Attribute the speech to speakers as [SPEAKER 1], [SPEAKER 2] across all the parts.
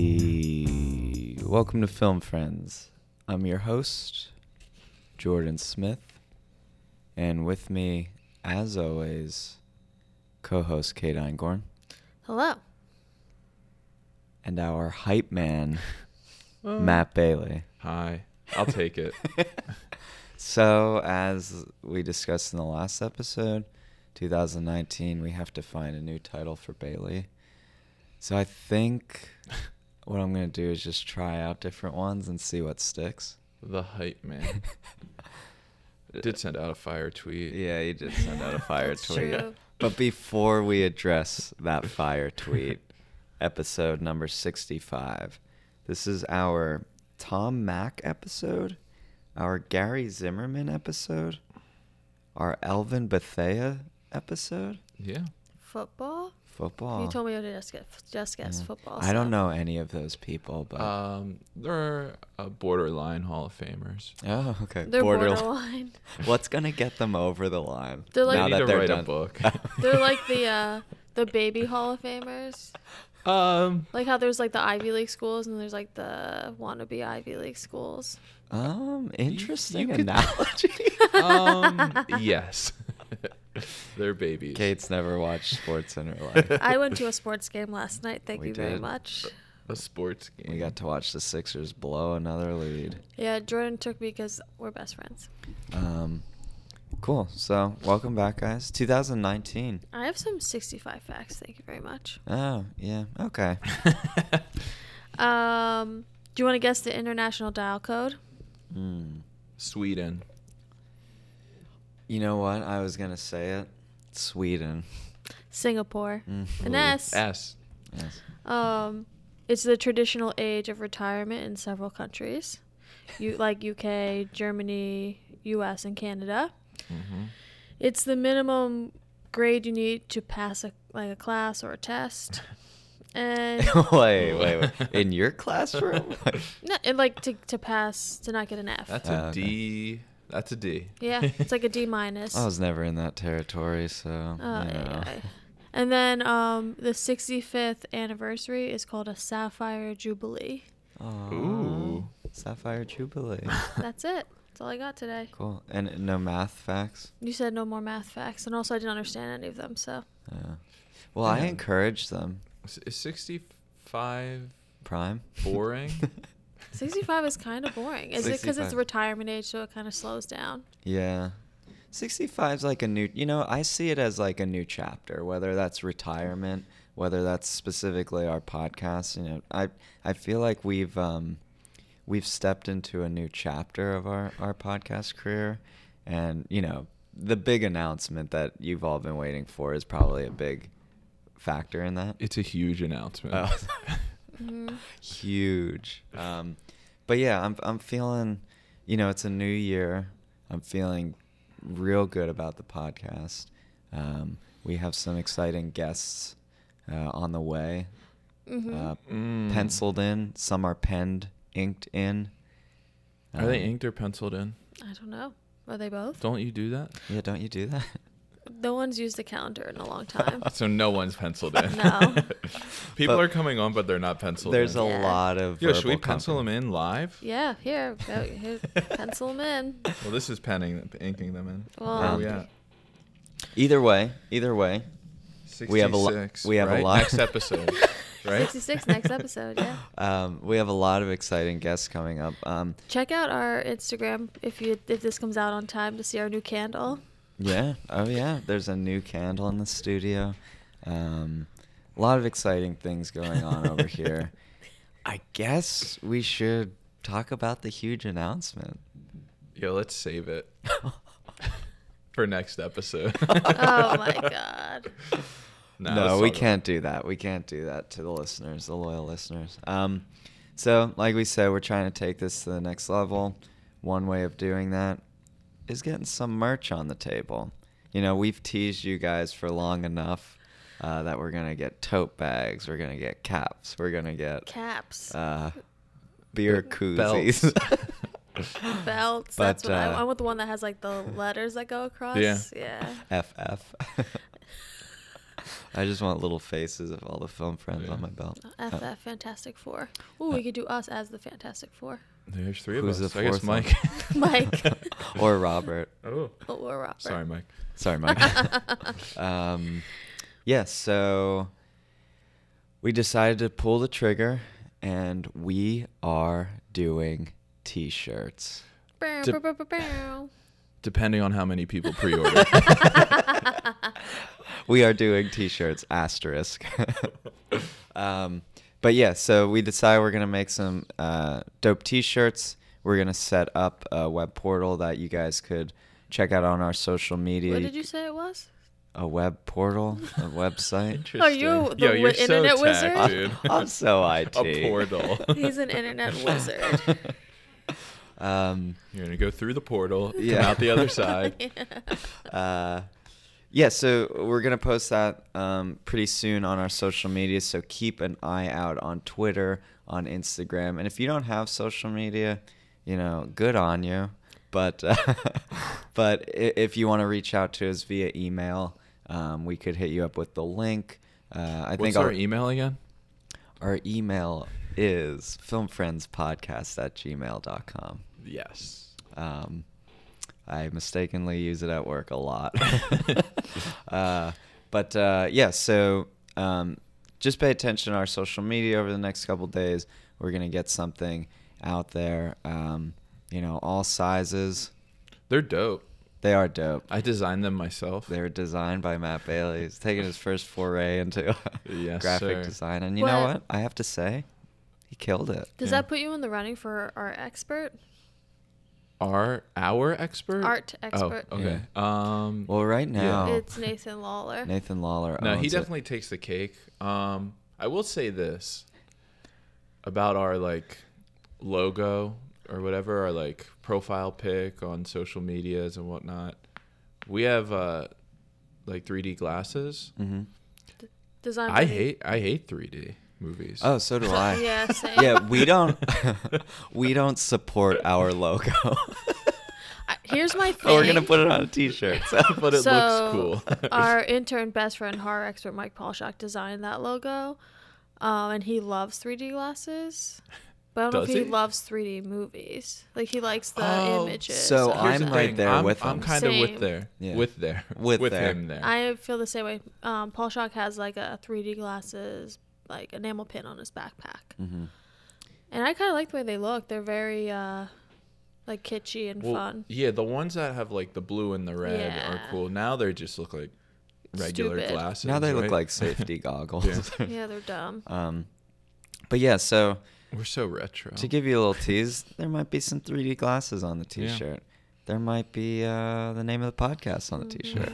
[SPEAKER 1] Hey, welcome to Film Friends. I'm your host, Jordan Smith, and with me, as always, co-host Kate Eingorn
[SPEAKER 2] Hello.
[SPEAKER 1] and our hype man, Matt Bailey.
[SPEAKER 3] Hi. I'll take it.
[SPEAKER 1] So, as we discussed in the last episode, 2019, we have to find a new title for Bailey. So, I think what I'm going to do is just try out different ones and see what sticks.
[SPEAKER 3] the hype man. Did send out a fire tweet.
[SPEAKER 1] Yeah, you did send out a fire
[SPEAKER 2] That's
[SPEAKER 1] tweet.
[SPEAKER 2] true.
[SPEAKER 1] But before we address that fire tweet, episode number 65, this is our Tom Mack episode, our Gary Zimmerman episode, our Elvin Bethea episode.
[SPEAKER 3] Yeah.
[SPEAKER 2] Football?
[SPEAKER 1] Football.
[SPEAKER 2] You told me you did just guess, just guess
[SPEAKER 1] Yeah.
[SPEAKER 2] football.
[SPEAKER 1] I don't
[SPEAKER 2] so-
[SPEAKER 1] know any of those people, but.
[SPEAKER 3] Um, they're uh, borderline Hall of Famers.
[SPEAKER 1] oh, okay.
[SPEAKER 2] They're
[SPEAKER 1] Border-
[SPEAKER 2] borderline.
[SPEAKER 1] What's going to get them over the line?
[SPEAKER 2] They're like-
[SPEAKER 1] now
[SPEAKER 2] They
[SPEAKER 1] that
[SPEAKER 3] need to
[SPEAKER 1] they're
[SPEAKER 3] write a
[SPEAKER 1] done?
[SPEAKER 3] book.
[SPEAKER 2] They're like the uh, the baby Hall of Famers.
[SPEAKER 3] Um,
[SPEAKER 2] Like how there's like the Ivy League schools and there's like the wannabe Ivy League schools.
[SPEAKER 1] Um, interesting
[SPEAKER 3] could-
[SPEAKER 1] analogy.
[SPEAKER 3] um, yes. they're babies.
[SPEAKER 1] Kate's never watched sports in her life.
[SPEAKER 2] I went to a sports game last night. Thank
[SPEAKER 1] We
[SPEAKER 2] you very
[SPEAKER 1] did.
[SPEAKER 2] much.
[SPEAKER 3] A sports game.
[SPEAKER 1] We got to watch the Sixers blow another lead.
[SPEAKER 2] Yeah, Jordan took me because we're best friends.
[SPEAKER 1] Um, cool. So, welcome back, guys. 2019.
[SPEAKER 2] I have some 65 facts. Thank you very much.
[SPEAKER 1] Oh, yeah. Okay.
[SPEAKER 2] Um, do you want to guess the international dial code?
[SPEAKER 1] Hmm.
[SPEAKER 3] Sweden.
[SPEAKER 1] You know what? I was going to say it. Sweden.
[SPEAKER 2] Singapore.
[SPEAKER 1] Mhm.
[SPEAKER 2] An S.
[SPEAKER 3] S.
[SPEAKER 1] Yes.
[SPEAKER 2] Um, it's the traditional age of retirement in several countries, you like UK, Germany, US, and Canada.
[SPEAKER 3] Mm-hmm.
[SPEAKER 2] It's the minimum grade you need to pass a like a class or a test, and
[SPEAKER 1] wait, wait, wait. In your classroom?
[SPEAKER 2] no, and like to to pass to not get an F.
[SPEAKER 3] That's
[SPEAKER 1] Oh,
[SPEAKER 3] a
[SPEAKER 1] okay.
[SPEAKER 3] D. That's a D.
[SPEAKER 2] yeah, it's like a D minus.
[SPEAKER 1] I was never in that territory, so.
[SPEAKER 2] Oh,
[SPEAKER 1] you
[SPEAKER 2] yeah,
[SPEAKER 1] know.
[SPEAKER 2] yeah. And then um, the 65th anniversary is called a Sapphire Jubilee.
[SPEAKER 1] Aw.
[SPEAKER 3] Ooh.
[SPEAKER 1] Sapphire Jubilee.
[SPEAKER 2] That's it. That's all I got today.
[SPEAKER 1] cool. And no math facts?
[SPEAKER 2] You said no more math facts, and also I didn't understand any of them. So
[SPEAKER 1] Yeah. Well, I
[SPEAKER 3] Yeah.
[SPEAKER 1] encourage them.
[SPEAKER 3] S- Is 65
[SPEAKER 1] Prime.
[SPEAKER 3] boring?
[SPEAKER 2] sixty-five is kind of boring. Is it because it's
[SPEAKER 1] 65.
[SPEAKER 2] retirement age, so it kind of slows down?
[SPEAKER 1] Yeah. 65 is like a new, you know, I see it as like a new chapter, whether that's retirement, whether that's specifically our podcast, you know. I I feel like we've um we've stepped into a new chapter of our our podcast career and, you know, the big announcement that you've all been waiting for is probably a big factor in that.
[SPEAKER 3] it's a huge announcement.
[SPEAKER 1] Oh.
[SPEAKER 2] Mm-hmm.
[SPEAKER 1] huge. Um, but yeah, I'm I'm feeling, you know, it's a new year. I'm feeling real good about the podcast. Um, we have some exciting guests uh, on the way,
[SPEAKER 2] Mm-hmm.
[SPEAKER 1] uh,
[SPEAKER 3] Mm.
[SPEAKER 1] penciled in. Some are penned, inked in.
[SPEAKER 3] Are they
[SPEAKER 1] Um,
[SPEAKER 3] inked or penciled in?
[SPEAKER 2] I don't know. Are they both?
[SPEAKER 3] Don't you do that?
[SPEAKER 1] Yeah, don't you do that?
[SPEAKER 2] No one's used the calendar in a long time.
[SPEAKER 3] So no one's penciled in.
[SPEAKER 2] No.
[SPEAKER 3] People
[SPEAKER 1] But-
[SPEAKER 3] are coming on, but they're not penciled
[SPEAKER 1] There's
[SPEAKER 3] in.
[SPEAKER 1] a
[SPEAKER 2] Yeah.
[SPEAKER 1] lot of.
[SPEAKER 3] Yo, should we
[SPEAKER 1] verbal
[SPEAKER 3] pencil
[SPEAKER 1] company.
[SPEAKER 3] them in live?
[SPEAKER 2] yeah, here, go, here pencil them in.
[SPEAKER 3] Well, this is penning, inking them in.
[SPEAKER 2] Well,
[SPEAKER 3] Where are we
[SPEAKER 1] Um,
[SPEAKER 3] at?
[SPEAKER 1] Either way, either way. We have a lot-
[SPEAKER 3] 66,
[SPEAKER 1] we have a
[SPEAKER 3] right?
[SPEAKER 1] lot-
[SPEAKER 3] Next episode, right?
[SPEAKER 2] Sixty-six next episode. Yeah.
[SPEAKER 1] Um, we have a lot of exciting guests coming up. Um,
[SPEAKER 2] Check out our Instagram if you if this comes out on time to see our new candle.
[SPEAKER 1] Yeah. Oh, yeah. There's a new candle in the studio. Um, a lot of exciting things going on over here. I guess we should talk about the huge announcement.
[SPEAKER 3] Yo, let's save it for next episode.
[SPEAKER 2] Oh my god.
[SPEAKER 3] Nah, let's
[SPEAKER 1] no, we
[SPEAKER 3] talk about-
[SPEAKER 1] can't do that. We can't do that to the listeners, the loyal listeners. Um, so, like we said, we're trying to take this to the next level. One way of doing that is getting some merch on the table. You know, we've teased you guys for long enough uh, that we're gonna get tote bags, we're gonna get caps, we're gonna get
[SPEAKER 2] Caps,
[SPEAKER 1] uh, beer
[SPEAKER 3] Belts.
[SPEAKER 1] koozies.
[SPEAKER 2] belts. that's
[SPEAKER 1] but,
[SPEAKER 2] what
[SPEAKER 1] uh,
[SPEAKER 2] I, I want. The one that has like the letters that go across.
[SPEAKER 3] Yeah.
[SPEAKER 2] Yeah.
[SPEAKER 1] FF. I just want little faces of all the film friends
[SPEAKER 3] Yeah.
[SPEAKER 1] on my belt.
[SPEAKER 2] Oh, F F Fantastic Four. Ooh,
[SPEAKER 1] Uh,
[SPEAKER 2] we could do us as the Fantastic Four.
[SPEAKER 3] There's three of
[SPEAKER 1] Who's
[SPEAKER 3] us.
[SPEAKER 1] the
[SPEAKER 3] I guess
[SPEAKER 1] fourth one?
[SPEAKER 3] Mike.
[SPEAKER 2] Mike.
[SPEAKER 1] Uh, or Robert.
[SPEAKER 3] oh.
[SPEAKER 2] Oh, or Robert.
[SPEAKER 3] Sorry, Mike.
[SPEAKER 1] Sorry, Mike. um, yeah, so we decided to pull the trigger and we are doing t shirts.
[SPEAKER 2] Bow,
[SPEAKER 3] Dep-
[SPEAKER 2] bow, bow, bow, bow.
[SPEAKER 3] Depending on how many people pre-order.
[SPEAKER 1] We are doing t shirts, asterisk. um, but yeah, so we decided we're going to make some uh, dope t shirts. We're going to set up a web portal that you guys could check out on our social media.
[SPEAKER 2] What did you say it was?
[SPEAKER 1] A web portal, a website.
[SPEAKER 2] Are you the
[SPEAKER 3] Yo,
[SPEAKER 2] wi-
[SPEAKER 3] you're
[SPEAKER 2] internet
[SPEAKER 3] so
[SPEAKER 2] wizard?
[SPEAKER 3] tagged, dude.
[SPEAKER 1] I'm so IT.
[SPEAKER 3] A portal.
[SPEAKER 2] He's an internet wizard.
[SPEAKER 1] Um,
[SPEAKER 3] You're gonna go through the portal, come
[SPEAKER 1] Yeah.
[SPEAKER 3] out the other side.
[SPEAKER 1] uh, yeah, so we're gonna post that um, pretty soon on our social media. So keep an eye out on Twitter, on Instagram, and if you don't have social media, you know, good on you. But uh, but i- if you want to reach out to us via email, um, we could hit you up with the link. Uh, I
[SPEAKER 3] What's
[SPEAKER 1] think
[SPEAKER 3] our
[SPEAKER 1] I'll-
[SPEAKER 3] email again?
[SPEAKER 1] our email is filmfriendspodcast at gmail.com.
[SPEAKER 3] Yes.
[SPEAKER 1] Um, I mistakenly use it at work a lot. uh, but uh, yeah, so um, just pay attention to our social media over the next couple days. We're gonna get something out there. Um, you know, all sizes.
[SPEAKER 3] They're dope.
[SPEAKER 1] They are dope.
[SPEAKER 3] I designed them myself.
[SPEAKER 1] they were designed by Matt Bailey. He's taking his first foray into
[SPEAKER 3] Yes,
[SPEAKER 1] graphic
[SPEAKER 3] sir.
[SPEAKER 1] design, and you know
[SPEAKER 2] What?
[SPEAKER 1] what? I have to say, he killed it.
[SPEAKER 2] Does
[SPEAKER 3] Yeah.
[SPEAKER 2] that put you in the running for our expert?
[SPEAKER 3] Our our expert?
[SPEAKER 2] Art expert.
[SPEAKER 3] Mm. Oh, okay. Um
[SPEAKER 1] Well, right now,
[SPEAKER 2] It's Nathan Lawler.
[SPEAKER 1] Nathan Lawler.
[SPEAKER 3] No, he
[SPEAKER 1] owns it.
[SPEAKER 3] definitely takes the cake. Um, I will say this about our like logo or whatever, our like profile pic on social medias and whatnot. We have uh, like 3D glasses.
[SPEAKER 1] Mm-hmm.
[SPEAKER 2] Design.
[SPEAKER 3] I hate I hate 3D movies.
[SPEAKER 1] Oh, so do I.
[SPEAKER 2] Yeah, same.
[SPEAKER 1] yeah, we don't we don't support our logo.
[SPEAKER 2] I- Here's my thing.
[SPEAKER 1] but Oh, we're gonna put it on a T-shirt. So.
[SPEAKER 3] but it
[SPEAKER 2] so
[SPEAKER 3] looks cool.
[SPEAKER 2] our intern best friend horror expert mike Polshock designed that logo um, and he loves 3d glasses but i don't
[SPEAKER 3] Does
[SPEAKER 2] know if he,
[SPEAKER 3] he?
[SPEAKER 2] loves 3d movies like he likes the
[SPEAKER 3] Oh,
[SPEAKER 2] images
[SPEAKER 1] so
[SPEAKER 2] of
[SPEAKER 1] I'm
[SPEAKER 2] them.
[SPEAKER 1] right there
[SPEAKER 3] I'm,
[SPEAKER 1] with
[SPEAKER 3] I'm
[SPEAKER 1] him.
[SPEAKER 3] kind of with
[SPEAKER 2] Same.
[SPEAKER 3] there.
[SPEAKER 1] Yeah.
[SPEAKER 3] With there.
[SPEAKER 1] With there.
[SPEAKER 3] him there.
[SPEAKER 2] i feel the same way um, paul shock has like a 3d glasses like enamel pin on his backpack and i kind of like the way they look they're very uh, like kitschy and
[SPEAKER 3] Well,
[SPEAKER 2] fun
[SPEAKER 3] Yeah, the ones that have like the blue and the red are
[SPEAKER 2] Yeah.
[SPEAKER 3] cool. Now they just look like regular
[SPEAKER 2] Stupid.
[SPEAKER 3] glasses.
[SPEAKER 1] Now they look
[SPEAKER 3] right?
[SPEAKER 1] like safety goggles.
[SPEAKER 2] yeah they're dumb
[SPEAKER 1] Um, but yeah, so
[SPEAKER 3] we're so retro.
[SPEAKER 1] to give you a little tease, there might be some 3D glasses on the
[SPEAKER 3] Oh. Yeah.
[SPEAKER 1] T-shirt. There might be uh, the name of the podcast on the
[SPEAKER 3] Mm-hmm.
[SPEAKER 1] T-shirt.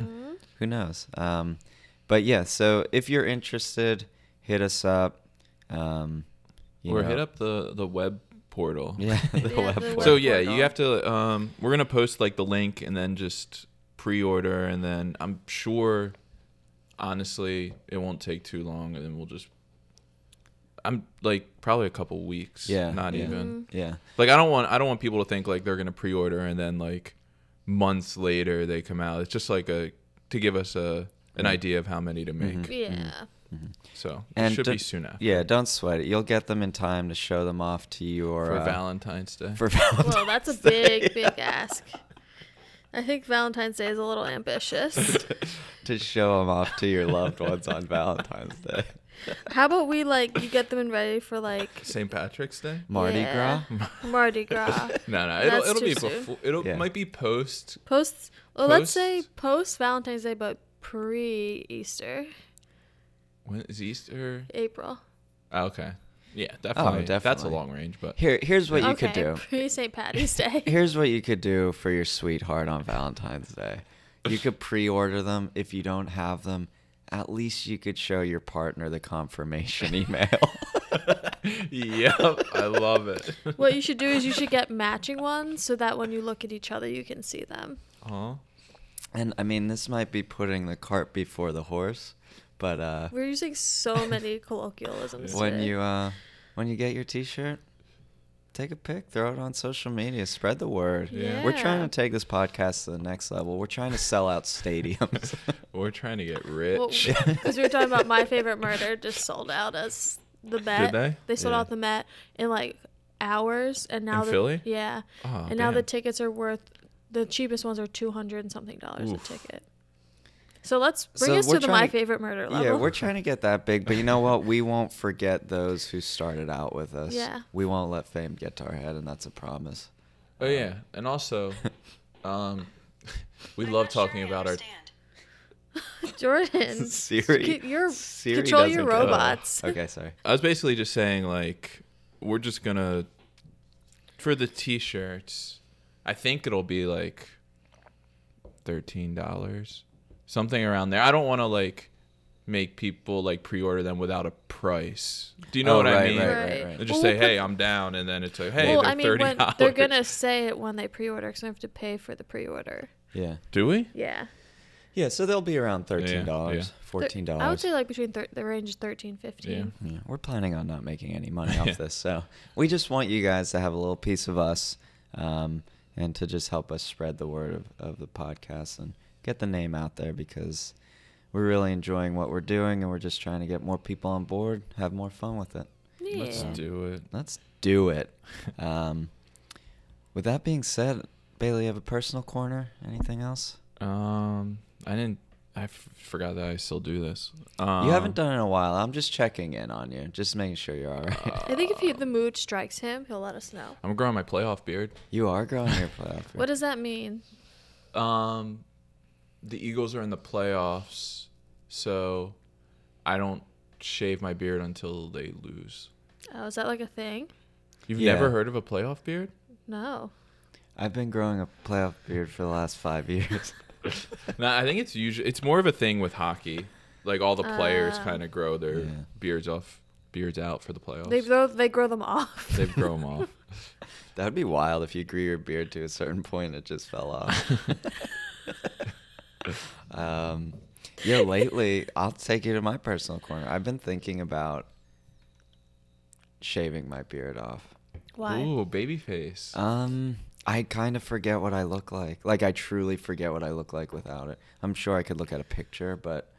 [SPEAKER 1] Who knows? Um, but yeah, so if you're interested, hit us up. Um, you
[SPEAKER 3] or
[SPEAKER 1] know-
[SPEAKER 3] hit up the the web portal.
[SPEAKER 1] Yeah, the
[SPEAKER 2] Yeah,
[SPEAKER 1] web
[SPEAKER 2] the-
[SPEAKER 1] portal.
[SPEAKER 3] So
[SPEAKER 2] Web
[SPEAKER 3] yeah,
[SPEAKER 2] portal.
[SPEAKER 3] you have to. Um, we're gonna post like the link and then just pre-order, and then I'm sure, honestly, it won't take too long, and then we'll just. I'm like probably a couple weeks.
[SPEAKER 1] Yeah,
[SPEAKER 3] Not
[SPEAKER 1] yeah.
[SPEAKER 2] Mm-hmm.
[SPEAKER 3] even.
[SPEAKER 1] yeah.
[SPEAKER 3] Like I don't want I don't want people to think like they're gonna pre-order and then like months later they come out. It's just like a to give us a
[SPEAKER 1] Mm-hmm.
[SPEAKER 3] an idea of how many to make.
[SPEAKER 2] yeah
[SPEAKER 3] So it
[SPEAKER 1] And
[SPEAKER 3] should
[SPEAKER 1] don't-
[SPEAKER 3] be soon after
[SPEAKER 1] Yeah, don't sweat it. You'll get them in time to show them off to you or
[SPEAKER 3] for
[SPEAKER 1] uh,
[SPEAKER 3] Valentine's Day.
[SPEAKER 1] for Valentine's.
[SPEAKER 2] Well, that's a big, big ask. I think Valentine's Day is a little ambitious.
[SPEAKER 1] to show them off to your loved ones on Valentine's Day.
[SPEAKER 2] How about we like you get them in ready for like
[SPEAKER 3] St. Patrick's Day?
[SPEAKER 1] Mardi
[SPEAKER 2] Yeah.
[SPEAKER 1] Gras.
[SPEAKER 2] Mardi Gras.
[SPEAKER 3] No, no, it'll
[SPEAKER 2] That's
[SPEAKER 3] it'll
[SPEAKER 2] too
[SPEAKER 3] be
[SPEAKER 2] soon.
[SPEAKER 3] before it'll
[SPEAKER 1] Yeah.
[SPEAKER 3] might be post
[SPEAKER 2] Post well let's say
[SPEAKER 3] Post-
[SPEAKER 2] post Valentine's Day but pre Easter.
[SPEAKER 3] when is Easter?
[SPEAKER 2] April.
[SPEAKER 3] Oh, okay. Yeah, definitely. That's a
[SPEAKER 1] definitely.
[SPEAKER 3] long range, but
[SPEAKER 1] Here, here's what you could do.
[SPEAKER 2] Pre St. Patty's Day.
[SPEAKER 1] Here's what you could do for your sweetheart on Valentine's Day. You could pre-order them if you don't have them. At least you could show your partner the confirmation email.
[SPEAKER 3] yep, I love it.
[SPEAKER 2] what you should do is you should get matching ones so that when you look at each other you can see them.
[SPEAKER 3] Aw.
[SPEAKER 1] and I mean, this might be putting the cart before the horse, but uh,
[SPEAKER 2] We're using so many colloquialisms.
[SPEAKER 1] when
[SPEAKER 2] today.
[SPEAKER 1] you uh, when you get your T-shirt, take a pic, throw it on social media, spread the word. We're
[SPEAKER 2] Yeah.
[SPEAKER 1] trying to take this podcast to the next level. We're trying to sell out stadiums.
[SPEAKER 3] We're trying to get
[SPEAKER 2] Well,
[SPEAKER 3] rich.
[SPEAKER 2] because we were talking about my favorite murder just sold out as the Met.
[SPEAKER 3] they?
[SPEAKER 2] sold
[SPEAKER 1] Yeah.
[SPEAKER 2] out the Met in like hours, and now
[SPEAKER 3] In
[SPEAKER 2] the,
[SPEAKER 3] Philly?
[SPEAKER 2] yeah,
[SPEAKER 3] Aw,
[SPEAKER 1] Oh,
[SPEAKER 2] and now the
[SPEAKER 3] damn.
[SPEAKER 2] tickets are worth the cheapest ones are two hundred and something dollars a
[SPEAKER 3] Oof.
[SPEAKER 2] ticket. So let's bring
[SPEAKER 1] So
[SPEAKER 2] us
[SPEAKER 1] we're
[SPEAKER 2] to the my
[SPEAKER 1] trying-
[SPEAKER 2] favorite murder level.
[SPEAKER 1] yeah, we're trying to get that big, but you know what? We won't forget those who started out with us.
[SPEAKER 2] Yeah.
[SPEAKER 1] We won't let fame get to our head, and that's a promise.
[SPEAKER 3] oh yeah, and also, um, we love talking about our
[SPEAKER 2] Jordan,
[SPEAKER 1] Siri,
[SPEAKER 2] c- you're-
[SPEAKER 1] Siri
[SPEAKER 2] control your
[SPEAKER 1] doesn't get it.
[SPEAKER 2] robots.
[SPEAKER 1] Okay, sorry.
[SPEAKER 3] I was basically just saying like we're just gonna for the t-shirts. I think it'll be like thirteen dollars, something around there. I don't want to like make people like pre-order them without a price. Do you know
[SPEAKER 1] Oh,
[SPEAKER 3] what I
[SPEAKER 1] right,
[SPEAKER 3] mean?
[SPEAKER 1] right,
[SPEAKER 2] Right.
[SPEAKER 1] right, right.
[SPEAKER 3] They just
[SPEAKER 2] Well,
[SPEAKER 3] say,
[SPEAKER 2] we'll put-
[SPEAKER 3] "Hey, I'm down," and then it's like, "Hey,
[SPEAKER 2] well,
[SPEAKER 3] they're
[SPEAKER 2] I mean,
[SPEAKER 3] thirty
[SPEAKER 2] when
[SPEAKER 3] dollars."
[SPEAKER 2] they're gonna say it when they pre-order, because I have to pay for the pre-order.
[SPEAKER 1] Yeah.
[SPEAKER 3] Do we?
[SPEAKER 2] Yeah,
[SPEAKER 1] Yeah, so they'll be around $13,
[SPEAKER 3] yeah.
[SPEAKER 2] Thir-
[SPEAKER 1] $14.
[SPEAKER 2] I would say like between thir- the range is thirteen, fifteen.
[SPEAKER 1] Yeah, we're planning on not making any money off
[SPEAKER 3] Yeah.
[SPEAKER 1] this, so we just want you guys to have a little piece of us, um, and to just help us spread the word of, of the podcast and get the name out there because we're really enjoying what we're doing, and we're just trying to get more people on board, have more fun with it.
[SPEAKER 2] Yeah.
[SPEAKER 3] Let's do it.
[SPEAKER 1] Let's do it. Um, with that being said, Bailey, you have a personal corner? Anything else?
[SPEAKER 3] Um, I didn't. I f- forgot that I still do this. Um,
[SPEAKER 1] you haven't done it in a while. I'm just checking in on you, just making sure you're all right.
[SPEAKER 3] uh,
[SPEAKER 2] I think if he, the mood strikes him, he'll let us know.
[SPEAKER 3] I'm growing my playoff beard.
[SPEAKER 1] you are growing your playoff.
[SPEAKER 2] What does that mean?
[SPEAKER 3] Um, the Eagles are in the playoffs, so I don't shave my beard until they lose.
[SPEAKER 2] Oh, is that like a thing?
[SPEAKER 3] You've
[SPEAKER 1] Yeah.
[SPEAKER 3] never heard of a playoff beard?
[SPEAKER 2] No.
[SPEAKER 1] I've been growing a playoff beard for the last five years.
[SPEAKER 3] no, I think it's usually it's more of a thing with hockey. Like all the players kind of grow their
[SPEAKER 1] Yeah.
[SPEAKER 3] beards off, beards out for the playoffs.
[SPEAKER 2] They
[SPEAKER 3] They've,
[SPEAKER 2] grow they grow them off.
[SPEAKER 3] grown them off.
[SPEAKER 1] that would be wild if you grew your beard to a certain point it just fell off. um, yeah, lately I'll take you to my personal corner. I've been thinking about shaving my beard off.
[SPEAKER 2] Why?
[SPEAKER 3] Ooh, baby face.
[SPEAKER 1] Um, I kind of forget what I look like. Like I truly forget what I look like without it. I'm sure I could look at a picture, but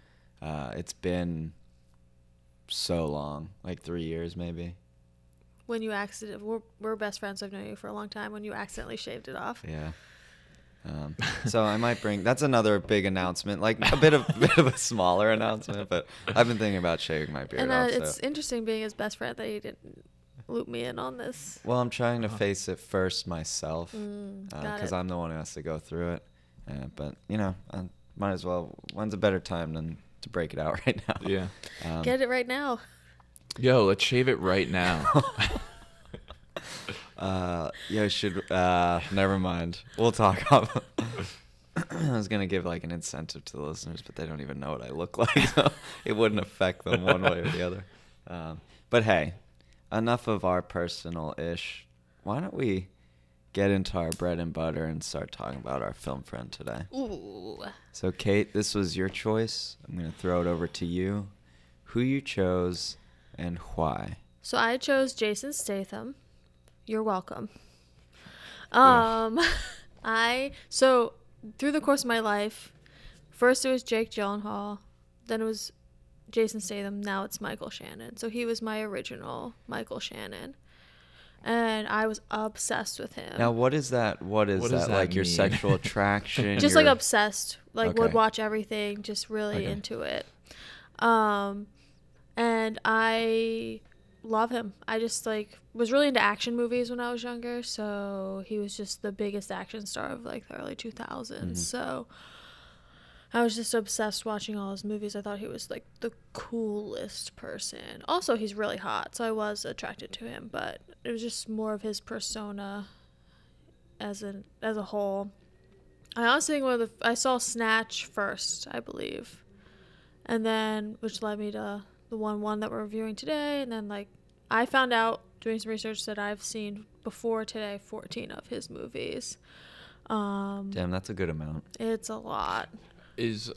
[SPEAKER 1] uh, it's been so long, like three years maybe.
[SPEAKER 2] When you accident we're, we're best friends, I've known you for a long time. When you accidentally shaved it off.
[SPEAKER 1] Yeah. Um, so I might bring that's another big announcement, like a bit of bit of a smaller announcement, but I've been thinking about shaving my beard
[SPEAKER 2] and uh,
[SPEAKER 1] off. so-
[SPEAKER 2] it's interesting being his best friend that he didn't loop me in on this.
[SPEAKER 1] Well, I'm trying to face it first myself because
[SPEAKER 2] Oh. Mm, got it.
[SPEAKER 1] I'm the one who has to go through it. Uh, but you know, I might as well. When's a better time than to break it out right now? Um,
[SPEAKER 3] yeah.
[SPEAKER 2] Get it right now.
[SPEAKER 3] Yo, let's shave it right now.
[SPEAKER 1] Uh, yo, should uh, never mind. We'll talk off. I was gonna give like an incentive to the listeners, but they don't even know what I look like. So it wouldn't affect them one way or the other. Um, but hey, enough of our personal ish. Why don't we get into our bread and butter and start talking about our film friend today?
[SPEAKER 2] Ooh.
[SPEAKER 1] So, Kate, this was your choice. I'm gonna throw it over to you. Who you chose and why?
[SPEAKER 2] So I chose Jason Statham. You're welcome. Um, I so through the course of my life, first it was Jake Gyllenhaal, then it was Jason Statham. Now it's Michael Shannon. So he was my original Michael Shannon, and I was obsessed with him.
[SPEAKER 1] Now, what is that? What is
[SPEAKER 3] What
[SPEAKER 1] that,
[SPEAKER 3] does that
[SPEAKER 1] like? Your
[SPEAKER 3] mean?
[SPEAKER 1] sexual attraction?
[SPEAKER 2] just like
[SPEAKER 1] your-
[SPEAKER 2] obsessed like
[SPEAKER 1] Okay.
[SPEAKER 2] would watch everything just really
[SPEAKER 1] Okay.
[SPEAKER 2] into it um and i love him i just like was really into action movies when i was younger so he was just the biggest action star of like the early 2000s
[SPEAKER 1] Mm-hmm.
[SPEAKER 2] so i was just obsessed watching all his movies i thought he was like the coolest person also he's really hot so i was attracted to him but it was just more of his persona as an as a whole I honestly think one of the I saw Snatch first, I believe, and then which led me to the one one that we're reviewing today, and then like I found out doing some research that I've seen before today fourteen of his movies. Um,
[SPEAKER 1] Damn, that's a good amount.
[SPEAKER 2] it's a lot.
[SPEAKER 3] is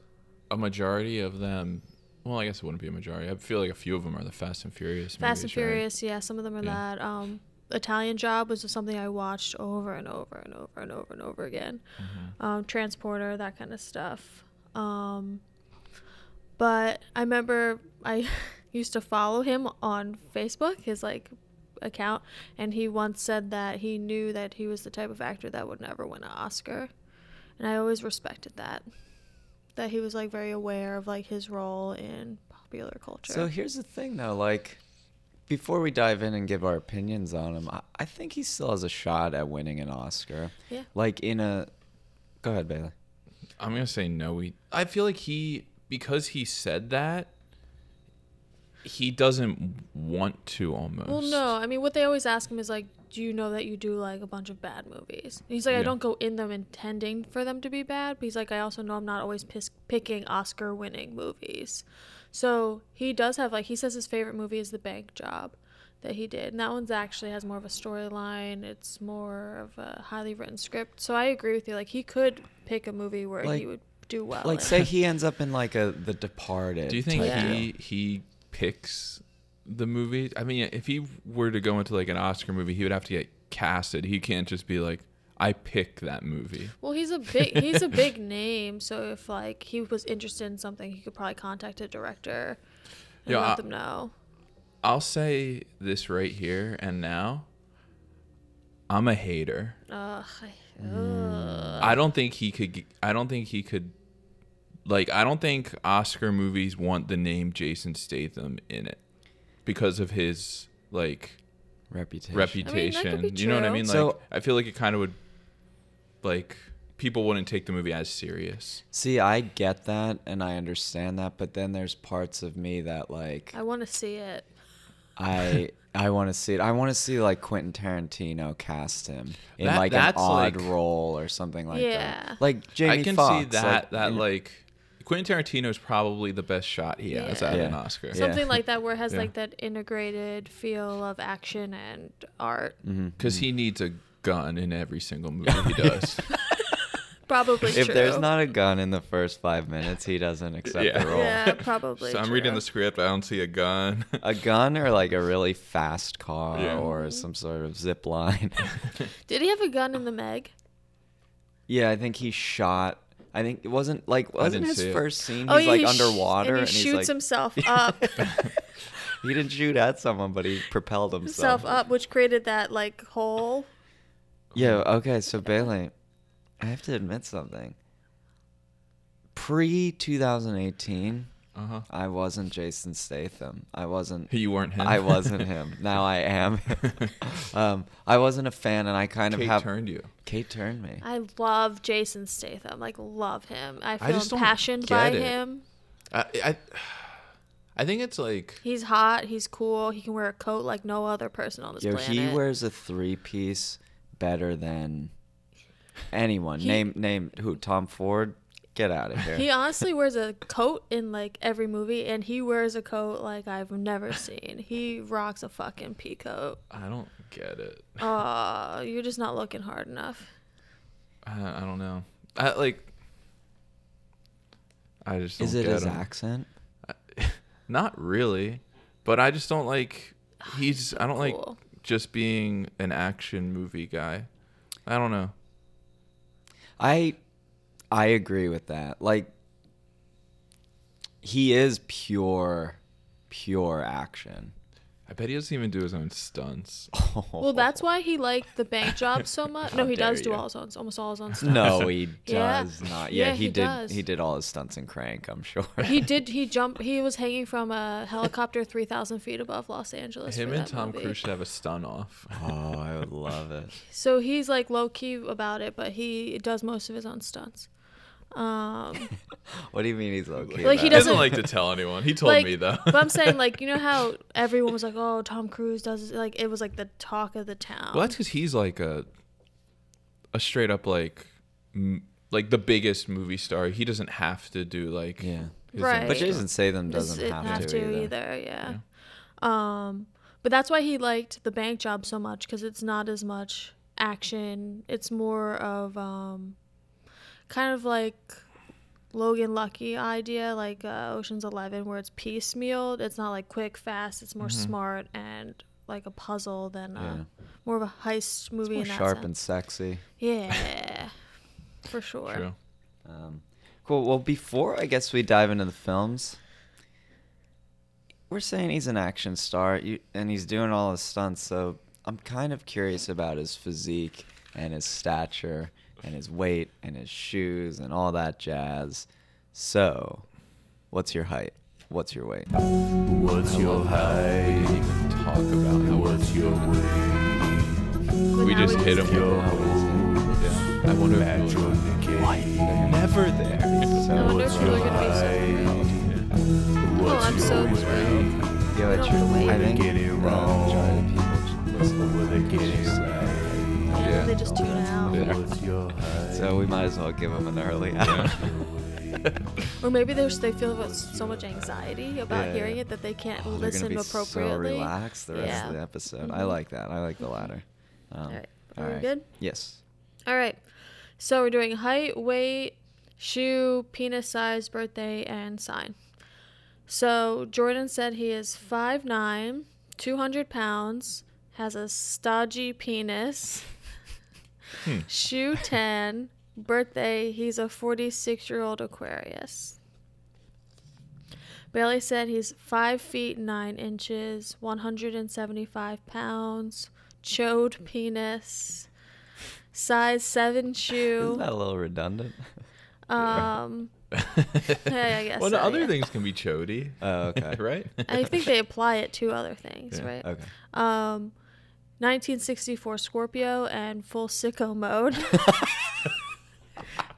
[SPEAKER 3] a majority of them well i guess it wouldn't be a majority i feel like a few of them are the fast and furious
[SPEAKER 2] Fast and
[SPEAKER 3] movies, right?
[SPEAKER 2] Furious, yeah, some of them are
[SPEAKER 3] Yeah.
[SPEAKER 2] that. Um, Italian Job was something I watched over and over and over and over and over again. Um, Transporter, that kind of stuff. Um, but I remember I used to follow him on Facebook, his like account, and he once said that he knew that he was the type of actor that would never win an Oscar, and I always respected that. That he was like very aware of like his role in popular culture.
[SPEAKER 1] So here's the thing, though. Like, before we dive in and give our opinions on him, I, I think he still has a shot at winning an Oscar.
[SPEAKER 2] Yeah.
[SPEAKER 1] Like in a. Go ahead, Bailey.
[SPEAKER 3] I'm gonna say no. He, I feel like he because he said that he doesn't want to almost.
[SPEAKER 2] Well, no. I mean, what they always ask him is like, "Do you know that you do like a bunch of bad movies?" And he's like, "I
[SPEAKER 3] Yeah.
[SPEAKER 2] don't go in them intending for them to be bad." But he's like, "I also know I'm not always pis- picking Oscar-winning movies." So he does have like he says his favorite movie is The Bank Job that he did, and that one's actually has more of a storyline. It's more of a highly written script. So I agree with you. Like he could pick a movie where
[SPEAKER 1] Like-
[SPEAKER 2] he would do well.
[SPEAKER 1] Like,
[SPEAKER 2] in.
[SPEAKER 1] say he ends up in like a The Departed.
[SPEAKER 3] Do you think
[SPEAKER 1] type
[SPEAKER 2] Yeah.
[SPEAKER 3] he he picks the movie? I mean, if he were to go into like an Oscar movie, he would have to get casted. He can't just be like, I pick that movie.
[SPEAKER 2] Well, he's a big he's a big name, so if like he was interested in something, he could probably contact a director and
[SPEAKER 3] Yeah,
[SPEAKER 2] let
[SPEAKER 3] I-
[SPEAKER 2] them know.
[SPEAKER 3] I'll say this right here and now. I'm a hater.
[SPEAKER 2] Ugh, I, ugh.
[SPEAKER 3] I don't think he could. g- I don't think he could. Like, I don't think Oscar movies want the name Jason Statham in it because of his like
[SPEAKER 1] Reputation.
[SPEAKER 3] reputation.
[SPEAKER 2] I mean, that could be
[SPEAKER 3] You know what I
[SPEAKER 2] true.
[SPEAKER 3] mean? Like,
[SPEAKER 1] So-
[SPEAKER 3] I feel like it kind of would, like, people wouldn't take the movie as serious.
[SPEAKER 1] See, I get that and I understand that, but then there's parts of me that like
[SPEAKER 2] I want to see it. Oh.
[SPEAKER 1] I I want to see it. I want to see like Quentin Tarantino cast him in
[SPEAKER 3] That-
[SPEAKER 1] like an
[SPEAKER 3] that's,
[SPEAKER 1] odd
[SPEAKER 3] like-
[SPEAKER 1] role or something like
[SPEAKER 2] Yeah.
[SPEAKER 1] that. Like Jamie
[SPEAKER 3] I can
[SPEAKER 1] Foxx,
[SPEAKER 3] see that.
[SPEAKER 1] like,
[SPEAKER 3] that
[SPEAKER 1] you know-
[SPEAKER 3] like Quentin Tarantino is probably the best shot he has
[SPEAKER 2] Yeah.
[SPEAKER 3] at
[SPEAKER 1] Yeah.
[SPEAKER 3] an Oscar.
[SPEAKER 1] Yeah.
[SPEAKER 2] Something like that where it has
[SPEAKER 3] Yeah.
[SPEAKER 2] like that integrated feel of action and art.
[SPEAKER 3] Because
[SPEAKER 1] Mm.
[SPEAKER 3] he needs a gun in every single movie he does.
[SPEAKER 2] Probably
[SPEAKER 1] if
[SPEAKER 2] true.
[SPEAKER 1] there's not a gun in the first five minutes, he doesn't accept
[SPEAKER 3] Yeah.
[SPEAKER 1] the role.
[SPEAKER 2] yeah, probably.
[SPEAKER 3] so I'm reading
[SPEAKER 2] true.
[SPEAKER 3] the script. I don't see a gun.
[SPEAKER 1] A gun or like a really fast car
[SPEAKER 3] Yeah.
[SPEAKER 1] or some sort of zip line.
[SPEAKER 2] Did he have a gun in the Meg?
[SPEAKER 1] yeah, I think he shot. I think it wasn't like wasn't
[SPEAKER 3] didn't
[SPEAKER 1] his
[SPEAKER 3] see it.
[SPEAKER 1] first scene.
[SPEAKER 2] oh,
[SPEAKER 1] he's
[SPEAKER 2] yeah,
[SPEAKER 1] like
[SPEAKER 2] he sh-
[SPEAKER 1] underwater
[SPEAKER 2] and he
[SPEAKER 1] and, he's
[SPEAKER 2] shoots
[SPEAKER 1] like
[SPEAKER 2] himself up,
[SPEAKER 1] he didn't shoot at someone, but he propelled himself.
[SPEAKER 2] himself up, which created that like hole.
[SPEAKER 1] Yeah, okay, so Bailey, I have to admit something. Pre 2018,
[SPEAKER 3] uh huh.
[SPEAKER 1] I wasn't Jason Statham. I wasn't
[SPEAKER 3] You weren't him.
[SPEAKER 1] I wasn't him. Now I am. um, I wasn't a fan and I kind of
[SPEAKER 3] Kate
[SPEAKER 1] have
[SPEAKER 3] turned you.
[SPEAKER 1] Kate turned me.
[SPEAKER 2] I love Jason Statham. Like love him. I feel
[SPEAKER 3] just don't
[SPEAKER 2] impassioned
[SPEAKER 3] get
[SPEAKER 2] by
[SPEAKER 3] it.
[SPEAKER 2] him.
[SPEAKER 3] I, I, I think it's like
[SPEAKER 2] He's hot. He's cool. He can wear a coat like no other person on this
[SPEAKER 1] Yo,
[SPEAKER 2] planet.
[SPEAKER 1] he wears a three piece better than anyone. name name who? Tom Ford? Get out of here.
[SPEAKER 2] He honestly wears a coat in like every movie, and he wears a coat like I've never seen. He rocks a fucking pea coat.
[SPEAKER 3] I don't get it.
[SPEAKER 2] Uh, you're just not looking hard enough.
[SPEAKER 3] I, I don't know. I like. I just don't
[SPEAKER 1] Is it
[SPEAKER 3] get
[SPEAKER 1] his
[SPEAKER 3] him.
[SPEAKER 1] accent?
[SPEAKER 3] Not really, but I just don't like.
[SPEAKER 1] Ah,
[SPEAKER 3] He's. I don't like
[SPEAKER 2] Cool.
[SPEAKER 3] just being an action movie guy. I don't know.
[SPEAKER 1] I I agree with that. Like he is pure pure action.
[SPEAKER 3] I bet he doesn't even do his own stunts.
[SPEAKER 2] Well, that's why he liked the bank job so much. No, he
[SPEAKER 1] dare
[SPEAKER 2] does do
[SPEAKER 1] you.
[SPEAKER 2] all his own, almost all his own stuff.
[SPEAKER 1] no, he
[SPEAKER 2] Yeah.
[SPEAKER 1] does not. Yeah,
[SPEAKER 2] Yeah,
[SPEAKER 1] he,
[SPEAKER 2] he
[SPEAKER 1] did
[SPEAKER 2] does.
[SPEAKER 1] he did all his stunts in Crank, I'm sure.
[SPEAKER 2] He did. He jumped. He was hanging from a helicopter three thousand feet above Los Angeles.
[SPEAKER 3] Him
[SPEAKER 2] for
[SPEAKER 3] and
[SPEAKER 2] that
[SPEAKER 3] Tom
[SPEAKER 2] movie.
[SPEAKER 3] Cruise should have a stun off.
[SPEAKER 1] oh, I would love it.
[SPEAKER 2] So he's like low key about it, but he does most of his own stunts. Um,
[SPEAKER 1] What do you mean he's okay?
[SPEAKER 2] Like, he
[SPEAKER 1] about it?
[SPEAKER 2] doesn't-
[SPEAKER 3] like to tell anyone. He told
[SPEAKER 2] like,
[SPEAKER 3] me though.
[SPEAKER 2] but I'm saying like you know how everyone was like, oh, Tom Cruise does this," like it was like the talk of the town.
[SPEAKER 3] Well, that's because he's like a, a straight up like, m- like the biggest movie star. He doesn't have to do like
[SPEAKER 1] Yeah.
[SPEAKER 3] his
[SPEAKER 2] Right.
[SPEAKER 3] own
[SPEAKER 1] But
[SPEAKER 2] Hey.
[SPEAKER 1] Jason Statham
[SPEAKER 2] Does
[SPEAKER 1] doesn't
[SPEAKER 2] it
[SPEAKER 1] have, to, either.
[SPEAKER 2] Yeah. Um, but that's why he liked the bank job so much because it's not as much action. It's more of um, kind of like Logan Lucky idea, like uh, Ocean's Eleven, where it's piecemealed. It's not like quick, fast. It's more smart and like a puzzle than
[SPEAKER 1] Mm-hmm. Yeah.
[SPEAKER 2] uh, more of a heist movie.
[SPEAKER 1] More
[SPEAKER 2] in that
[SPEAKER 1] sharp
[SPEAKER 2] sense.
[SPEAKER 1] and sexy.
[SPEAKER 2] Yeah, for sure.
[SPEAKER 3] True.
[SPEAKER 1] Um, cool. Well, before I guess we dive into the films, we're saying he's an action star you, and he's doing all his stunts. So I'm kind of curious about his physique and his stature and his weight and his shoes and all that jazz. So, what's your height? What's your weight?
[SPEAKER 4] What's your
[SPEAKER 3] We
[SPEAKER 4] height?
[SPEAKER 3] didn't even talk about how
[SPEAKER 4] What's your weight?
[SPEAKER 2] But
[SPEAKER 3] we
[SPEAKER 2] now
[SPEAKER 3] just hit him.
[SPEAKER 2] just-
[SPEAKER 4] Yo.
[SPEAKER 3] With yeah. I wonder if
[SPEAKER 4] Natural
[SPEAKER 3] we'll-
[SPEAKER 4] decay.
[SPEAKER 3] never there.
[SPEAKER 2] I
[SPEAKER 1] So,
[SPEAKER 2] wonder if people are gonna be so. Oh, I'm
[SPEAKER 4] What's
[SPEAKER 2] so
[SPEAKER 4] your weight?
[SPEAKER 1] yo, it's your,
[SPEAKER 2] Weight.
[SPEAKER 1] I think
[SPEAKER 4] Get it
[SPEAKER 1] the
[SPEAKER 4] wrong.
[SPEAKER 1] majority of people listen to
[SPEAKER 4] Will they get it
[SPEAKER 1] this.
[SPEAKER 4] right?
[SPEAKER 2] Yeah,
[SPEAKER 3] Yeah.
[SPEAKER 2] they just tune out.
[SPEAKER 3] Yeah.
[SPEAKER 4] What's your height?
[SPEAKER 1] So we might as well give him an early out.
[SPEAKER 2] Or maybe there's they feel about so much anxiety about
[SPEAKER 1] Yeah.
[SPEAKER 2] hearing it that they can't
[SPEAKER 1] Oh, they're gonna
[SPEAKER 2] listen
[SPEAKER 1] be
[SPEAKER 2] appropriately.
[SPEAKER 1] So relaxed the rest
[SPEAKER 2] yeah. Mm-hmm.
[SPEAKER 1] of the episode. I like that. I like the latter. Um,
[SPEAKER 2] All right. Are we good?
[SPEAKER 1] Yes.
[SPEAKER 2] All right. So we're doing height, weight, shoe, penis size, birthday, and sign. So Jordan said he is 5'9, 200 pounds, has a stodgy penis, shoe 10, birthday, he's a 46 year old Aquarius. Bailey said he's 5 feet 9 inches, 175 pounds, chode penis size seven
[SPEAKER 1] Isn't
[SPEAKER 2] shoe.
[SPEAKER 1] that a little redundant?
[SPEAKER 2] Um, yeah, I guess
[SPEAKER 3] Well, no,
[SPEAKER 2] so,
[SPEAKER 3] other
[SPEAKER 2] yeah.
[SPEAKER 3] things can be chody,
[SPEAKER 1] oh, okay.
[SPEAKER 3] right?
[SPEAKER 2] I think they apply it to other things,
[SPEAKER 3] Yeah.
[SPEAKER 2] right?
[SPEAKER 1] Okay.
[SPEAKER 2] Um, 1964 Scorpio and full sicko mode.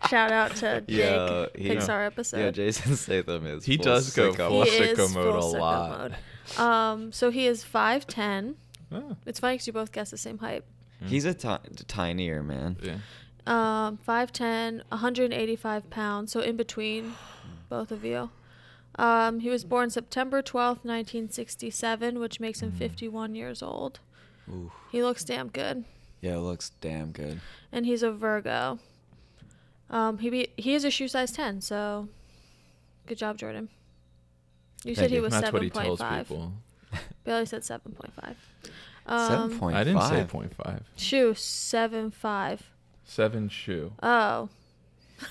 [SPEAKER 2] Shout out to Jake,
[SPEAKER 1] Yeah, he-
[SPEAKER 2] Pixar
[SPEAKER 1] Yeah,
[SPEAKER 2] episode.
[SPEAKER 1] Jason Statham is.
[SPEAKER 3] He
[SPEAKER 1] full
[SPEAKER 3] does go
[SPEAKER 1] sicko
[SPEAKER 3] full
[SPEAKER 1] mode.
[SPEAKER 2] He is
[SPEAKER 3] sicko mode
[SPEAKER 2] full
[SPEAKER 3] a
[SPEAKER 2] sicko
[SPEAKER 3] lot.
[SPEAKER 2] um, so he is 5'10.
[SPEAKER 3] Oh,
[SPEAKER 2] It's funny because you both guessed the same height.
[SPEAKER 1] He's a ti- tinier man.
[SPEAKER 3] yeah.
[SPEAKER 2] Um, 5'10, 185 pounds, so in between both of you. Um, he was born September 12th, 1967, which makes
[SPEAKER 1] Mm.
[SPEAKER 2] him 51 years old.
[SPEAKER 1] Ooh.
[SPEAKER 2] He looks damn good,
[SPEAKER 1] Yeah, looks damn good.
[SPEAKER 2] and he's a Virgo. Um, he be, he is a shoe size 10, so good job, Jordan. You said
[SPEAKER 1] Thank
[SPEAKER 2] he
[SPEAKER 1] you.
[SPEAKER 2] was
[SPEAKER 3] That's what he tells
[SPEAKER 2] 7.5.
[SPEAKER 3] people.
[SPEAKER 2] Bailey said 7.5. Um,
[SPEAKER 1] Seven point
[SPEAKER 3] I didn't say
[SPEAKER 1] five.
[SPEAKER 3] point five.
[SPEAKER 2] Shoe 7.5.
[SPEAKER 3] Seven shoe.
[SPEAKER 2] Oh,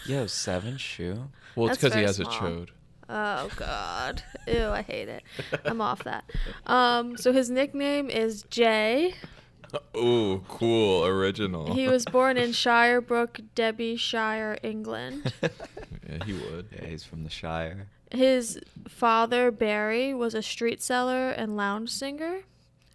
[SPEAKER 1] Yo, seven shoe.
[SPEAKER 3] Well, it's
[SPEAKER 2] That's
[SPEAKER 3] because he
[SPEAKER 2] very
[SPEAKER 3] has a
[SPEAKER 2] small.
[SPEAKER 3] chode.
[SPEAKER 2] Oh God! Ew, I hate it. I'm off that. Um, so his nickname is Jay.
[SPEAKER 3] Ooh, cool, original.
[SPEAKER 1] Oh.
[SPEAKER 2] He was born in Shirebrook, Derbyshire, England.
[SPEAKER 3] yeah, he would.
[SPEAKER 1] Yeah, he's from the Shire.
[SPEAKER 2] His father Barry was a street seller and lounge singer,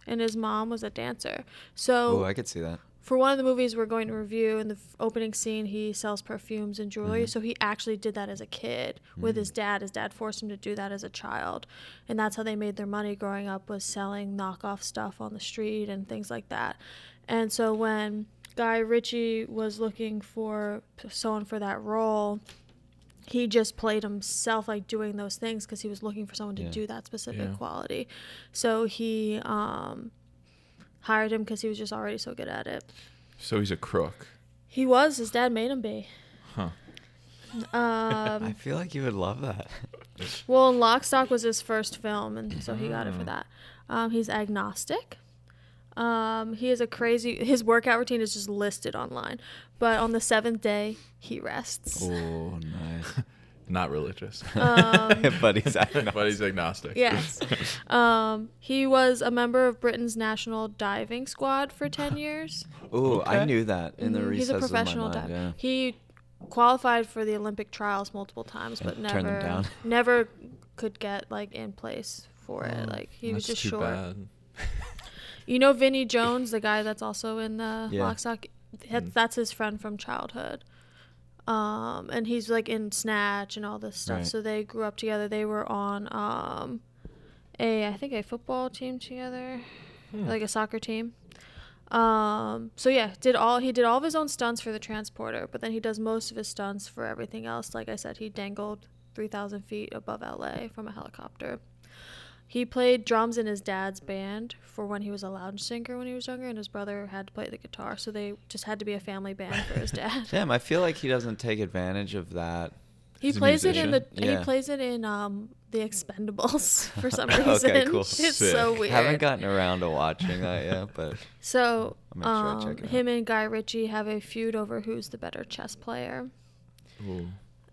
[SPEAKER 2] and his mom was a dancer. So
[SPEAKER 1] Oh, I could see that.
[SPEAKER 2] for one of the movies we're going to review, in the f- opening scene, he sells perfumes and jewelry. So he actually did that as a kid with his dad. His dad forced him to do that as a child, and that's how they made their money growing up was selling knockoff stuff on the street and things like that. And so when Guy Ritchie was looking for someone for that role, he just played himself like doing those things because he was looking for someone to
[SPEAKER 1] Yeah.
[SPEAKER 2] do that specific
[SPEAKER 3] Yeah.
[SPEAKER 2] quality. So he um, hired him because he was just already so good at it.
[SPEAKER 3] So he's a crook.
[SPEAKER 2] He was. His dad made him be.
[SPEAKER 3] Huh.
[SPEAKER 1] I
[SPEAKER 2] Um,
[SPEAKER 1] feel like you would love that.
[SPEAKER 2] well, and Lock, Stock was his first film, and so he got it for that. Um, he's agnostic. Um, he is a crazy. His workout routine is just listed online, but on the seventh day he rests.
[SPEAKER 1] oh, nice.
[SPEAKER 3] Not religious.
[SPEAKER 2] Um,
[SPEAKER 1] but he's acting.
[SPEAKER 3] but he's agnostic.
[SPEAKER 2] Uh, Yes. um, he was a member of Britain's national diving squad for ten years.
[SPEAKER 1] Ooh, I
[SPEAKER 3] Okay.
[SPEAKER 1] knew that in the
[SPEAKER 2] Mhm,
[SPEAKER 1] recess
[SPEAKER 2] He's a professional
[SPEAKER 1] of my mind.
[SPEAKER 2] diver.
[SPEAKER 1] Yeah.
[SPEAKER 2] He qualified for the Olympic trials multiple times, but never
[SPEAKER 1] turned them down.
[SPEAKER 2] never could get like in place for it.
[SPEAKER 3] Oh,
[SPEAKER 2] Like he was just
[SPEAKER 3] That's too
[SPEAKER 2] short.
[SPEAKER 3] bad.
[SPEAKER 2] You know Vinny Jones, the guy that's also in the
[SPEAKER 1] Yeah. Mm.
[SPEAKER 2] Lock Stock. That, that's his friend from childhood. Um, and he's like in Snatch and all this stuff.
[SPEAKER 1] Right.
[SPEAKER 2] So they grew up together. They were on um, a I think a football team together,
[SPEAKER 1] Hmm.
[SPEAKER 2] like a soccer team. Um, so yeah, did all he did all of his own stunts for the transporter, but then he does most of his stunts for everything else. Like I said, he dangled three thousand feet above LA from a helicopter. He played drums in his dad's band for when he was a lounge singer when he was younger, and his brother had to play the guitar, so they just had to be a family band for his dad.
[SPEAKER 1] Damn, I feel like he doesn't take advantage of that
[SPEAKER 2] He
[SPEAKER 3] He's a
[SPEAKER 2] plays it in the
[SPEAKER 3] musician?
[SPEAKER 1] Yeah.
[SPEAKER 2] he plays it in um the Expendables for some
[SPEAKER 1] Okay,
[SPEAKER 2] reason.
[SPEAKER 1] cool.
[SPEAKER 2] It's so
[SPEAKER 3] Sick.
[SPEAKER 2] weird.
[SPEAKER 1] Haven't gotten around to watching that yet, but
[SPEAKER 2] So
[SPEAKER 1] I'll make sure I
[SPEAKER 2] um,
[SPEAKER 1] check it out.
[SPEAKER 2] him and Guy Ritchie have a feud over who's the better chess player.
[SPEAKER 3] Ooh.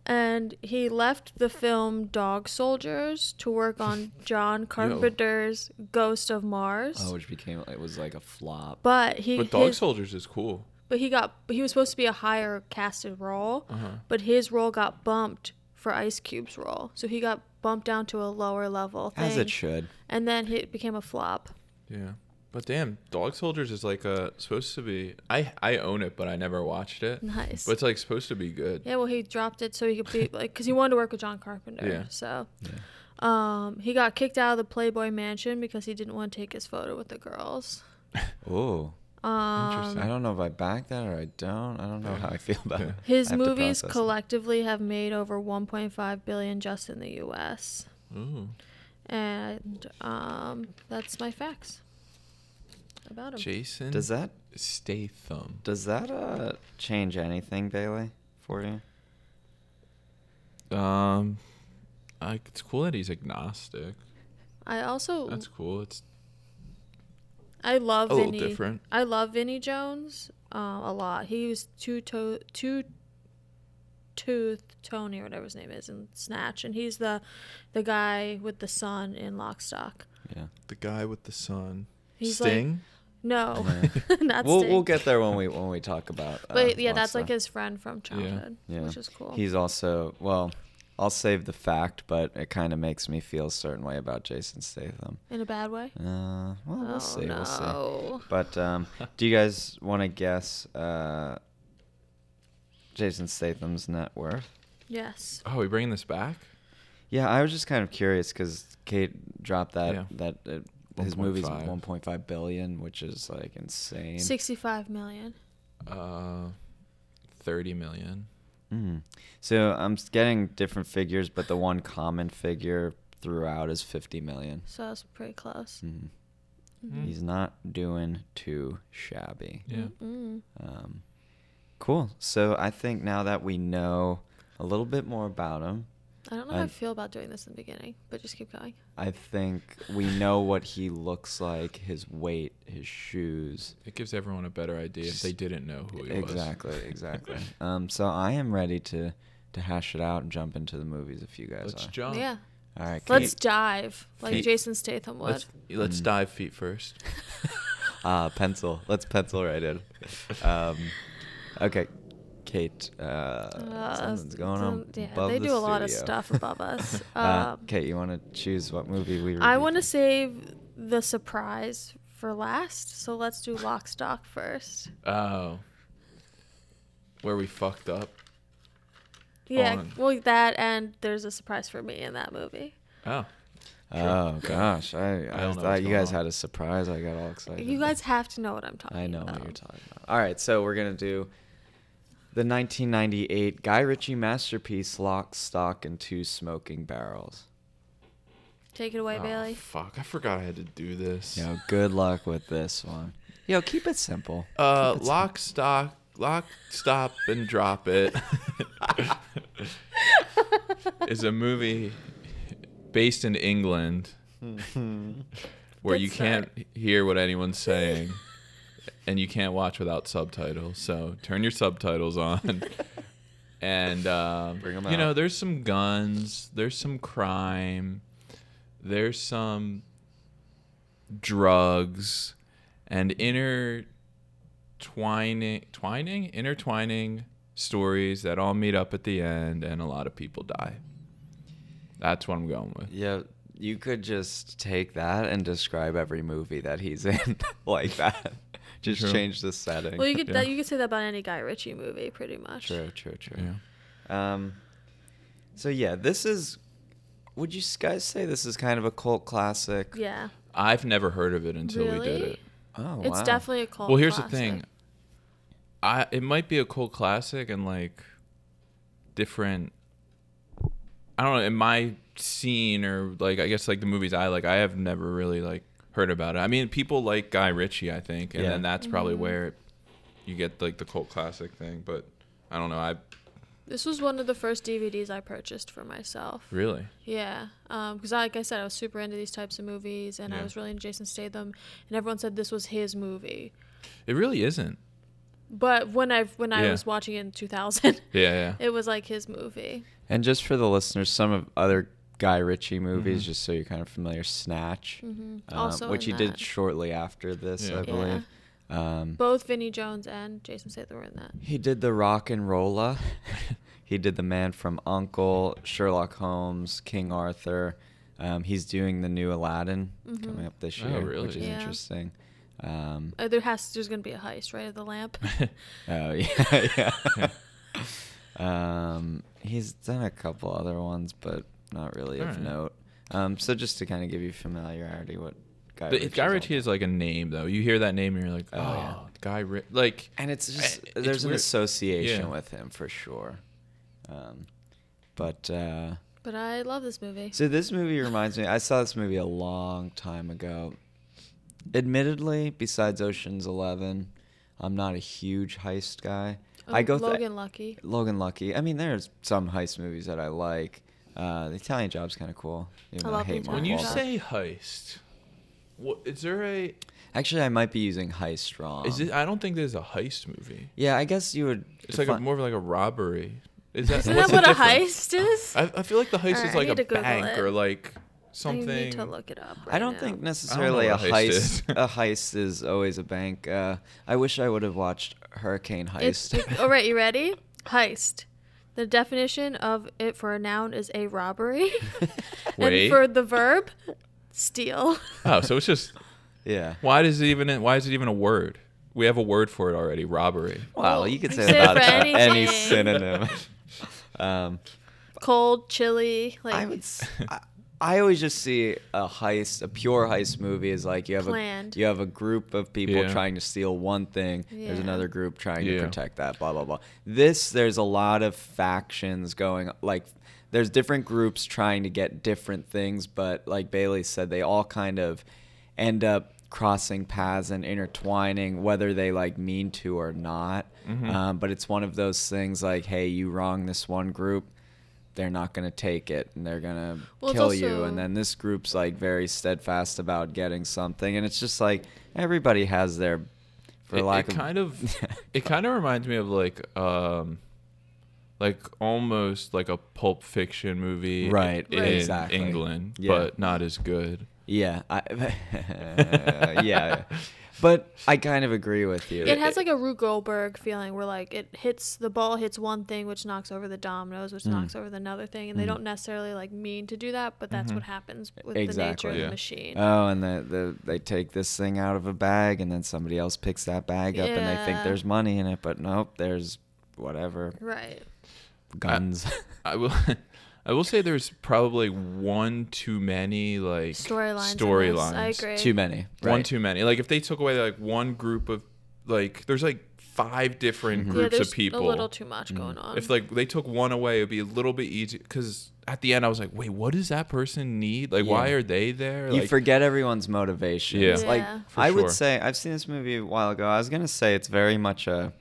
[SPEAKER 2] And he left the film Dog Soldiers to work on John Carpenter's Ghost of Mars.
[SPEAKER 1] oh, which became it was like a flop.
[SPEAKER 2] but he
[SPEAKER 3] But Dog
[SPEAKER 2] his-
[SPEAKER 3] Soldiers is cool.
[SPEAKER 2] but he got he was supposed to be a higher casted role,
[SPEAKER 1] Uh-huh.
[SPEAKER 2] but his role got bumped for Ice Cube's role. So he got bumped down to a lower level thing.
[SPEAKER 1] As it should.
[SPEAKER 2] and then he- it became a flop.
[SPEAKER 3] Yeah. But damn, Dog Soldiers is like a supposed to be. I I own it, but I never watched it.
[SPEAKER 2] Nice.
[SPEAKER 3] But it's like supposed to be good.
[SPEAKER 2] Yeah, well, he dropped it so he could be like, because he wanted to work with John Carpenter.
[SPEAKER 3] Yeah.
[SPEAKER 2] So, um, he got kicked out of the Playboy Mansion because he didn't want to take his photo with the girls.
[SPEAKER 1] Ooh.
[SPEAKER 2] Um,
[SPEAKER 3] Interesting.
[SPEAKER 1] I don't know if I back that or I don't. I don't know how I feel about it. I
[SPEAKER 2] his
[SPEAKER 1] have to
[SPEAKER 2] movies
[SPEAKER 1] process it.
[SPEAKER 2] collectively have made over 1.5 billion just in the U.S.
[SPEAKER 3] Ooh.
[SPEAKER 2] And um, that's my facts about him.
[SPEAKER 3] Jason.
[SPEAKER 1] Does that
[SPEAKER 3] Statham?
[SPEAKER 1] does that uh change anything, Bailey, for you?
[SPEAKER 3] Um, I, it's cool that he's agnostic.
[SPEAKER 2] I also
[SPEAKER 3] That's cool. It's
[SPEAKER 2] I love
[SPEAKER 3] a little
[SPEAKER 2] Vinny.
[SPEAKER 3] different.
[SPEAKER 2] I love Vinny Jones uh, a lot. He was two toe two tooth Tony or whatever his name is in Snatch, and he's the the guy with the son in Lock, Stock.
[SPEAKER 1] Yeah.
[SPEAKER 3] the guy with the sun.
[SPEAKER 2] He's like-
[SPEAKER 3] Sting.
[SPEAKER 2] No, not
[SPEAKER 1] we'll
[SPEAKER 2] Sting.
[SPEAKER 1] we'll get there when we when we talk about. uh,
[SPEAKER 2] But yeah, that's
[SPEAKER 1] Lhasa.
[SPEAKER 2] like his friend from childhood,
[SPEAKER 1] Yeah.
[SPEAKER 2] which is cool.
[SPEAKER 1] He's also well. I'll save the fact, but it kind of makes me feel a certain way about Jason Statham.
[SPEAKER 2] in a bad way.
[SPEAKER 1] Uh, well, we'll
[SPEAKER 2] oh
[SPEAKER 1] see.
[SPEAKER 2] no!
[SPEAKER 1] We'll see. But um, do you guys want to guess uh, Jason Statham's net worth?
[SPEAKER 2] Yes.
[SPEAKER 3] oh, we bringing this back?
[SPEAKER 1] Yeah, I was just kind of curious because Kate dropped that
[SPEAKER 3] Yeah.
[SPEAKER 1] that uh, his movie's
[SPEAKER 3] 1.5.
[SPEAKER 1] 1.5 billion, which is like insane.
[SPEAKER 2] 65 million.
[SPEAKER 3] Uh, thirty million.
[SPEAKER 1] Mm. So I'm s- getting different figures, but the one common figure throughout is 50 million.
[SPEAKER 2] So that's pretty close.
[SPEAKER 1] Mm.
[SPEAKER 3] Mm.
[SPEAKER 1] He's not doing too shabby.
[SPEAKER 3] Yeah.
[SPEAKER 2] Mm.
[SPEAKER 1] Um, cool. So I think now that we know a little bit more about him,
[SPEAKER 2] I don't know how I
[SPEAKER 1] And-
[SPEAKER 2] feel about doing this in the beginning, but just keep going.
[SPEAKER 1] I think we know what he looks like, his weight, his shoes.
[SPEAKER 3] It gives everyone a better idea if they didn't know who he was.
[SPEAKER 1] Exactly, exactly. um, so I am ready to to hash it out and jump into the movies if you guys
[SPEAKER 3] Let's
[SPEAKER 1] are.
[SPEAKER 3] jump.
[SPEAKER 2] yeah.
[SPEAKER 1] All right,
[SPEAKER 2] Let's
[SPEAKER 1] Kate.
[SPEAKER 2] dive like
[SPEAKER 3] Feet.
[SPEAKER 2] Jason Statham would.
[SPEAKER 3] Let's let's
[SPEAKER 1] Mm.
[SPEAKER 3] dive feet first.
[SPEAKER 1] Ah, pencil. Let's pencil right in. Um, okay, Kate. Uh,
[SPEAKER 2] Uh,
[SPEAKER 1] something's going on.
[SPEAKER 2] some- Yeah,
[SPEAKER 1] above
[SPEAKER 2] they
[SPEAKER 1] the
[SPEAKER 2] do a lot of
[SPEAKER 1] studio.
[SPEAKER 2] stuff above us.
[SPEAKER 1] Uh,
[SPEAKER 2] Um,
[SPEAKER 1] Kate, you want to choose what movie we?
[SPEAKER 2] I
[SPEAKER 1] review?
[SPEAKER 2] want to save the surprise for last, so let's do Lock Stock first.
[SPEAKER 3] Oh, where we fucked up.
[SPEAKER 2] Yeah,
[SPEAKER 3] On.
[SPEAKER 2] well, that and there's a surprise for me in that movie.
[SPEAKER 3] Oh,
[SPEAKER 1] Oh gosh, I,
[SPEAKER 3] I
[SPEAKER 1] I,
[SPEAKER 3] don't know what's
[SPEAKER 1] thought you
[SPEAKER 3] going
[SPEAKER 1] guys
[SPEAKER 3] on.
[SPEAKER 1] had a surprise. I got all excited.
[SPEAKER 2] You guys have to know what I'm talking.
[SPEAKER 1] I know
[SPEAKER 2] about.
[SPEAKER 1] what you're talking about. All right, so we're gonna do the 1998 Guy Ritchie masterpiece Lock, Stock, and Two Smoking Barrels.
[SPEAKER 2] Take it away,
[SPEAKER 3] Oh,
[SPEAKER 2] Bailey.
[SPEAKER 3] fuck! I forgot I had to do this.
[SPEAKER 1] Yo, good luck with this one. Yo, keep it simple.
[SPEAKER 3] Uh, lock, stock, lock, stop, and drop it. is a movie based in England where
[SPEAKER 2] Good
[SPEAKER 3] you can't hear what anyone's saying and you can't watch without subtitles. So turn your subtitles on. And um,
[SPEAKER 1] Bring 'em
[SPEAKER 3] you know,
[SPEAKER 1] out.
[SPEAKER 3] there's some guns, there's some crime, there's some drugs, and inner twining twining intertwining stories that all meet up at the end and a lot of people die that's what i'm going with
[SPEAKER 1] Yeah, you could just take that and describe every movie that he's in like that. Just
[SPEAKER 3] True.
[SPEAKER 1] change the setting.
[SPEAKER 2] Well, you could
[SPEAKER 3] Yeah.
[SPEAKER 2] that you could say that about any Guy Ritchie movie, pretty much.
[SPEAKER 1] true, true, true.
[SPEAKER 3] yeah
[SPEAKER 1] Um, so yeah, this is. Would you s- guys say this is kind of a cult classic?
[SPEAKER 2] Yeah,
[SPEAKER 3] i've never heard of it until we did
[SPEAKER 2] Really?
[SPEAKER 3] it
[SPEAKER 1] Oh,
[SPEAKER 2] it's
[SPEAKER 1] wow.
[SPEAKER 2] definitely a cult.
[SPEAKER 3] well here's the
[SPEAKER 2] classic.
[SPEAKER 3] thing i it might be a cool classic and like different i don't know in my scene or like i guess like the movies i like i have never really like heard about it i mean people like guy ritchie i think and
[SPEAKER 1] Yeah.
[SPEAKER 3] then that's probably where you get like the cult classic thing but i don't know i
[SPEAKER 2] This was one of the first DVDs I purchased for myself.
[SPEAKER 3] Really?
[SPEAKER 2] Yeah, because I like I said, I was super into these types of movies, and
[SPEAKER 3] Yeah.
[SPEAKER 2] I was really into Jason Statham, and everyone said this was his movie.
[SPEAKER 3] It really isn't.
[SPEAKER 2] But when I when I
[SPEAKER 3] Yeah.
[SPEAKER 2] was watching it in 2000,
[SPEAKER 3] Yeah, yeah.
[SPEAKER 2] it was like his movie.
[SPEAKER 1] And just for the listeners, some of other Guy Ritchie movies, just so you're kind of familiar, Snatch, um,
[SPEAKER 2] Mm-hmm. Also
[SPEAKER 1] which
[SPEAKER 2] in
[SPEAKER 1] he did
[SPEAKER 2] that.
[SPEAKER 1] shortly after this,
[SPEAKER 3] Yeah.
[SPEAKER 1] I believe. Um,
[SPEAKER 2] Both Vinnie Jones and Jason Statham were in that.
[SPEAKER 1] he did the Rock and Rolla. he did the Man from Uncle, Sherlock Holmes, King Arthur. Um, he's doing the new Aladdin coming up this
[SPEAKER 3] Oh,
[SPEAKER 1] year,
[SPEAKER 3] really?
[SPEAKER 1] which is
[SPEAKER 2] Mm-hmm. Yeah.
[SPEAKER 1] interesting. Um,
[SPEAKER 2] Uh, there has there's gonna be a heist, right? Of the lamp.
[SPEAKER 1] Oh yeah, yeah. um, he's done a couple other ones, but not really of
[SPEAKER 3] Alright.
[SPEAKER 1] note. Um, so just to kind of give you familiarity, what Guy
[SPEAKER 3] But
[SPEAKER 1] Ritchie's
[SPEAKER 3] Guy
[SPEAKER 1] all
[SPEAKER 3] Ritchie is
[SPEAKER 1] about.
[SPEAKER 3] like a name, though. You hear that name and you're like, oh,
[SPEAKER 1] Oh, yeah.
[SPEAKER 3] Guy Ritchie. Like,
[SPEAKER 1] and it's just
[SPEAKER 3] I-
[SPEAKER 1] there's
[SPEAKER 3] Eh, it's
[SPEAKER 1] an
[SPEAKER 3] weird.
[SPEAKER 1] association
[SPEAKER 3] Yeah.
[SPEAKER 1] with him for sure. Um, but uh,
[SPEAKER 2] but I love this movie.
[SPEAKER 1] so this movie reminds me. I saw this movie a long time ago. Admittedly, besides Ocean's Eleven, I'm not a huge heist guy.
[SPEAKER 2] Oh,
[SPEAKER 1] I go through.
[SPEAKER 2] Logan Lucky.
[SPEAKER 1] Logan Lucky. I mean, there's some heist movies that I like. Uh, the Italian Job's kind of cool. even
[SPEAKER 2] I
[SPEAKER 1] though
[SPEAKER 2] love The
[SPEAKER 1] hate Mark
[SPEAKER 3] when you
[SPEAKER 1] Wahlberg.
[SPEAKER 3] say heist, what, is there a.
[SPEAKER 1] actually, I might be using heist wrong.
[SPEAKER 3] Is it?
[SPEAKER 2] Um.
[SPEAKER 3] I don't think there's a heist movie.
[SPEAKER 1] Yeah, I guess you would.
[SPEAKER 3] It's like a,
[SPEAKER 1] define-
[SPEAKER 3] more of like a robbery. Is that,
[SPEAKER 2] Isn't
[SPEAKER 3] what's
[SPEAKER 2] that
[SPEAKER 3] the
[SPEAKER 2] what a
[SPEAKER 3] difference?
[SPEAKER 2] heist is?
[SPEAKER 3] I, I feel like the heist
[SPEAKER 2] Alright,
[SPEAKER 3] is
[SPEAKER 2] I
[SPEAKER 3] like
[SPEAKER 2] need
[SPEAKER 3] a
[SPEAKER 2] to Google
[SPEAKER 3] bank
[SPEAKER 2] it.
[SPEAKER 3] or like
[SPEAKER 2] I
[SPEAKER 3] something.
[SPEAKER 2] need to look it up.
[SPEAKER 1] I
[SPEAKER 2] right
[SPEAKER 1] don't
[SPEAKER 2] now.
[SPEAKER 1] think necessarily a
[SPEAKER 3] what a heist
[SPEAKER 1] heist.
[SPEAKER 3] is.
[SPEAKER 1] a heist is always a bank. Uh, I wish I would have watched Hurricane
[SPEAKER 2] It's
[SPEAKER 1] Heist.
[SPEAKER 2] it- all right. You ready? Heist. The definition of it for a noun is a robbery,
[SPEAKER 3] Wait.
[SPEAKER 2] and for the verb, steal.
[SPEAKER 3] Oh, so it's just
[SPEAKER 1] yeah.
[SPEAKER 3] why does it even why is it even a word? We have a word for it already. Robbery.
[SPEAKER 1] Wow,
[SPEAKER 2] Well,
[SPEAKER 1] you could
[SPEAKER 2] you
[SPEAKER 1] say
[SPEAKER 2] said it
[SPEAKER 1] about
[SPEAKER 2] for
[SPEAKER 1] any
[SPEAKER 2] anything.
[SPEAKER 1] synonym. um,
[SPEAKER 2] Cold, chilly, like
[SPEAKER 1] I would. s- I, I always just see a heist, a pure heist movie is like you have
[SPEAKER 2] Planned.
[SPEAKER 1] a you have a group of people
[SPEAKER 3] Yeah.
[SPEAKER 1] trying to steal one thing. There's
[SPEAKER 2] Yeah.
[SPEAKER 1] another group trying
[SPEAKER 3] Yeah.
[SPEAKER 1] to protect that. Blah blah blah. This there's a lot of factions going like. There's different groups trying to get different things, but like Bailey said, they all kind of end up crossing paths and intertwining, whether they like mean to or not.
[SPEAKER 3] Mm-hmm.
[SPEAKER 1] Um, but it's one of those things like, hey, you wrong this one group, they're not going to take it and they're going to
[SPEAKER 2] Well, it's
[SPEAKER 1] kill you
[SPEAKER 2] also-
[SPEAKER 1] and then this group's like very steadfast about getting something and it's just like everybody has their for
[SPEAKER 3] It, it
[SPEAKER 1] lack of
[SPEAKER 3] kind of it kind of reminds me of like um like almost like a pulp fiction movie
[SPEAKER 1] Right,
[SPEAKER 3] in
[SPEAKER 2] Right.
[SPEAKER 1] exactly.
[SPEAKER 3] England,
[SPEAKER 1] Yeah.
[SPEAKER 3] but not as good.
[SPEAKER 1] yeah I, yeah but i kind of agree with you
[SPEAKER 2] it has like a Rue Goldberg feeling, where like it hits the ball hits one thing, which knocks over the dominoes, which knocks over the another thing, and they don't necessarily like mean to do that, but that's what happens with the nature
[SPEAKER 1] Exactly.
[SPEAKER 2] of
[SPEAKER 3] Yeah.
[SPEAKER 2] the machine.
[SPEAKER 1] oh and the, the, they take this thing out of a bag and then somebody else picks that bag up and they think
[SPEAKER 2] Yeah.
[SPEAKER 1] there's money in it but nope there's whatever
[SPEAKER 2] right.
[SPEAKER 3] Uh,
[SPEAKER 1] guns
[SPEAKER 3] I will I will say there's probably one too many like
[SPEAKER 2] Storylines. in this, I
[SPEAKER 3] storylines.
[SPEAKER 2] agree.
[SPEAKER 1] too many
[SPEAKER 3] one
[SPEAKER 1] right?
[SPEAKER 3] too many. Like if they took away like one group of like there's like five
[SPEAKER 1] Mm-hmm.
[SPEAKER 3] different
[SPEAKER 2] yeah,
[SPEAKER 3] groups
[SPEAKER 2] there's
[SPEAKER 3] of people. Mm.
[SPEAKER 2] A little too much going on.
[SPEAKER 3] if like they took one away, it'd be a little bit easier. Because at the end, I was like, wait, what does that person need? Like, why
[SPEAKER 1] Yeah.
[SPEAKER 3] are they there?
[SPEAKER 1] you
[SPEAKER 3] like,
[SPEAKER 1] forget everyone's motivations.
[SPEAKER 3] Yeah.
[SPEAKER 1] Like
[SPEAKER 2] Yeah.
[SPEAKER 3] For
[SPEAKER 1] I
[SPEAKER 3] sure.
[SPEAKER 1] would say I've seen this movie a while ago. I was gonna say it's very much a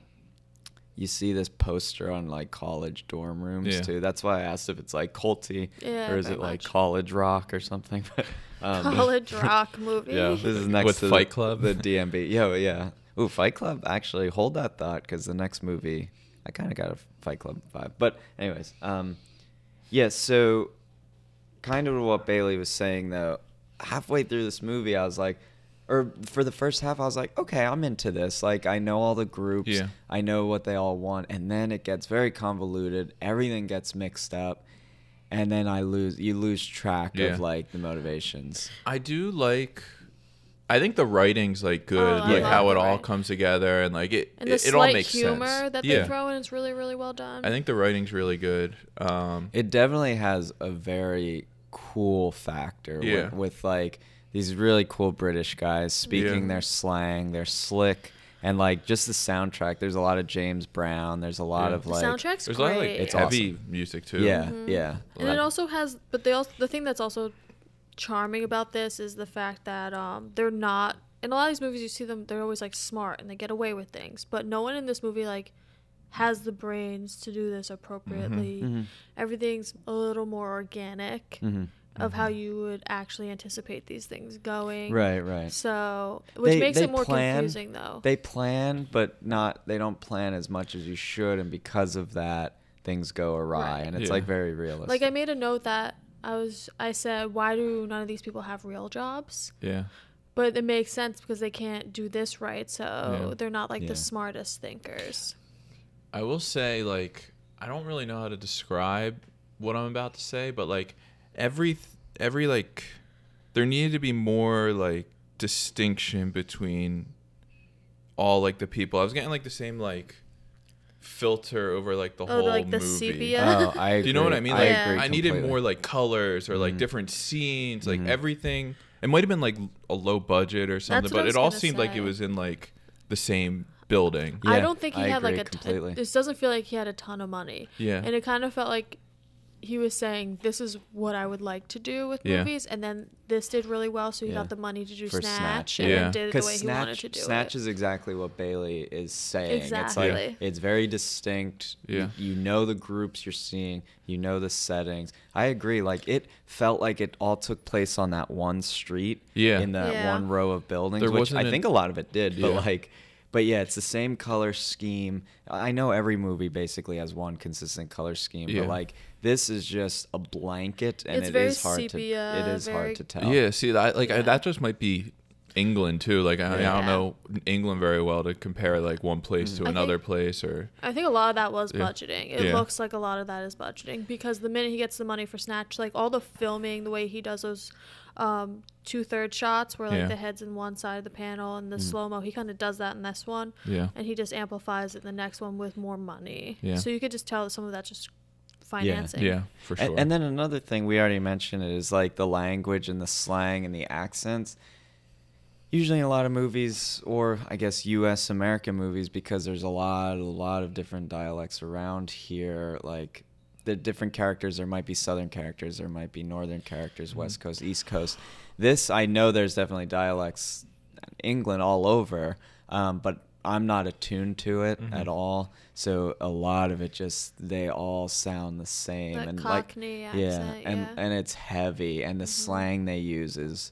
[SPEAKER 1] you see this poster on like college dorm rooms
[SPEAKER 3] Yeah.
[SPEAKER 1] too. That's why I asked if it's like culty
[SPEAKER 2] Yeah,
[SPEAKER 1] or is
[SPEAKER 2] very
[SPEAKER 1] it like
[SPEAKER 2] much.
[SPEAKER 1] college rock or something. But um,
[SPEAKER 2] college rock movie.
[SPEAKER 3] Yeah.
[SPEAKER 1] this is next
[SPEAKER 3] With
[SPEAKER 1] to
[SPEAKER 3] Fight
[SPEAKER 1] the,
[SPEAKER 3] Club?
[SPEAKER 1] the DMB. Yeah, yeah. Ooh, Fight Club. Actually, hold that thought because the next movie, I kind of got a Fight Club vibe. But anyways, um, yeah. So, kind of what Bailey was saying though, halfway through this movie, I was like, or for the first half, I was like, okay, I'm into this. Like, I know all the groups.
[SPEAKER 3] Yeah.
[SPEAKER 1] I know what they all want, and then it gets very convoluted. Everything gets mixed up. And then I lose, you lose track
[SPEAKER 3] Yeah.
[SPEAKER 1] of like the motivations.
[SPEAKER 3] I do like. I think the writing's like good,
[SPEAKER 2] Oh, I
[SPEAKER 3] like
[SPEAKER 1] love
[SPEAKER 3] how
[SPEAKER 2] the
[SPEAKER 3] it all
[SPEAKER 2] writing.
[SPEAKER 3] comes together, and like it,
[SPEAKER 2] And the
[SPEAKER 3] it, it
[SPEAKER 2] slight
[SPEAKER 3] all makes
[SPEAKER 2] humor
[SPEAKER 3] sense.
[SPEAKER 2] that they
[SPEAKER 3] yeah,
[SPEAKER 2] throw in is really, really well done.
[SPEAKER 3] I think the writing's really good. Um,
[SPEAKER 1] It definitely has a very cool factor wi-
[SPEAKER 3] Yeah.
[SPEAKER 1] with, like these really cool British guys speaking
[SPEAKER 3] Yeah.
[SPEAKER 1] their slang, they're slick, and like just the soundtrack. There's a lot of James Brown. There's a lot
[SPEAKER 3] Yeah.
[SPEAKER 1] of
[SPEAKER 2] the
[SPEAKER 1] like,
[SPEAKER 2] soundtrack's
[SPEAKER 3] there's a
[SPEAKER 2] great. Mm-hmm.
[SPEAKER 3] lot of like
[SPEAKER 1] It's
[SPEAKER 3] heavy music too.
[SPEAKER 1] yeah, yeah.
[SPEAKER 2] and
[SPEAKER 1] Like-
[SPEAKER 2] it also has, but they also the thing that's also charming about this is the fact that um they're not. In a lot of these movies, you see them; they're always like smart and they get away with things. But no one in this movie like has the brains to do
[SPEAKER 3] Mm-hmm.
[SPEAKER 2] this appropriately.
[SPEAKER 1] Mhm.
[SPEAKER 2] Everything's a little more organic
[SPEAKER 3] Mm-hmm.
[SPEAKER 1] Mhm.
[SPEAKER 2] of how you would actually anticipate these things going.
[SPEAKER 1] Right, right.
[SPEAKER 2] So, which
[SPEAKER 1] They-
[SPEAKER 2] makes
[SPEAKER 1] they
[SPEAKER 2] it more
[SPEAKER 1] plan-
[SPEAKER 2] confusing though.
[SPEAKER 1] They plan, but not. They don't plan as much as you should, and because of that, things go awry,
[SPEAKER 2] Right.
[SPEAKER 1] and it's
[SPEAKER 3] Yeah.
[SPEAKER 1] like very realistic.
[SPEAKER 2] like I made a note that I was I said why do none of these people have real jobs?
[SPEAKER 3] Yeah.
[SPEAKER 2] But it makes sense because they can't do this right, so
[SPEAKER 3] Yeah.
[SPEAKER 2] they're not like
[SPEAKER 1] Yeah.
[SPEAKER 2] the smartest thinkers.
[SPEAKER 3] I will say, like, I don't really know how to describe what I'm about to say, but like, every every like, there needed to be more like distinction between all like the people. I was getting like the same like filter over like the
[SPEAKER 2] Oh,
[SPEAKER 3] whole
[SPEAKER 2] like the
[SPEAKER 3] movie.
[SPEAKER 2] sepia?
[SPEAKER 1] oh, I.
[SPEAKER 3] Do you know what
[SPEAKER 1] agree.
[SPEAKER 3] I mean?
[SPEAKER 1] I
[SPEAKER 3] Like,
[SPEAKER 2] Yeah.
[SPEAKER 1] agree.
[SPEAKER 3] I needed
[SPEAKER 1] completely.
[SPEAKER 3] more like colors or like
[SPEAKER 1] Mhm.
[SPEAKER 3] different scenes, like
[SPEAKER 1] Mhm.
[SPEAKER 3] everything. It might have been like a low budget or something,
[SPEAKER 2] That's what I
[SPEAKER 3] but
[SPEAKER 2] was
[SPEAKER 3] it all
[SPEAKER 2] gonna
[SPEAKER 3] seemed like
[SPEAKER 2] say.
[SPEAKER 3] it was in like the same building.
[SPEAKER 2] I
[SPEAKER 1] Yeah,
[SPEAKER 2] don't think he
[SPEAKER 1] I
[SPEAKER 2] had like
[SPEAKER 1] agree
[SPEAKER 2] a
[SPEAKER 1] completely.
[SPEAKER 2] ton. This doesn't feel like he had a ton of money.
[SPEAKER 3] Yeah.
[SPEAKER 2] And it kind of felt like he was saying, "This is what I would like to do with
[SPEAKER 3] Yeah.
[SPEAKER 2] movies," and then this did really well, so he
[SPEAKER 1] Yeah.
[SPEAKER 2] got the money to do
[SPEAKER 1] For
[SPEAKER 2] Snatch,
[SPEAKER 1] Snatch,
[SPEAKER 2] and
[SPEAKER 3] yeah.
[SPEAKER 2] then did it the
[SPEAKER 1] Because
[SPEAKER 2] way he wanted
[SPEAKER 1] snatch,
[SPEAKER 2] to do
[SPEAKER 1] snatch
[SPEAKER 2] it.
[SPEAKER 1] is exactly what Bailey is saying. It's
[SPEAKER 2] Exactly.
[SPEAKER 1] like it's very distinct. You-
[SPEAKER 3] Yeah.
[SPEAKER 1] You, know the groups you're seeing. You know the settings. I agree. Like it felt like it all took place on that one street.
[SPEAKER 3] Yeah.
[SPEAKER 1] In that
[SPEAKER 2] Yeah.
[SPEAKER 1] one row of buildings,
[SPEAKER 3] There
[SPEAKER 1] which
[SPEAKER 3] wasn't
[SPEAKER 1] I
[SPEAKER 3] an-
[SPEAKER 1] think a lot of it did. But
[SPEAKER 3] Yeah.
[SPEAKER 1] like, but yeah, it's the same color scheme. I know every movie basically has one consistent color scheme,
[SPEAKER 3] Yeah.
[SPEAKER 1] but like this is just a blanket, and
[SPEAKER 2] It's
[SPEAKER 1] it
[SPEAKER 2] very
[SPEAKER 1] is hard
[SPEAKER 2] sepia,
[SPEAKER 1] to it is
[SPEAKER 2] very-
[SPEAKER 1] hard to tell.
[SPEAKER 3] Yeah, see that like I,
[SPEAKER 2] Yeah.
[SPEAKER 3] that just might be England too. Like I, I
[SPEAKER 2] Yeah.
[SPEAKER 3] don't know England very well to compare like one place
[SPEAKER 1] Mm.
[SPEAKER 3] to
[SPEAKER 2] I
[SPEAKER 3] another
[SPEAKER 2] think-
[SPEAKER 3] place or
[SPEAKER 2] I think a lot of that was
[SPEAKER 3] Yeah.
[SPEAKER 2] budgeting. It
[SPEAKER 3] Yeah.
[SPEAKER 2] looks like a lot of that is budgeting because the minute he gets the money for Snatch, like all the filming, the way he does those um, two third shots where like
[SPEAKER 3] Yeah. Mm.
[SPEAKER 2] the head's in one side of the panel and the slow mo, he kind of does that in this one.
[SPEAKER 3] yeah.
[SPEAKER 2] And he just amplifies it in the next one with more money.
[SPEAKER 3] Yeah.
[SPEAKER 2] So you could just tell that some of that's just financing.
[SPEAKER 3] Yeah, for
[SPEAKER 1] A-
[SPEAKER 3] sure.
[SPEAKER 1] And, then another thing we already mentioned it is like the language and the slang and the accents. Usually, in a lot of movies, or I guess U.S. American movies, because there's a lot, a lot of different dialects around here. Like the different characters, there might be Southern characters, there might be Northern characters, West Coast, East Coast. This I know there's definitely dialects, in England all over, um, but I'm not attuned to it at all. So a lot of it just they all sound the same
[SPEAKER 2] That
[SPEAKER 1] and
[SPEAKER 2] Cockney
[SPEAKER 1] like
[SPEAKER 2] accent,
[SPEAKER 1] yeah, and
[SPEAKER 2] yeah. Mm-hmm.
[SPEAKER 1] and it's heavy and the slang they use is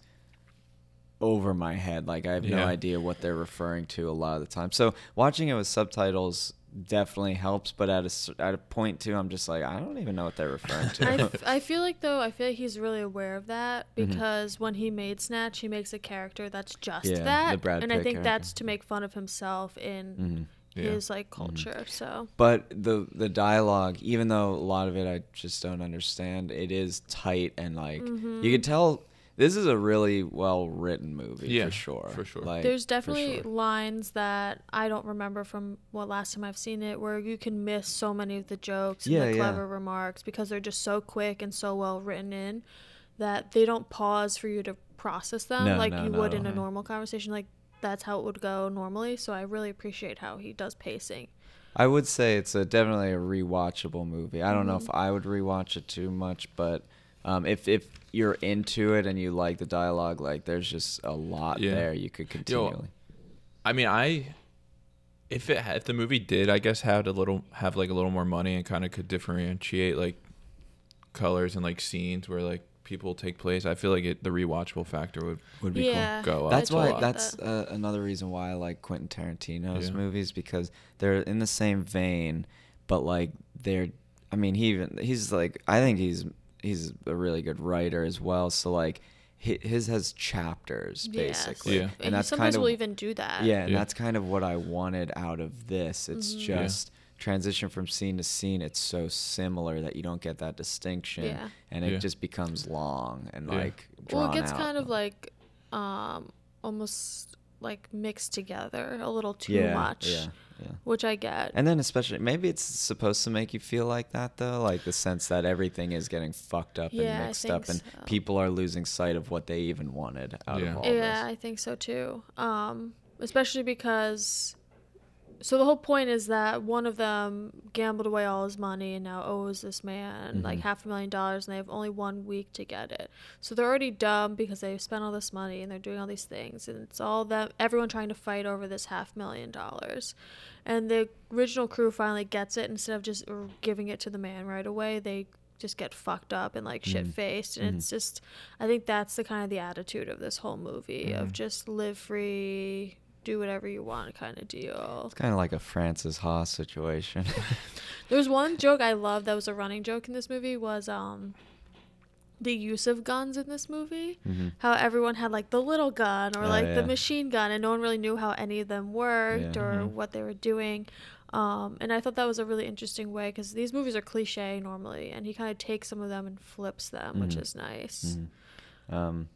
[SPEAKER 1] over my head. Like I have no
[SPEAKER 3] Yeah.
[SPEAKER 1] idea what they're referring to a lot of the time. So watching it with subtitles definitely helps, but at a cer- at a point too, I'm just like I don't even know what they're referring to.
[SPEAKER 2] I, f- I feel like though I feel like he's really aware of that
[SPEAKER 1] Mm-hmm.
[SPEAKER 2] because when he made Snatch, he makes a character that's just
[SPEAKER 1] Yeah, the
[SPEAKER 2] that,
[SPEAKER 1] Brad
[SPEAKER 2] and I
[SPEAKER 1] Pitt
[SPEAKER 2] think
[SPEAKER 1] character. Mm-hmm.
[SPEAKER 2] that's to make fun of himself in
[SPEAKER 3] Yeah.
[SPEAKER 2] his like culture. So
[SPEAKER 1] but the the dialogue even though a lot of it i just don't understand it is tight and like
[SPEAKER 2] Mm-hmm.
[SPEAKER 1] you can tell this is a really well written movie
[SPEAKER 3] Yeah,
[SPEAKER 1] for sure
[SPEAKER 3] for sure.
[SPEAKER 1] like,
[SPEAKER 2] there's
[SPEAKER 1] for
[SPEAKER 2] definitely
[SPEAKER 1] sure.
[SPEAKER 2] lines that I don't remember from what last time I've seen it where you can miss so many of the jokes
[SPEAKER 1] Yeah,
[SPEAKER 2] and the
[SPEAKER 1] yeah.
[SPEAKER 2] clever remarks because they're just so quick and so well written in that they don't pause for you to process them
[SPEAKER 1] No,
[SPEAKER 2] like
[SPEAKER 1] no,
[SPEAKER 2] you would
[SPEAKER 1] no.
[SPEAKER 2] in a normal conversation like that's how it would go normally so I really appreciate how he does pacing.
[SPEAKER 1] i would say it's a definitely a rewatchable movie i don't know if
[SPEAKER 2] Mm-hmm.
[SPEAKER 1] i would rewatch it too much but um, if if you're into it and you like the dialogue like there's just a lot
[SPEAKER 3] Yeah.
[SPEAKER 1] there you could continually
[SPEAKER 3] I mean, I if it ha- if the movie did, I guess had a little have like a little more money and kind of could differentiate like colors and like scenes where like people take place. I feel like it the rewatchable factor would would be
[SPEAKER 2] Yeah.
[SPEAKER 3] cool. go up.
[SPEAKER 1] that's
[SPEAKER 2] I
[SPEAKER 1] why
[SPEAKER 2] love
[SPEAKER 1] that's
[SPEAKER 2] that.
[SPEAKER 1] uh, another reason why I like Quentin Tarantino's
[SPEAKER 3] Yeah.
[SPEAKER 1] movies because they're in the same vein, but like they're I mean he even he's like I think he's he's a really good writer as well. So like hi- his has chapters
[SPEAKER 2] Yes.
[SPEAKER 1] basically,
[SPEAKER 3] Yeah.
[SPEAKER 2] And,
[SPEAKER 1] that's
[SPEAKER 2] sometimes
[SPEAKER 1] kind of
[SPEAKER 2] we'll even do that.
[SPEAKER 1] yeah, and
[SPEAKER 3] Yeah.
[SPEAKER 1] that's kind of what I wanted out of this. It's
[SPEAKER 2] Mhm.
[SPEAKER 3] Yeah.
[SPEAKER 1] just transition from scene to scene. It's so similar that you don't get that distinction,
[SPEAKER 2] Yeah.
[SPEAKER 1] and it
[SPEAKER 3] Yeah.
[SPEAKER 1] just becomes long and
[SPEAKER 3] Yeah.
[SPEAKER 1] like drawn
[SPEAKER 2] Well, it gets
[SPEAKER 1] out.
[SPEAKER 2] kind of like um almost like mixed together a little too
[SPEAKER 1] yeah,
[SPEAKER 2] much,
[SPEAKER 1] Yeah, yeah.
[SPEAKER 2] which I get.
[SPEAKER 1] And then especially maybe it's supposed to make you feel like that though, like the sense that everything is getting fucked up
[SPEAKER 2] Yeah, I
[SPEAKER 1] and mixed
[SPEAKER 2] think
[SPEAKER 1] up and
[SPEAKER 2] so.
[SPEAKER 1] people are losing sight of what they even wanted out
[SPEAKER 3] Yeah.
[SPEAKER 1] of all
[SPEAKER 2] yeah,
[SPEAKER 1] this.
[SPEAKER 2] I think so too. Um, especially because so the whole point is that one of them gambled away all his money and now owes this man
[SPEAKER 1] Mm-hmm.
[SPEAKER 2] like half a million dollars and they have only one week to get it. So they're already dumb because they've spent all this money and they're doing all these things and it's all them everyone trying to fight over this half million dollars. And the original crew finally gets it instead of just r- giving it to the man right away, they just get fucked up and like
[SPEAKER 1] Mm-hmm.
[SPEAKER 2] shit faced and it's just I think that's the kind of the attitude of this whole movie
[SPEAKER 1] Mm.
[SPEAKER 2] of just live free, do whatever you want kind of deal.
[SPEAKER 1] It's kind of like a Francis Ha situation.
[SPEAKER 2] There's one joke I love that was a running joke in this movie was um the use of guns in this movie. How everyone had like the little gun or
[SPEAKER 1] Mm-hmm. Oh,
[SPEAKER 2] like the
[SPEAKER 1] yeah.
[SPEAKER 2] machine gun and no one really knew how any of them worked
[SPEAKER 1] Yeah. mm-hmm.
[SPEAKER 2] or what they were doing. Um, and I thought that was a really interesting way because these movies are cliche normally, and he kind of takes some of them and flips them, which
[SPEAKER 1] Mhm.
[SPEAKER 2] is nice.
[SPEAKER 1] um,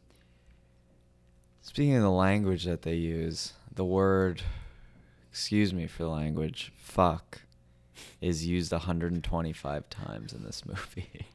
[SPEAKER 1] speaking of the language that they use, the word, excuse me for the language, fuck, is used 125 times in this movie.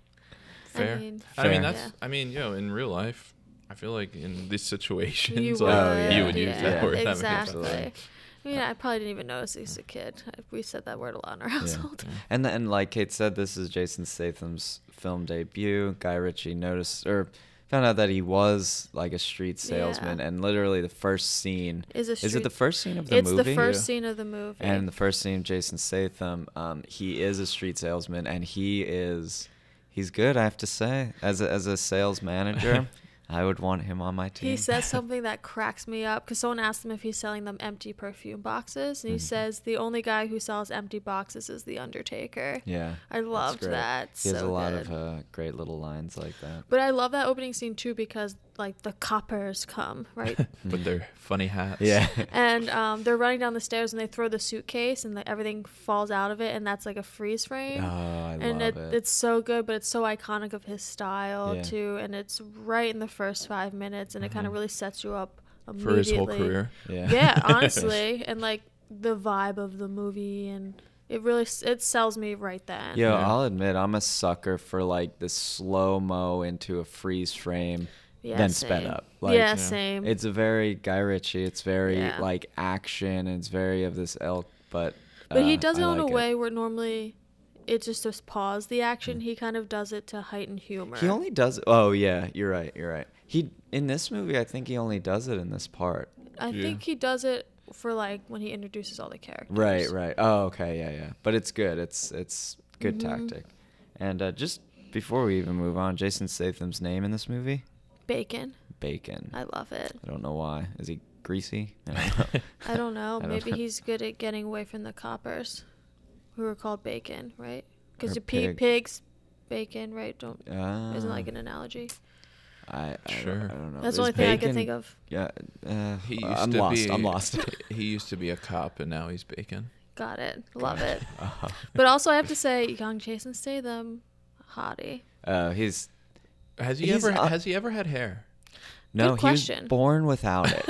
[SPEAKER 3] Fair.
[SPEAKER 2] I mean,
[SPEAKER 3] I mean,
[SPEAKER 1] Fair.
[SPEAKER 3] that's.
[SPEAKER 2] Yeah.
[SPEAKER 3] I mean, yo, in real life, I feel like in these situations,
[SPEAKER 2] You
[SPEAKER 3] like
[SPEAKER 2] would,
[SPEAKER 1] Oh, yeah,
[SPEAKER 3] you would use
[SPEAKER 1] yeah,
[SPEAKER 3] that word
[SPEAKER 2] exactly.
[SPEAKER 3] that many times.
[SPEAKER 2] I mean, I probably didn't even notice as a kid. I- We said that word a lot in our household.
[SPEAKER 1] And th- and like Kate said, this is Jason Statham's film debut. Guy Ritchie noticed or found out that he was like a street salesman,
[SPEAKER 2] Yeah.
[SPEAKER 1] and literally the first scene
[SPEAKER 2] Is a
[SPEAKER 1] it
[SPEAKER 2] street-
[SPEAKER 1] the first scene of the
[SPEAKER 2] it's
[SPEAKER 1] movie?
[SPEAKER 2] the first
[SPEAKER 3] Yeah.
[SPEAKER 2] scene of the movie.
[SPEAKER 1] And the first scene, Jason Statham, um, he is a street salesman, and he is he's good. I have to say, as a, as a sales manager, I would want him on my team.
[SPEAKER 2] He says something that cracks me up because someone asked him if he's selling them empty perfume boxes,
[SPEAKER 3] Mm-hmm.
[SPEAKER 2] and he says the only guy who sells empty boxes is the Undertaker.
[SPEAKER 1] Yeah,
[SPEAKER 2] I
[SPEAKER 1] that's
[SPEAKER 2] loved
[SPEAKER 1] great.
[SPEAKER 2] that.
[SPEAKER 1] He has
[SPEAKER 2] so
[SPEAKER 1] a lot
[SPEAKER 2] good.
[SPEAKER 1] of uh, great little lines like that.
[SPEAKER 2] But I love that opening scene too because like the coppers come right,
[SPEAKER 3] But they're funny hats.
[SPEAKER 1] Yeah,
[SPEAKER 2] and um, they're running down the stairs and they throw the suitcase and the, everything falls out of it, and that's like a freeze
[SPEAKER 1] oh,
[SPEAKER 2] frame.
[SPEAKER 1] I
[SPEAKER 2] and
[SPEAKER 1] love
[SPEAKER 2] it,
[SPEAKER 1] it.
[SPEAKER 2] it's so good but it's so iconic of his style
[SPEAKER 1] Yeah. Mm-hmm.
[SPEAKER 2] too and it's right in the first five minutes and it kind of really sets you up
[SPEAKER 3] For
[SPEAKER 2] immediately
[SPEAKER 3] his whole career.
[SPEAKER 1] yeah,
[SPEAKER 2] yeah honestly and like the vibe of the movie and it really s- it sells me right then
[SPEAKER 1] Yo,
[SPEAKER 3] Yeah.
[SPEAKER 1] I'll admit I'm a sucker for like the slow mo into a freeze frame,
[SPEAKER 2] Yeah,
[SPEAKER 1] then sped
[SPEAKER 2] same.
[SPEAKER 1] up. Like,
[SPEAKER 2] yeah, same
[SPEAKER 1] It's a very Guy Ritchie. It's very
[SPEAKER 2] Yeah.
[SPEAKER 1] like action. And it's very of this ilk, but
[SPEAKER 2] but he
[SPEAKER 1] uh,
[SPEAKER 2] does it
[SPEAKER 1] I
[SPEAKER 2] in a
[SPEAKER 1] like
[SPEAKER 2] way where normally it just just pause the action he kind of does it to heighten humor
[SPEAKER 1] Mm. He only does. Oh yeah, you're right. You're right. He in this movie, I think he only does it in this part.
[SPEAKER 2] i
[SPEAKER 3] Yeah.
[SPEAKER 2] think he does it for like when he introduces all the characters
[SPEAKER 1] Right. Right. Oh, okay. Yeah. Yeah. But it's good. It's it's good
[SPEAKER 2] Mm-hmm.
[SPEAKER 1] tactic. And uh, just before we even move on, Jason Statham's name in this movie,
[SPEAKER 2] bacon
[SPEAKER 1] Bacon.
[SPEAKER 2] i love it
[SPEAKER 1] I don't know why. Is he greasy? I don't know.
[SPEAKER 2] I don't know.
[SPEAKER 1] I don't
[SPEAKER 2] Maybe
[SPEAKER 1] know.
[SPEAKER 2] he's good at getting away from the coppers, who are called bacon, right? Because
[SPEAKER 1] Or
[SPEAKER 2] the pig.
[SPEAKER 1] pig.
[SPEAKER 2] pigs, bacon, right? Don't isn't
[SPEAKER 1] Ah.
[SPEAKER 2] like an analogy.
[SPEAKER 1] I, I sure.
[SPEAKER 3] Sure.
[SPEAKER 1] I don't know.
[SPEAKER 2] That's
[SPEAKER 1] Is
[SPEAKER 2] the only thing I
[SPEAKER 1] bacon-
[SPEAKER 2] can think of.
[SPEAKER 1] Yeah. Uh,
[SPEAKER 3] He used
[SPEAKER 1] I'm
[SPEAKER 3] to
[SPEAKER 1] lost.
[SPEAKER 3] be.
[SPEAKER 1] I'm lost.
[SPEAKER 3] he used to be a cop, and now he's bacon.
[SPEAKER 2] Got it. Love it.
[SPEAKER 3] Uh-huh.
[SPEAKER 1] Uh,
[SPEAKER 2] But also, I have to say, young Jason Statham, hottie.
[SPEAKER 1] uh, he's
[SPEAKER 3] Has he
[SPEAKER 1] He's
[SPEAKER 3] ever?
[SPEAKER 1] up-
[SPEAKER 3] has he ever had hair?
[SPEAKER 1] no. He was
[SPEAKER 2] question.
[SPEAKER 1] born without it.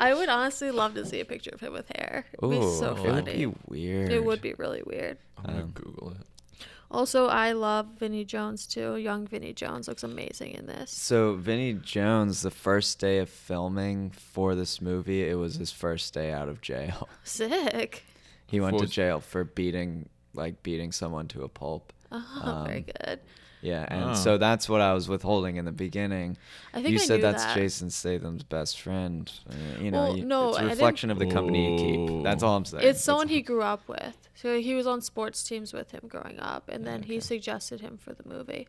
[SPEAKER 2] I would honestly love to see a picture of him with hair. It'd be
[SPEAKER 1] Ooh,
[SPEAKER 2] so
[SPEAKER 1] it would be
[SPEAKER 2] funny.
[SPEAKER 1] weird.
[SPEAKER 2] It would be really weird.
[SPEAKER 3] I'm gonna
[SPEAKER 1] Um,
[SPEAKER 3] Google it.
[SPEAKER 2] Also, I love Vinny Jones too. Young Vinny Jones looks amazing in this.
[SPEAKER 1] So Vinny Jones, the first day of filming for this movie, it was his first day out of jail.
[SPEAKER 2] Sick.
[SPEAKER 1] He went
[SPEAKER 3] For-
[SPEAKER 1] to jail for beating, like beating someone to a pulp. Um,
[SPEAKER 2] Oh, very good.
[SPEAKER 1] Yeah, and
[SPEAKER 3] Oh.
[SPEAKER 1] so that's what I was withholding in the beginning.
[SPEAKER 2] I think
[SPEAKER 1] you
[SPEAKER 2] I
[SPEAKER 1] said
[SPEAKER 2] knew
[SPEAKER 1] that's
[SPEAKER 2] that.
[SPEAKER 1] Jason Statham's best friend. Uh, you know,
[SPEAKER 2] Well,
[SPEAKER 1] you-
[SPEAKER 2] no,
[SPEAKER 1] it's a
[SPEAKER 2] I didn't-
[SPEAKER 1] reflection of the company you keep. That's
[SPEAKER 3] Ooh.
[SPEAKER 1] all I'm saying.
[SPEAKER 2] It's
[SPEAKER 1] That's
[SPEAKER 2] someone
[SPEAKER 1] all.
[SPEAKER 2] he grew up with. So he was on sports teams with him growing up, and then he suggested him for the movie.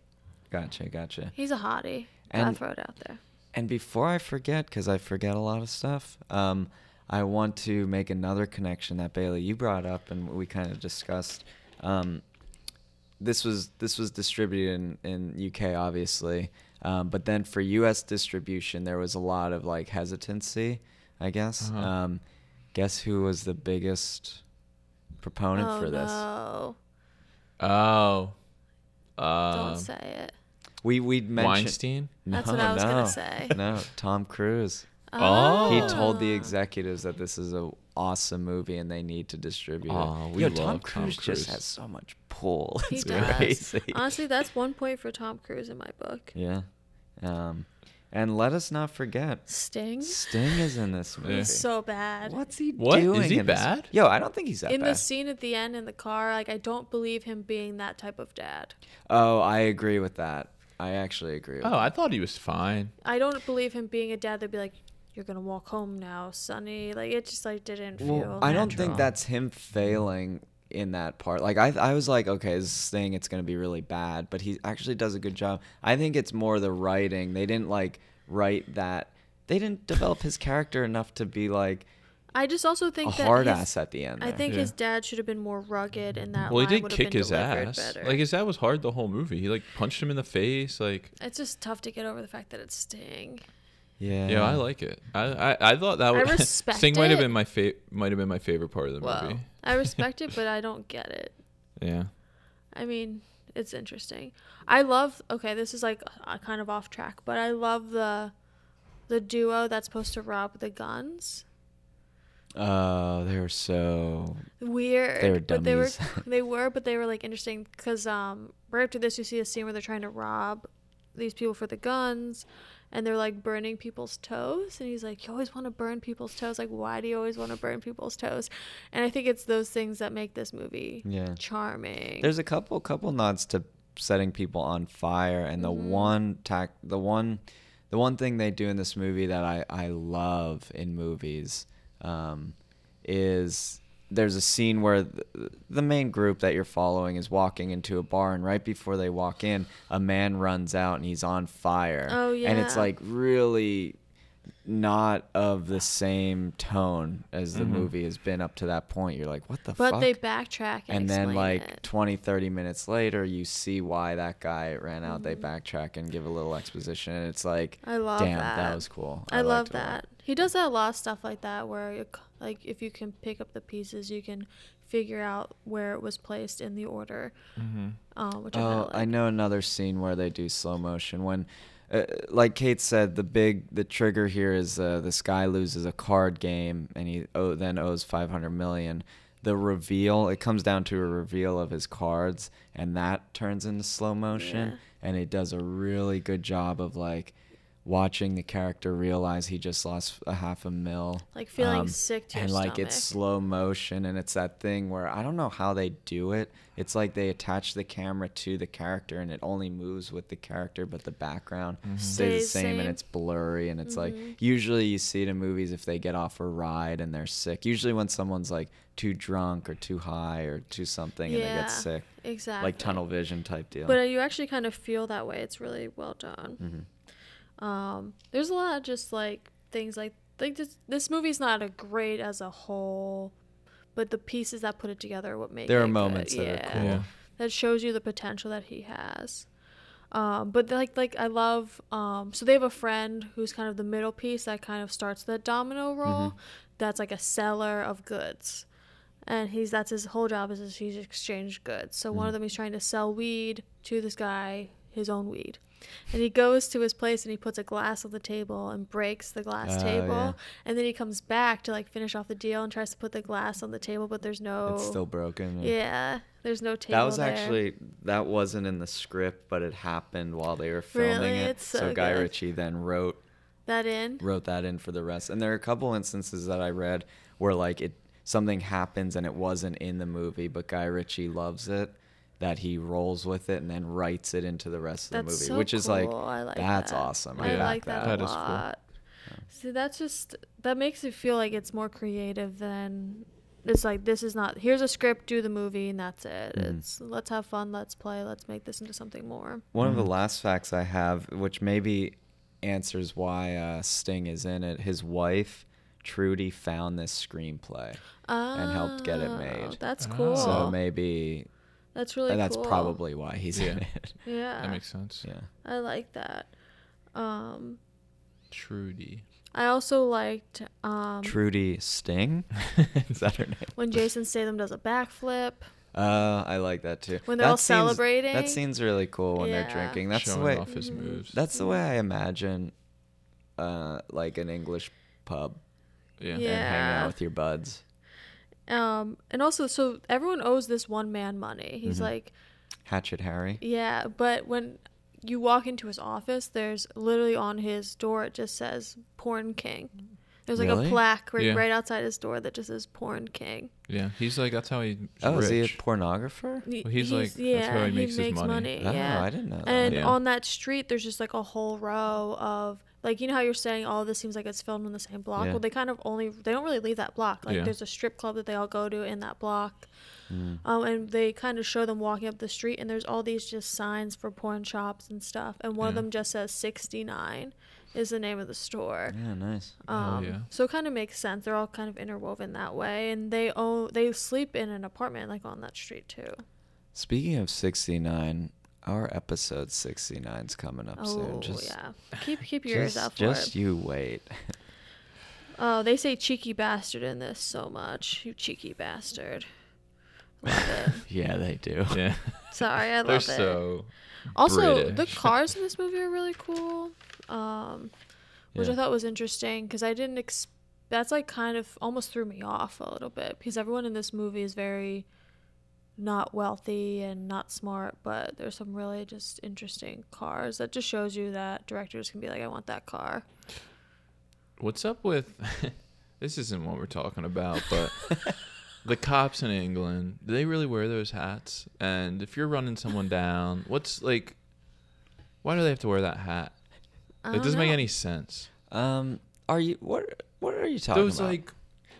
[SPEAKER 1] Gotcha, gotcha.
[SPEAKER 2] He's a hottie. Gotta
[SPEAKER 1] And-
[SPEAKER 2] throw it out there.
[SPEAKER 1] And before I forget, because I forget a lot of stuff, um, I want to make another connection that Bailey you brought up and we kind of discussed. Um, this was this was distributed in, in UK, obviously, um, but then for US distribution, there was a lot of like hesitancy, I guess.
[SPEAKER 3] Uh-huh.
[SPEAKER 1] Um, guess who was the biggest proponent
[SPEAKER 2] Oh
[SPEAKER 1] for this?
[SPEAKER 2] no!
[SPEAKER 3] Oh. Uh,
[SPEAKER 1] Um,
[SPEAKER 2] Don't say it.
[SPEAKER 1] We we mentioned
[SPEAKER 3] Weinstein.
[SPEAKER 2] That's what I was gonna
[SPEAKER 1] no,
[SPEAKER 2] say.
[SPEAKER 1] No, Tom Cruise.
[SPEAKER 3] Oh.
[SPEAKER 1] He told the executives that this is a awesome movie and they need to distribute
[SPEAKER 3] Aw,
[SPEAKER 1] it.
[SPEAKER 3] we
[SPEAKER 1] Yo,
[SPEAKER 3] love Tom
[SPEAKER 1] Tom, Cruise
[SPEAKER 3] Cruise.
[SPEAKER 1] just has so much pull.
[SPEAKER 2] He
[SPEAKER 1] It's
[SPEAKER 2] does.
[SPEAKER 1] crazy.
[SPEAKER 2] Honestly, that's one point for Tom Cruise in my book.
[SPEAKER 1] Yeah. Um, And let us not forget,
[SPEAKER 2] Sting.
[SPEAKER 1] Sting is in this movie.
[SPEAKER 2] He's so bad.
[SPEAKER 1] What's he
[SPEAKER 3] What? Is
[SPEAKER 1] doing?
[SPEAKER 3] he
[SPEAKER 1] in this-
[SPEAKER 3] bad?
[SPEAKER 1] Yo, I don't think he's that
[SPEAKER 2] in
[SPEAKER 1] bad.
[SPEAKER 2] the scene at the end in the car, like I don't believe him being that type of dad.
[SPEAKER 1] oh, I agree with that. I actually agree. With
[SPEAKER 3] Oh, I thought he was fine.
[SPEAKER 2] I don't believe him being a dad. They'd be like, "You're gonna walk home now, Sonny." Like it just like didn't feel.
[SPEAKER 1] Well, I don't
[SPEAKER 2] natural.
[SPEAKER 1] think that's him failing in that part. Like I, I was like, okay, this thing it's gonna be really bad, but he actually does a good job. I think it's more the writing. They didn't like write that. They didn't develop his character enough to be like
[SPEAKER 2] I just also
[SPEAKER 1] a
[SPEAKER 2] think that
[SPEAKER 1] hard
[SPEAKER 2] his-
[SPEAKER 1] ass at the end.
[SPEAKER 2] I
[SPEAKER 1] there.
[SPEAKER 2] think
[SPEAKER 3] Yeah.
[SPEAKER 2] his dad should have been more rugged, and that.
[SPEAKER 3] Well, he
[SPEAKER 2] line
[SPEAKER 3] did
[SPEAKER 2] would have
[SPEAKER 3] kick
[SPEAKER 2] been
[SPEAKER 3] his
[SPEAKER 2] delivered
[SPEAKER 3] ass.
[SPEAKER 2] Better.
[SPEAKER 3] Like his dad was hard the whole movie. He like punched him in the face. Like,
[SPEAKER 2] it's just tough to get over the fact that it's Sting.
[SPEAKER 1] yeah,
[SPEAKER 3] yeah, I like it. I I, I thought that
[SPEAKER 2] I
[SPEAKER 3] was
[SPEAKER 2] respect
[SPEAKER 3] Sting might have
[SPEAKER 2] it.
[SPEAKER 3] been my fa- might have been my favorite part of the
[SPEAKER 2] Whoa,
[SPEAKER 3] movie.
[SPEAKER 2] I respect it, but I don't get it.
[SPEAKER 3] Yeah.
[SPEAKER 2] I mean, it's interesting. I love. Okay, this is like uh, kind of off track, but I love the the duo that's supposed to rob the guns.
[SPEAKER 1] Oh, they were so.
[SPEAKER 2] Weird.
[SPEAKER 1] They were
[SPEAKER 2] But they were.
[SPEAKER 1] dummies.
[SPEAKER 2] They were, but they were like interesting because um, right after this, you see a scene where they're trying to rob these people for the guns. And they're like burning people's toes, and he's like, "You always want to burn people's toes. Like, why do you always want to burn people's toes?" And I think it's those things that make this movie
[SPEAKER 1] Yeah.
[SPEAKER 2] charming.
[SPEAKER 1] There's a couple couple nods to setting people on fire, and the
[SPEAKER 2] Mm-hmm.
[SPEAKER 1] one tac the one the one thing they do in this movie that I I love in movies um, is there's a scene where the, the main group that you're following is walking into a bar, and right before they walk in, a man runs out and he's on fire.
[SPEAKER 2] Oh,
[SPEAKER 1] and it's
[SPEAKER 2] yeah.
[SPEAKER 1] like really not of the same tone as the movie has been up to that point. You're like, what the
[SPEAKER 2] Mm-hmm. but
[SPEAKER 1] fuck?
[SPEAKER 2] they backtrack and,
[SPEAKER 1] and then
[SPEAKER 2] explain
[SPEAKER 1] like
[SPEAKER 2] it.
[SPEAKER 1] twenty, thirty 20 30 minutes later you see why that guy ran out they backtrack and give a little exposition and it's like
[SPEAKER 2] Mm-hmm. I love
[SPEAKER 1] damn
[SPEAKER 2] that.
[SPEAKER 1] that. was cool
[SPEAKER 2] I, love
[SPEAKER 1] liked it a lot.
[SPEAKER 2] that. He does that a lot of stuff like that where you c- like if you can pick up the pieces, you can figure out where it was placed in the order. Mm-hmm. Uh, which I,
[SPEAKER 1] oh
[SPEAKER 2] really
[SPEAKER 1] i
[SPEAKER 2] like.
[SPEAKER 1] know another scene where they do slow motion when uh, like kate said the big the trigger here is uh, this guy loses a card game and he oh, then owes 500 million the reveal it comes down to a reveal of his cards and that turns into slow motion
[SPEAKER 2] Yeah.
[SPEAKER 1] and it does a really good job of like watching the character realize he just lost a half a mil um,
[SPEAKER 2] Like feeling sick to your
[SPEAKER 1] and like it's
[SPEAKER 2] stomach.
[SPEAKER 1] slow motion and it's that thing where i don't know how they do it it's like they attach the camera to the character and it only moves with the character but the background stays the
[SPEAKER 2] Stays
[SPEAKER 1] same, and
[SPEAKER 2] same. Mm-hmm.
[SPEAKER 1] it's blurry and it's like usually you see it in movies if they get off a ride and they're sick usually when someone's like too drunk or too high or too something and they
[SPEAKER 2] Yeah,
[SPEAKER 1] get sick
[SPEAKER 2] Exactly.
[SPEAKER 1] like tunnel vision type deal
[SPEAKER 2] But you actually kind of feel that way. It's really well done.
[SPEAKER 1] Mm-hmm.
[SPEAKER 2] Um, there's a lot of just like things like like this. This movie's not a great as a whole, but the pieces that put it together are what make
[SPEAKER 1] There
[SPEAKER 2] it
[SPEAKER 1] are
[SPEAKER 2] good.
[SPEAKER 1] moments that are
[SPEAKER 2] Oh.
[SPEAKER 1] cool. Yeah.
[SPEAKER 2] That shows you the potential that he has. Um, but like like I love um, so they have a friend who's kind of the middle piece that kind of starts the
[SPEAKER 1] Mm-hmm.
[SPEAKER 2] domino role. That's like a seller of goods and he's that's his whole job is is he's exchanged goods. So
[SPEAKER 1] Mm-hmm.
[SPEAKER 2] one of them he's trying to sell weed to this guy, his own weed. And he goes to his place and he puts a glass on the table and breaks the glass
[SPEAKER 1] Oh,
[SPEAKER 2] table.
[SPEAKER 1] yeah.
[SPEAKER 2] And then he comes back to like finish off the deal and tries to put the glass on the table, but there's no
[SPEAKER 1] it's still broken and-
[SPEAKER 2] yeah, there's no table.
[SPEAKER 1] Hmm. That was
[SPEAKER 2] there.
[SPEAKER 1] actually that wasn't in the script, but it happened while they were filming
[SPEAKER 2] Really?
[SPEAKER 1] it.
[SPEAKER 2] It's so
[SPEAKER 1] Guy
[SPEAKER 2] good.
[SPEAKER 1] Ritchie then wrote
[SPEAKER 2] that in.
[SPEAKER 1] wrote that in for the rest. And there are a couple instances that I read where like it something happens and it wasn't in the movie, but Guy Ritchie loves it that he rolls with it and then writes it into the rest of the
[SPEAKER 2] That's
[SPEAKER 1] movie,
[SPEAKER 2] so
[SPEAKER 1] which is like,
[SPEAKER 2] cool. I like
[SPEAKER 1] that's
[SPEAKER 2] that.
[SPEAKER 1] awesome.
[SPEAKER 2] I
[SPEAKER 3] Yeah,
[SPEAKER 2] like that,
[SPEAKER 3] that
[SPEAKER 2] a
[SPEAKER 3] is cool.
[SPEAKER 2] lot. See, that's just that makes it feel like it's more creative than it's like this is not here's a script, do the movie, and that's it.
[SPEAKER 1] Mm-hmm.
[SPEAKER 2] It's let's have fun, let's play, let's make this into something more.
[SPEAKER 1] One
[SPEAKER 3] Mm-hmm.
[SPEAKER 1] of the last facts I have, which maybe answers why uh, Sting is in it, his wife Trudy found this screenplay. And helped get it
[SPEAKER 2] Oh,
[SPEAKER 1] made.
[SPEAKER 2] That's
[SPEAKER 3] So
[SPEAKER 2] cool.
[SPEAKER 1] So maybe
[SPEAKER 2] that's really
[SPEAKER 1] that's
[SPEAKER 2] cool.
[SPEAKER 1] probably why he's in
[SPEAKER 3] Yeah.
[SPEAKER 1] it.
[SPEAKER 2] yeah.
[SPEAKER 3] That makes sense.
[SPEAKER 1] Yeah.
[SPEAKER 2] I like that. Um,
[SPEAKER 3] Trudy.
[SPEAKER 2] I also liked um,
[SPEAKER 1] Trudy Sting? Is that her name?
[SPEAKER 2] when Jason Statham does a backflip.
[SPEAKER 1] Uh, I like that too.
[SPEAKER 2] When they're
[SPEAKER 1] That
[SPEAKER 2] all
[SPEAKER 1] scene's-
[SPEAKER 2] celebrating.
[SPEAKER 1] That scene's really cool when
[SPEAKER 2] Yeah.
[SPEAKER 1] they're drinking. That's
[SPEAKER 3] showing
[SPEAKER 1] the way.
[SPEAKER 3] off his
[SPEAKER 2] Mm-hmm.
[SPEAKER 3] moves.
[SPEAKER 1] That's the way I imagine, uh, like an English pub
[SPEAKER 3] yeah.
[SPEAKER 2] Yeah.
[SPEAKER 1] and hanging out with your buds.
[SPEAKER 2] Um, and also, so
[SPEAKER 1] Mm-hmm.
[SPEAKER 2] everyone owes this one man money. He's like,
[SPEAKER 1] Hatchet Harry.
[SPEAKER 2] yeah, but when you walk into his office, there's literally on his door it just says Porn King. There's like
[SPEAKER 1] Really?
[SPEAKER 2] a plaque right,
[SPEAKER 3] Yeah.
[SPEAKER 2] right outside his door that just says Porn King.
[SPEAKER 3] Yeah, he's like that's how he's
[SPEAKER 1] Oh,
[SPEAKER 3] rich.
[SPEAKER 1] is he a pornographer?
[SPEAKER 2] Y-
[SPEAKER 3] Well, he's, like, that's how he makes his money.
[SPEAKER 1] Oh,
[SPEAKER 2] yeah.
[SPEAKER 1] I didn't know that.
[SPEAKER 2] And
[SPEAKER 3] Yeah.
[SPEAKER 2] on that street, there's just like a whole row of like you know how you're saying all this seems like it's filmed in the same block.
[SPEAKER 1] Yeah.
[SPEAKER 2] Well, they kind of only they don't really leave that block. Like
[SPEAKER 3] Yeah.
[SPEAKER 2] there's a strip club that they all go to in that block,
[SPEAKER 1] Hmm.
[SPEAKER 2] um, and they kind of show them walking up the street, and there's all these just signs for porn shops and stuff, and one of
[SPEAKER 3] Yeah.
[SPEAKER 2] them just says 69 is the name of the store.
[SPEAKER 1] Yeah, nice.
[SPEAKER 2] Um,
[SPEAKER 3] yeah.
[SPEAKER 2] So it kind of makes sense. They're all kind of interwoven that way, and they own they sleep in an apartment like on that street too.
[SPEAKER 1] Speaking of 69, our episode 69 is coming up
[SPEAKER 2] Oh
[SPEAKER 1] soon. Just,
[SPEAKER 2] yeah, keep keep your ears
[SPEAKER 1] just-
[SPEAKER 2] out for
[SPEAKER 1] Just
[SPEAKER 2] it.
[SPEAKER 1] you wait.
[SPEAKER 2] Oh, they say cheeky bastard in this so much. You cheeky bastard. Love it.
[SPEAKER 1] yeah, they do.
[SPEAKER 3] Yeah,
[SPEAKER 2] Sorry, I
[SPEAKER 3] they're
[SPEAKER 2] love it.
[SPEAKER 3] so.
[SPEAKER 2] also,
[SPEAKER 3] British.
[SPEAKER 2] the cars in this movie are really cool, um, which I
[SPEAKER 1] Yeah.
[SPEAKER 2] thought was interesting because I didn't. Ex- that's like kind of almost threw me off a little bit because everyone in this movie is very not wealthy and not smart, but there's some really just interesting cars that just shows you that directors can be like, I want that car.
[SPEAKER 3] What's up with? this isn't what we're talking about, but the cops in England, do they really wear those hats? And if you're running someone down, what's like? Why do they have to wear that hat?
[SPEAKER 2] I
[SPEAKER 3] It
[SPEAKER 2] don't
[SPEAKER 3] doesn't make
[SPEAKER 2] know.
[SPEAKER 3] any sense.
[SPEAKER 1] Um, are you what? What are you talking
[SPEAKER 3] Those
[SPEAKER 1] about?
[SPEAKER 3] like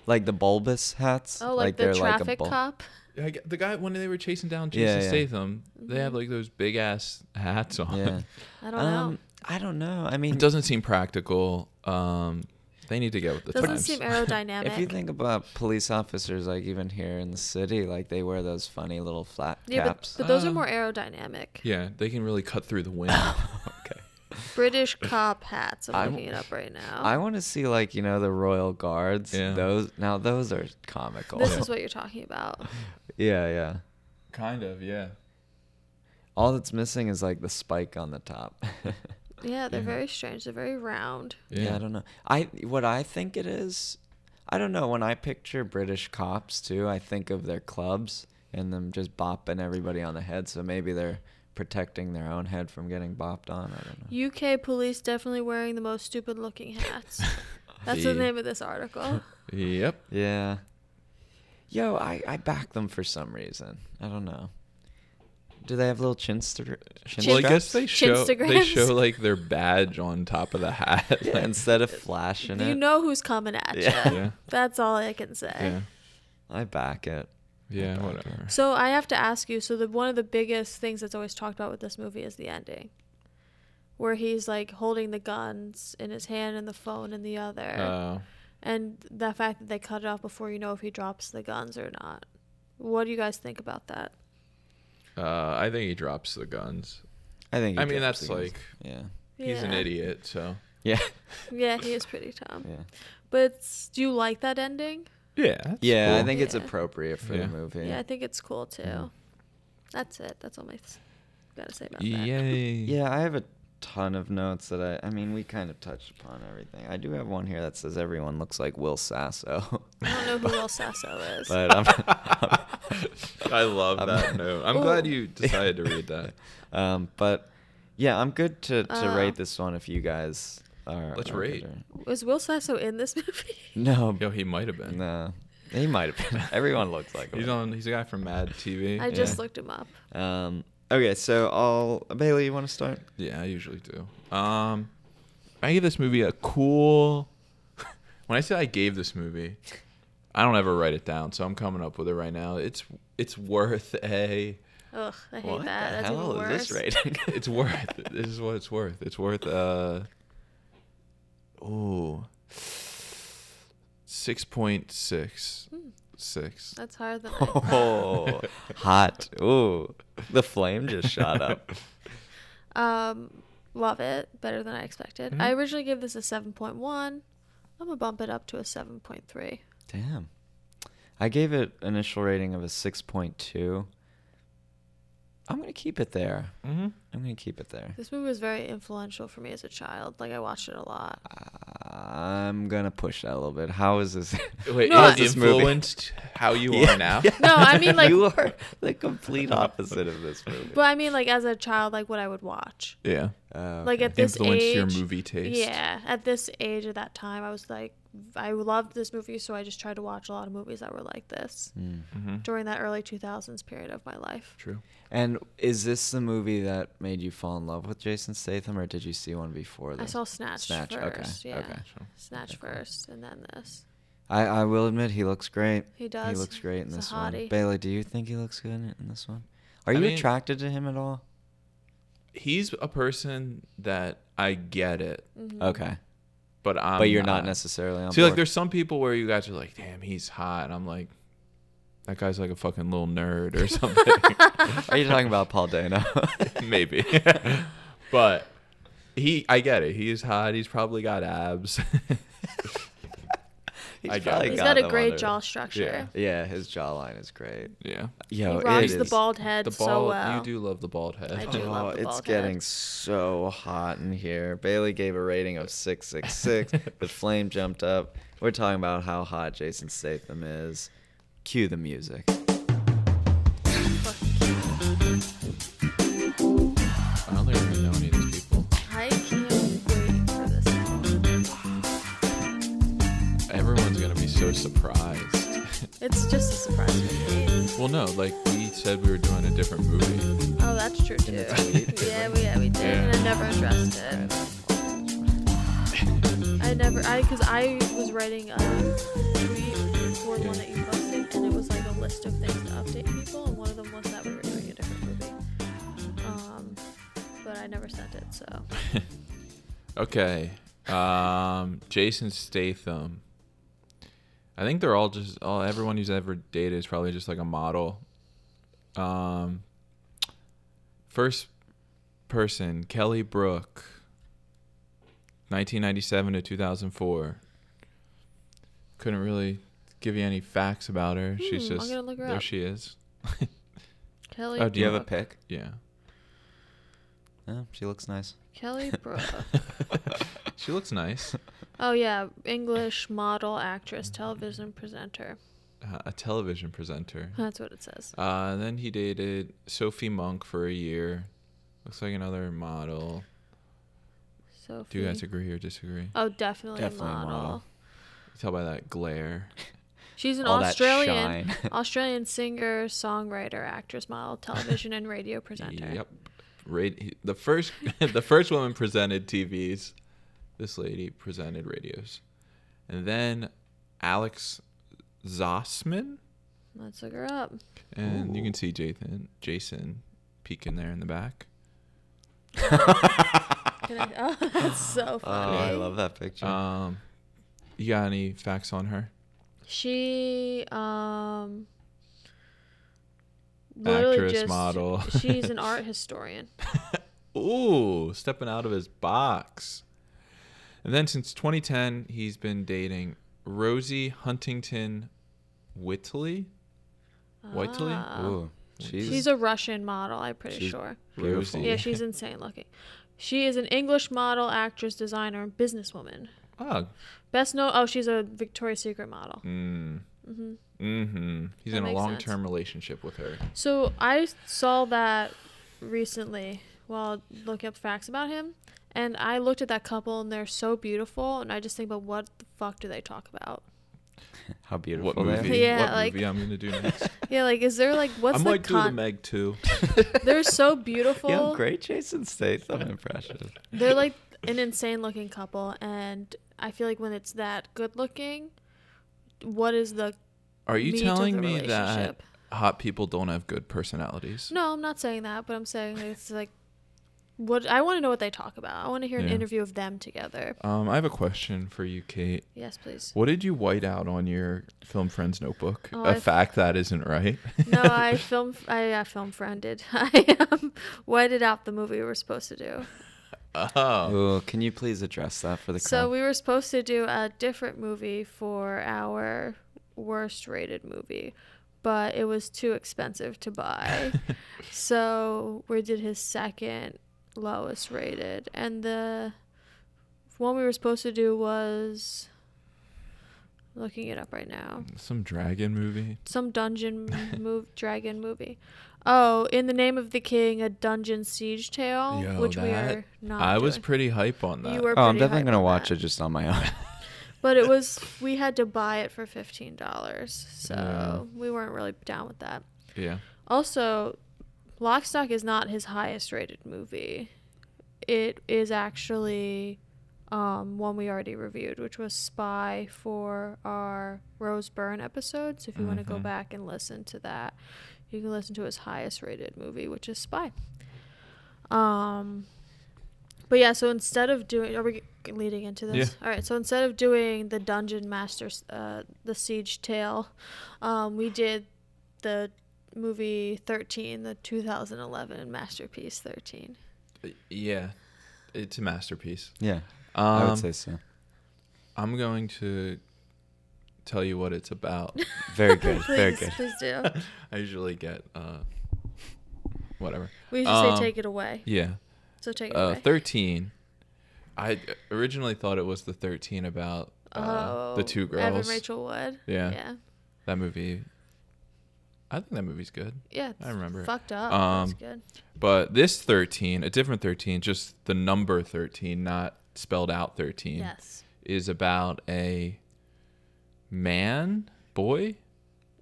[SPEAKER 1] like the bulbous hats.
[SPEAKER 2] Oh, like, the
[SPEAKER 1] they're like a
[SPEAKER 2] traffic
[SPEAKER 1] bul-
[SPEAKER 2] cop.
[SPEAKER 3] I g the guy when they were chasing down Jason
[SPEAKER 1] Yeah, yeah.
[SPEAKER 3] Statham, they have like those big ass hats on.
[SPEAKER 1] Yeah.
[SPEAKER 2] I don't know.
[SPEAKER 1] Um, I don't know. I mean,
[SPEAKER 3] It doesn't seem practical. Um, they need to get with the
[SPEAKER 2] Doesn't
[SPEAKER 3] times.
[SPEAKER 2] seem aerodynamic.
[SPEAKER 1] if you think about police officers, like even here in the city, like they wear those funny little flat
[SPEAKER 2] yeah, but,
[SPEAKER 1] caps.
[SPEAKER 2] but those are
[SPEAKER 3] Uh,
[SPEAKER 2] more aerodynamic.
[SPEAKER 3] yeah, they can really cut through the wind.
[SPEAKER 1] okay.
[SPEAKER 2] British cop hats. I'm,
[SPEAKER 1] I-
[SPEAKER 2] looking it up right now.
[SPEAKER 1] I want to see like you know the royal guards.
[SPEAKER 3] Yeah.
[SPEAKER 1] Those now those are comical.
[SPEAKER 2] this is what you're talking about.
[SPEAKER 1] yeah, yeah.
[SPEAKER 3] kind of, yeah.
[SPEAKER 1] All that's missing is like the spike on the top.
[SPEAKER 2] Yeah, they're very strange. They're very round.
[SPEAKER 1] Yeah.
[SPEAKER 3] Yeah.
[SPEAKER 1] I don't know. I what I think it is, I don't know. When I picture British cops too, I think of their clubs and them just bopping everybody on the head. So maybe they're protecting their own head from getting bopped on. I don't know.
[SPEAKER 2] UK police definitely wearing the most stupid looking hats. That's the
[SPEAKER 3] Yeah.
[SPEAKER 2] name of this article.
[SPEAKER 3] Yep.
[SPEAKER 1] Yeah. Yo, I I back them for some reason. I don't know. Do they have little chin, stra- chin
[SPEAKER 3] Well, I
[SPEAKER 1] straps?
[SPEAKER 3] guess they show they
[SPEAKER 2] Chinstagrams.
[SPEAKER 3] show like their badge on top of the hat.
[SPEAKER 1] Yeah,
[SPEAKER 3] like-
[SPEAKER 1] instead of flashing
[SPEAKER 2] You
[SPEAKER 1] it,
[SPEAKER 2] know who's coming at
[SPEAKER 1] Yeah.
[SPEAKER 2] you.
[SPEAKER 3] Yeah.
[SPEAKER 2] That's all I can say.
[SPEAKER 3] yeah,
[SPEAKER 1] I back it.
[SPEAKER 3] yeah,
[SPEAKER 1] Okay.
[SPEAKER 3] whatever.
[SPEAKER 2] So I have to ask you. So the one of the biggest things that's always talked about with this movie is the ending, where he's like holding the guns in his hand and the phone in the other,
[SPEAKER 3] Uh,
[SPEAKER 2] and the fact that they cut it off before you know if he drops the guns or not. What do you guys think about that?
[SPEAKER 3] uh, I think he drops the guns.
[SPEAKER 1] I think.
[SPEAKER 3] I
[SPEAKER 1] he
[SPEAKER 3] mean,
[SPEAKER 1] drops
[SPEAKER 3] that's
[SPEAKER 1] the guns.
[SPEAKER 3] like
[SPEAKER 1] Yeah.
[SPEAKER 3] he's an
[SPEAKER 2] Yeah.
[SPEAKER 3] idiot. So
[SPEAKER 1] Yeah.
[SPEAKER 2] Yeah, he is pretty dumb.
[SPEAKER 1] Yeah.
[SPEAKER 2] But it's, do you like that ending?
[SPEAKER 3] yeah, that's
[SPEAKER 1] Yeah, I
[SPEAKER 3] cool.
[SPEAKER 1] think it's
[SPEAKER 2] Yeah.
[SPEAKER 1] appropriate for
[SPEAKER 3] Yeah.
[SPEAKER 1] the movie.
[SPEAKER 2] Yeah. I think it's cool too. That's it. That's all I gotta say about that.
[SPEAKER 3] Yay.
[SPEAKER 1] Yeah, I have a ton of notes that I. I mean, we kind of touched upon everything. I do have one here that says everyone looks like Will Sasso.
[SPEAKER 2] I don't know who El Sasso is.
[SPEAKER 1] but I'm,
[SPEAKER 3] I love
[SPEAKER 1] I'm-
[SPEAKER 3] that note. I'm
[SPEAKER 2] Oh.
[SPEAKER 3] glad you decided to read that.
[SPEAKER 1] um, but yeah, I'm good to to
[SPEAKER 2] Uh.
[SPEAKER 1] rate this one if you guys are.
[SPEAKER 3] Let's
[SPEAKER 1] are
[SPEAKER 3] rate.
[SPEAKER 1] good to-
[SPEAKER 2] Was Will Sasso in this movie?
[SPEAKER 1] No,
[SPEAKER 3] Yo, he might have been.
[SPEAKER 1] no, he might have. been. Everyone looks like him.
[SPEAKER 3] He's on. He's a guy from Mad TV.
[SPEAKER 2] I just
[SPEAKER 1] Yeah.
[SPEAKER 2] looked him up.
[SPEAKER 1] Um. Okay, so I'll Bailey. You want to start?
[SPEAKER 3] Yeah, I usually do. Um, I give this movie a cool. when I say I gave this movie, I don't ever write it down, so I'm coming up with it right now. It's it's worth a.
[SPEAKER 2] Ugh, I hate
[SPEAKER 1] what
[SPEAKER 2] that.
[SPEAKER 1] the
[SPEAKER 2] That's
[SPEAKER 1] hell
[SPEAKER 2] even worse.
[SPEAKER 1] is this rating?
[SPEAKER 3] It's worth. this is what it's worth. It's worth uh. Ooh. Six point six six.
[SPEAKER 2] That's higher than. I thought.
[SPEAKER 1] Oh, hot. Ooh, the flame just shot up.
[SPEAKER 2] Um, love it. Better than I expected.
[SPEAKER 1] Hmm?
[SPEAKER 2] I originally gave this a seven point one. I'm gonna bump it up to a seven point three.
[SPEAKER 1] Damn. I gave it initial rating of a 6.2. I'm going to keep it there.
[SPEAKER 3] Mm-hmm.
[SPEAKER 1] I'm going to keep it there.
[SPEAKER 2] This movie was very influential for me as a child. Like I watched it a lot.
[SPEAKER 1] Uh, I'm gonna push that a little bit. How is this?
[SPEAKER 3] Wait,
[SPEAKER 2] No,
[SPEAKER 3] it
[SPEAKER 2] I-
[SPEAKER 1] this movie?
[SPEAKER 3] influenced how you
[SPEAKER 1] Yeah.
[SPEAKER 3] are now?
[SPEAKER 2] No, I mean, like-
[SPEAKER 1] you are the complete opposite of this movie.
[SPEAKER 2] But I mean, like as a child, like what I would watch.
[SPEAKER 3] Yeah.
[SPEAKER 1] Oh,
[SPEAKER 2] Like
[SPEAKER 1] okay.
[SPEAKER 2] at this
[SPEAKER 3] influenced
[SPEAKER 2] age,
[SPEAKER 3] your movie taste.
[SPEAKER 2] Yeah, at this age at that time, I was like, I loved this movie, so I just tried to watch a lot of movies that were like this
[SPEAKER 1] Mm.
[SPEAKER 3] hmm
[SPEAKER 2] during that early 2000s period of my life.
[SPEAKER 3] True.
[SPEAKER 1] And is this the movie that made you fall in love with Jason Statham, or did you see one before
[SPEAKER 2] I
[SPEAKER 1] this?
[SPEAKER 2] saw Snatch,
[SPEAKER 1] Snatch, okay,
[SPEAKER 2] first. Yeah.
[SPEAKER 1] okay.
[SPEAKER 3] Sure.
[SPEAKER 2] Snatch first, and then this.
[SPEAKER 1] I, I will admit he looks great.
[SPEAKER 2] He does.
[SPEAKER 1] He looks great in
[SPEAKER 2] He's a
[SPEAKER 1] this one.
[SPEAKER 2] hottie.
[SPEAKER 1] Bailey, do you think he looks good in in this one? Are
[SPEAKER 3] I
[SPEAKER 1] you
[SPEAKER 3] mean-
[SPEAKER 1] attracted to him at all?
[SPEAKER 3] He's a person that I get it,
[SPEAKER 2] mm-hmm.
[SPEAKER 1] Okay,
[SPEAKER 3] but Mm, I'm
[SPEAKER 1] but you're not necessarily on
[SPEAKER 3] See, like,
[SPEAKER 1] board.
[SPEAKER 3] there's some people where you guys are like, "Damn, he's hot," and I'm like, "That guy's like a fucking little nerd or something."
[SPEAKER 1] Are you talking about Paul Dano?
[SPEAKER 3] Maybe, but he, I get it. He's hot. He's probably got abs.
[SPEAKER 1] He's
[SPEAKER 3] I got
[SPEAKER 1] probably
[SPEAKER 3] it.
[SPEAKER 2] He's
[SPEAKER 3] God,
[SPEAKER 2] got a
[SPEAKER 1] them
[SPEAKER 2] great
[SPEAKER 1] under-
[SPEAKER 2] jaw structure.
[SPEAKER 1] Yeah, his jawline is great.
[SPEAKER 3] yeah,
[SPEAKER 1] Yo,
[SPEAKER 2] he
[SPEAKER 1] it
[SPEAKER 2] rocks the
[SPEAKER 1] is-
[SPEAKER 2] bald head
[SPEAKER 3] the bald.
[SPEAKER 2] so well.
[SPEAKER 3] You do love the bald head.
[SPEAKER 2] I do
[SPEAKER 1] oh,
[SPEAKER 2] love the
[SPEAKER 1] it's
[SPEAKER 2] bald
[SPEAKER 1] getting
[SPEAKER 2] head.
[SPEAKER 1] so hot in here. Bailey gave a rating of six six six, but Flame jumped up. We're talking about how hot Jason Statham is. Cue the music.
[SPEAKER 3] I don't think we're gonna know any of these people.
[SPEAKER 2] I can't wait for this.
[SPEAKER 3] Everyone's gonna be so surprised.
[SPEAKER 2] It's just a surprise for me.
[SPEAKER 3] well, no, like we said, we were doing a different movie.
[SPEAKER 2] Oh, that's true too.
[SPEAKER 1] In the tweet, did
[SPEAKER 2] yeah,
[SPEAKER 1] we?
[SPEAKER 2] we, yeah, we did, and I
[SPEAKER 3] Yeah.
[SPEAKER 2] never addressed it. I never, I, cause I was writing a tweet for
[SPEAKER 3] Yeah.
[SPEAKER 2] one that you posted, and it was like a list of things to update people, and one of them was that we were doing a different movie. Um, but I never sent it, so
[SPEAKER 3] Okay, um, Jason Statham. I think they're all just all everyone who's ever dated is probably just like a model. Um, first person Kelly Brook, 1997 to 2004. Couldn't really give you any facts about her. She's
[SPEAKER 2] Hmm, I'm
[SPEAKER 3] just
[SPEAKER 2] gonna look her
[SPEAKER 3] there.
[SPEAKER 2] up.
[SPEAKER 3] She is.
[SPEAKER 2] Kelly.
[SPEAKER 3] Oh,
[SPEAKER 1] Do you have a
[SPEAKER 2] Brook.
[SPEAKER 1] pick?
[SPEAKER 3] Yeah.
[SPEAKER 1] No, she looks nice.
[SPEAKER 2] Kelly Brook.
[SPEAKER 3] She looks nice.
[SPEAKER 2] oh yeah, English model, actress, television presenter.
[SPEAKER 3] Uh, a television presenter.
[SPEAKER 2] That's what it says.
[SPEAKER 3] Uh, then he dated Sophie Monk for a year. Looks like another model.
[SPEAKER 2] So.
[SPEAKER 3] Do you guys agree or disagree?
[SPEAKER 2] Oh, definitely,
[SPEAKER 1] Definitely a
[SPEAKER 2] model.
[SPEAKER 1] model.
[SPEAKER 3] You tell by that glare.
[SPEAKER 2] She's an
[SPEAKER 1] All that
[SPEAKER 2] Australian
[SPEAKER 1] shine.
[SPEAKER 2] Australian singer, songwriter, actress, model, television and radio presenter.
[SPEAKER 3] Yep. Rad- the first, the first woman presented TVs. This lady presented radios, and then Alex Zossman.
[SPEAKER 2] Let's look her up.
[SPEAKER 3] And you can see Jason, Jason, peeking there in the back.
[SPEAKER 2] Can I, oh, that's so
[SPEAKER 1] Oh, I
[SPEAKER 2] funny.
[SPEAKER 1] love that picture.
[SPEAKER 3] Um, you got any facts on her?
[SPEAKER 2] she um literally
[SPEAKER 3] Actress,
[SPEAKER 2] just-
[SPEAKER 3] model.
[SPEAKER 2] she's an art historian.
[SPEAKER 3] Ooh, stepping out of his box. And then since 2010, he's been dating Rosie Huntington Whitley. Whiteley?
[SPEAKER 2] Ah.
[SPEAKER 1] Ooh, she's,
[SPEAKER 2] She's a Russian model, I'm pretty
[SPEAKER 1] she's
[SPEAKER 2] sure.
[SPEAKER 1] beautiful.
[SPEAKER 2] Yeah, she's insane looking. She is an English model, actress, designer, and businesswoman.
[SPEAKER 3] Oh.
[SPEAKER 2] Best known oh, she's a Victoria's Secret model.
[SPEAKER 1] Hmm.
[SPEAKER 3] Mm. Mm-hmm. He's
[SPEAKER 2] That
[SPEAKER 3] in a
[SPEAKER 2] makes
[SPEAKER 3] long term relationship with her.
[SPEAKER 2] So I saw that recently while looking up facts about him, and I looked at that couple and they're so beautiful, and I just think, but what the fuck do they talk about?
[SPEAKER 1] How beautiful
[SPEAKER 3] What
[SPEAKER 1] they are.
[SPEAKER 3] movie?
[SPEAKER 2] Yeah,
[SPEAKER 3] what
[SPEAKER 2] like-
[SPEAKER 3] movie I'm going to do next?
[SPEAKER 2] Yeah, like is there like what's
[SPEAKER 3] I
[SPEAKER 2] the
[SPEAKER 3] might do the
[SPEAKER 2] con?
[SPEAKER 3] Meg too.
[SPEAKER 2] they're so beautiful.
[SPEAKER 1] You have great Jason Statham impression.
[SPEAKER 2] They're like an insane looking couple, and I feel like when it's that good looking, what is the
[SPEAKER 3] Are you
[SPEAKER 2] meat of
[SPEAKER 3] telling
[SPEAKER 2] the
[SPEAKER 3] me that
[SPEAKER 2] relationship?
[SPEAKER 3] hot people don't have good personalities?
[SPEAKER 2] No, I'm not saying that, but I'm saying it's like what I want to know what they talk about. I want to hear an
[SPEAKER 3] Yeah.
[SPEAKER 2] interview of them together.
[SPEAKER 3] Um, I have a question for you, Kate.
[SPEAKER 2] Yes, please.
[SPEAKER 3] What did you white out on your film friend's notebook?
[SPEAKER 2] Oh,
[SPEAKER 3] a
[SPEAKER 2] I-
[SPEAKER 3] fact that isn't right.
[SPEAKER 2] no, I film I, I film friended. I um, whited out the movie we were supposed to do.
[SPEAKER 3] oh.
[SPEAKER 1] Ooh, can you please address that for the
[SPEAKER 2] So
[SPEAKER 1] crowd?
[SPEAKER 2] we were supposed to do a different movie for our worst rated movie, but it was too expensive to buy. so we did his second lowest rated, and the one we were supposed to do was looking it up right now.
[SPEAKER 3] Some dragon movie.
[SPEAKER 2] Some dungeon move dragon movie. Oh, in the name of the king, a dungeon siege tale,
[SPEAKER 3] Yo,
[SPEAKER 2] Oh, which we
[SPEAKER 3] that-
[SPEAKER 2] are not.
[SPEAKER 3] I was
[SPEAKER 2] doing.
[SPEAKER 3] pretty hype on that.
[SPEAKER 2] You were
[SPEAKER 1] Oh, I'm
[SPEAKER 2] pretty
[SPEAKER 1] definitely
[SPEAKER 2] hyped
[SPEAKER 1] gonna
[SPEAKER 2] on
[SPEAKER 1] watch it
[SPEAKER 2] that.
[SPEAKER 1] just on my own.
[SPEAKER 2] But it was we had to buy it for fifteen dollars, so
[SPEAKER 3] Yeah.
[SPEAKER 2] we weren't really down with that.
[SPEAKER 3] yeah.
[SPEAKER 2] Also, Lockstock is not his highest rated movie. It is actually um, one we already reviewed, which was Spy for our Rose Byrne episode. So if you want to go
[SPEAKER 3] Mhm.
[SPEAKER 2] back and listen to that, you can listen to his highest rated movie, which is Spy. Um, but yeah, so instead of doing, are we g- leading into this?
[SPEAKER 3] Yeah.
[SPEAKER 2] All right. So instead of doing the Dungeon Master, s- uh, the Siege Tale, um, we did the movie 13, the 2011 masterpiece 13.
[SPEAKER 3] Yeah. It's a masterpiece.
[SPEAKER 1] yeah,
[SPEAKER 3] Um,
[SPEAKER 1] I would say so.
[SPEAKER 3] I'm going to tell you what it's about.
[SPEAKER 1] Very good,
[SPEAKER 2] please,
[SPEAKER 1] very good.
[SPEAKER 2] please do.
[SPEAKER 3] I usually get uh, whatever.
[SPEAKER 2] We usually
[SPEAKER 3] Um,
[SPEAKER 2] say take it away.
[SPEAKER 3] Yeah.
[SPEAKER 2] So take it
[SPEAKER 3] Uh,
[SPEAKER 2] away.
[SPEAKER 3] 13. I uh, originally thought it was the 13 about uh, the two girls.
[SPEAKER 2] Oh, Evan Rachel Wood.
[SPEAKER 3] Yeah.
[SPEAKER 2] Yeah.
[SPEAKER 3] That movie. I think that movie's good.
[SPEAKER 2] Yeah. it's
[SPEAKER 3] I remember it.
[SPEAKER 2] Fucked up.
[SPEAKER 3] Um,
[SPEAKER 2] That's good.
[SPEAKER 3] But this 13, a different 13, just the number 13, not spelled out 13,
[SPEAKER 2] Yes.
[SPEAKER 3] is about a man, boy,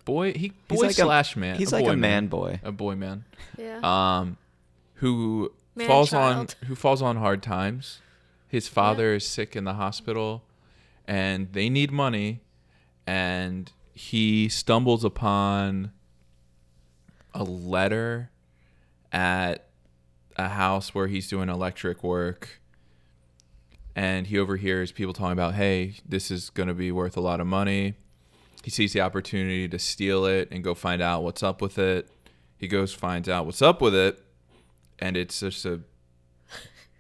[SPEAKER 3] boy, he boy
[SPEAKER 1] like a-
[SPEAKER 3] slash man.
[SPEAKER 1] He's
[SPEAKER 3] a
[SPEAKER 1] like
[SPEAKER 3] boy
[SPEAKER 1] a man boy.
[SPEAKER 3] a boy man,
[SPEAKER 2] Yeah.
[SPEAKER 3] um, who
[SPEAKER 2] Man
[SPEAKER 3] falls
[SPEAKER 2] child.
[SPEAKER 3] on who falls on hard times. His father is sick in the hospital, and they need money, and he stumbles upon a letter at a house where he's doing electric work and he overhears people talking about hey this is going to be worth a lot of money he sees the opportunity to steal it and go find out what's up with it he goes finds out what's up with it and it's just a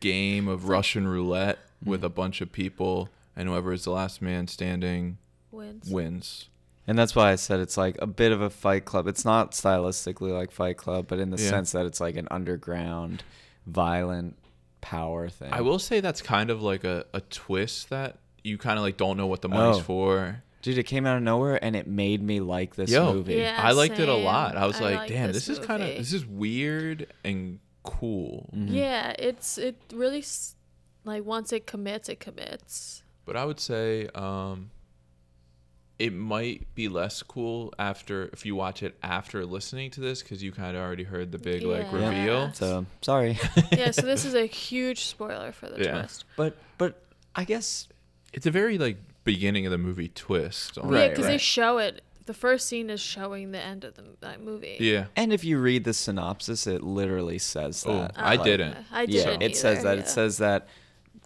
[SPEAKER 3] game of russian roulette
[SPEAKER 2] Hmm.
[SPEAKER 3] with a bunch of people and whoever is the last man standing
[SPEAKER 2] Wins.
[SPEAKER 3] wins
[SPEAKER 1] And that's why I said it's like a bit of a Fight Club. It's not stylistically like Fight Club, but in the
[SPEAKER 3] Yeah.
[SPEAKER 1] sense that it's like an underground, violent power thing.
[SPEAKER 3] I will say that's kind of like a, a twist that you kind of like don't know what the money's
[SPEAKER 1] Oh.
[SPEAKER 3] for.
[SPEAKER 1] Dude, it came out of nowhere and it made me like this
[SPEAKER 3] Yo.
[SPEAKER 1] movie.
[SPEAKER 2] Yeah.
[SPEAKER 3] I liked it a lot.
[SPEAKER 2] same.
[SPEAKER 3] I was
[SPEAKER 2] I
[SPEAKER 3] like,
[SPEAKER 2] like
[SPEAKER 3] damn,
[SPEAKER 2] this
[SPEAKER 3] this, is kind of
[SPEAKER 2] movie."
[SPEAKER 3] this is weird and cool.
[SPEAKER 2] Yeah. It's, it really, s- like, once it commits, it commits.
[SPEAKER 3] But I would say um it might be less cool after if you watch it after listening to this cuz you kind of already heard the big like
[SPEAKER 2] Yeah.
[SPEAKER 1] Yep.
[SPEAKER 3] reveal.
[SPEAKER 1] So sorry,
[SPEAKER 2] yeah. So this is a huge spoiler for the
[SPEAKER 3] Yeah.
[SPEAKER 2] twist.
[SPEAKER 1] but but I guess
[SPEAKER 3] It's a very like beginning of the movie twist. on
[SPEAKER 2] yeah.
[SPEAKER 1] Right,
[SPEAKER 3] it.
[SPEAKER 2] Because they
[SPEAKER 1] right.
[SPEAKER 2] show it. The first scene is showing the end of the, that movie.
[SPEAKER 3] Yeah.
[SPEAKER 1] and if you read the synopsis, it literally says
[SPEAKER 3] Oh,
[SPEAKER 1] that.
[SPEAKER 3] I
[SPEAKER 1] Like,
[SPEAKER 3] didn't.
[SPEAKER 2] I
[SPEAKER 1] Yeah,
[SPEAKER 2] didn't.
[SPEAKER 1] it says
[SPEAKER 2] either,
[SPEAKER 1] that.
[SPEAKER 2] yeah.
[SPEAKER 1] It says that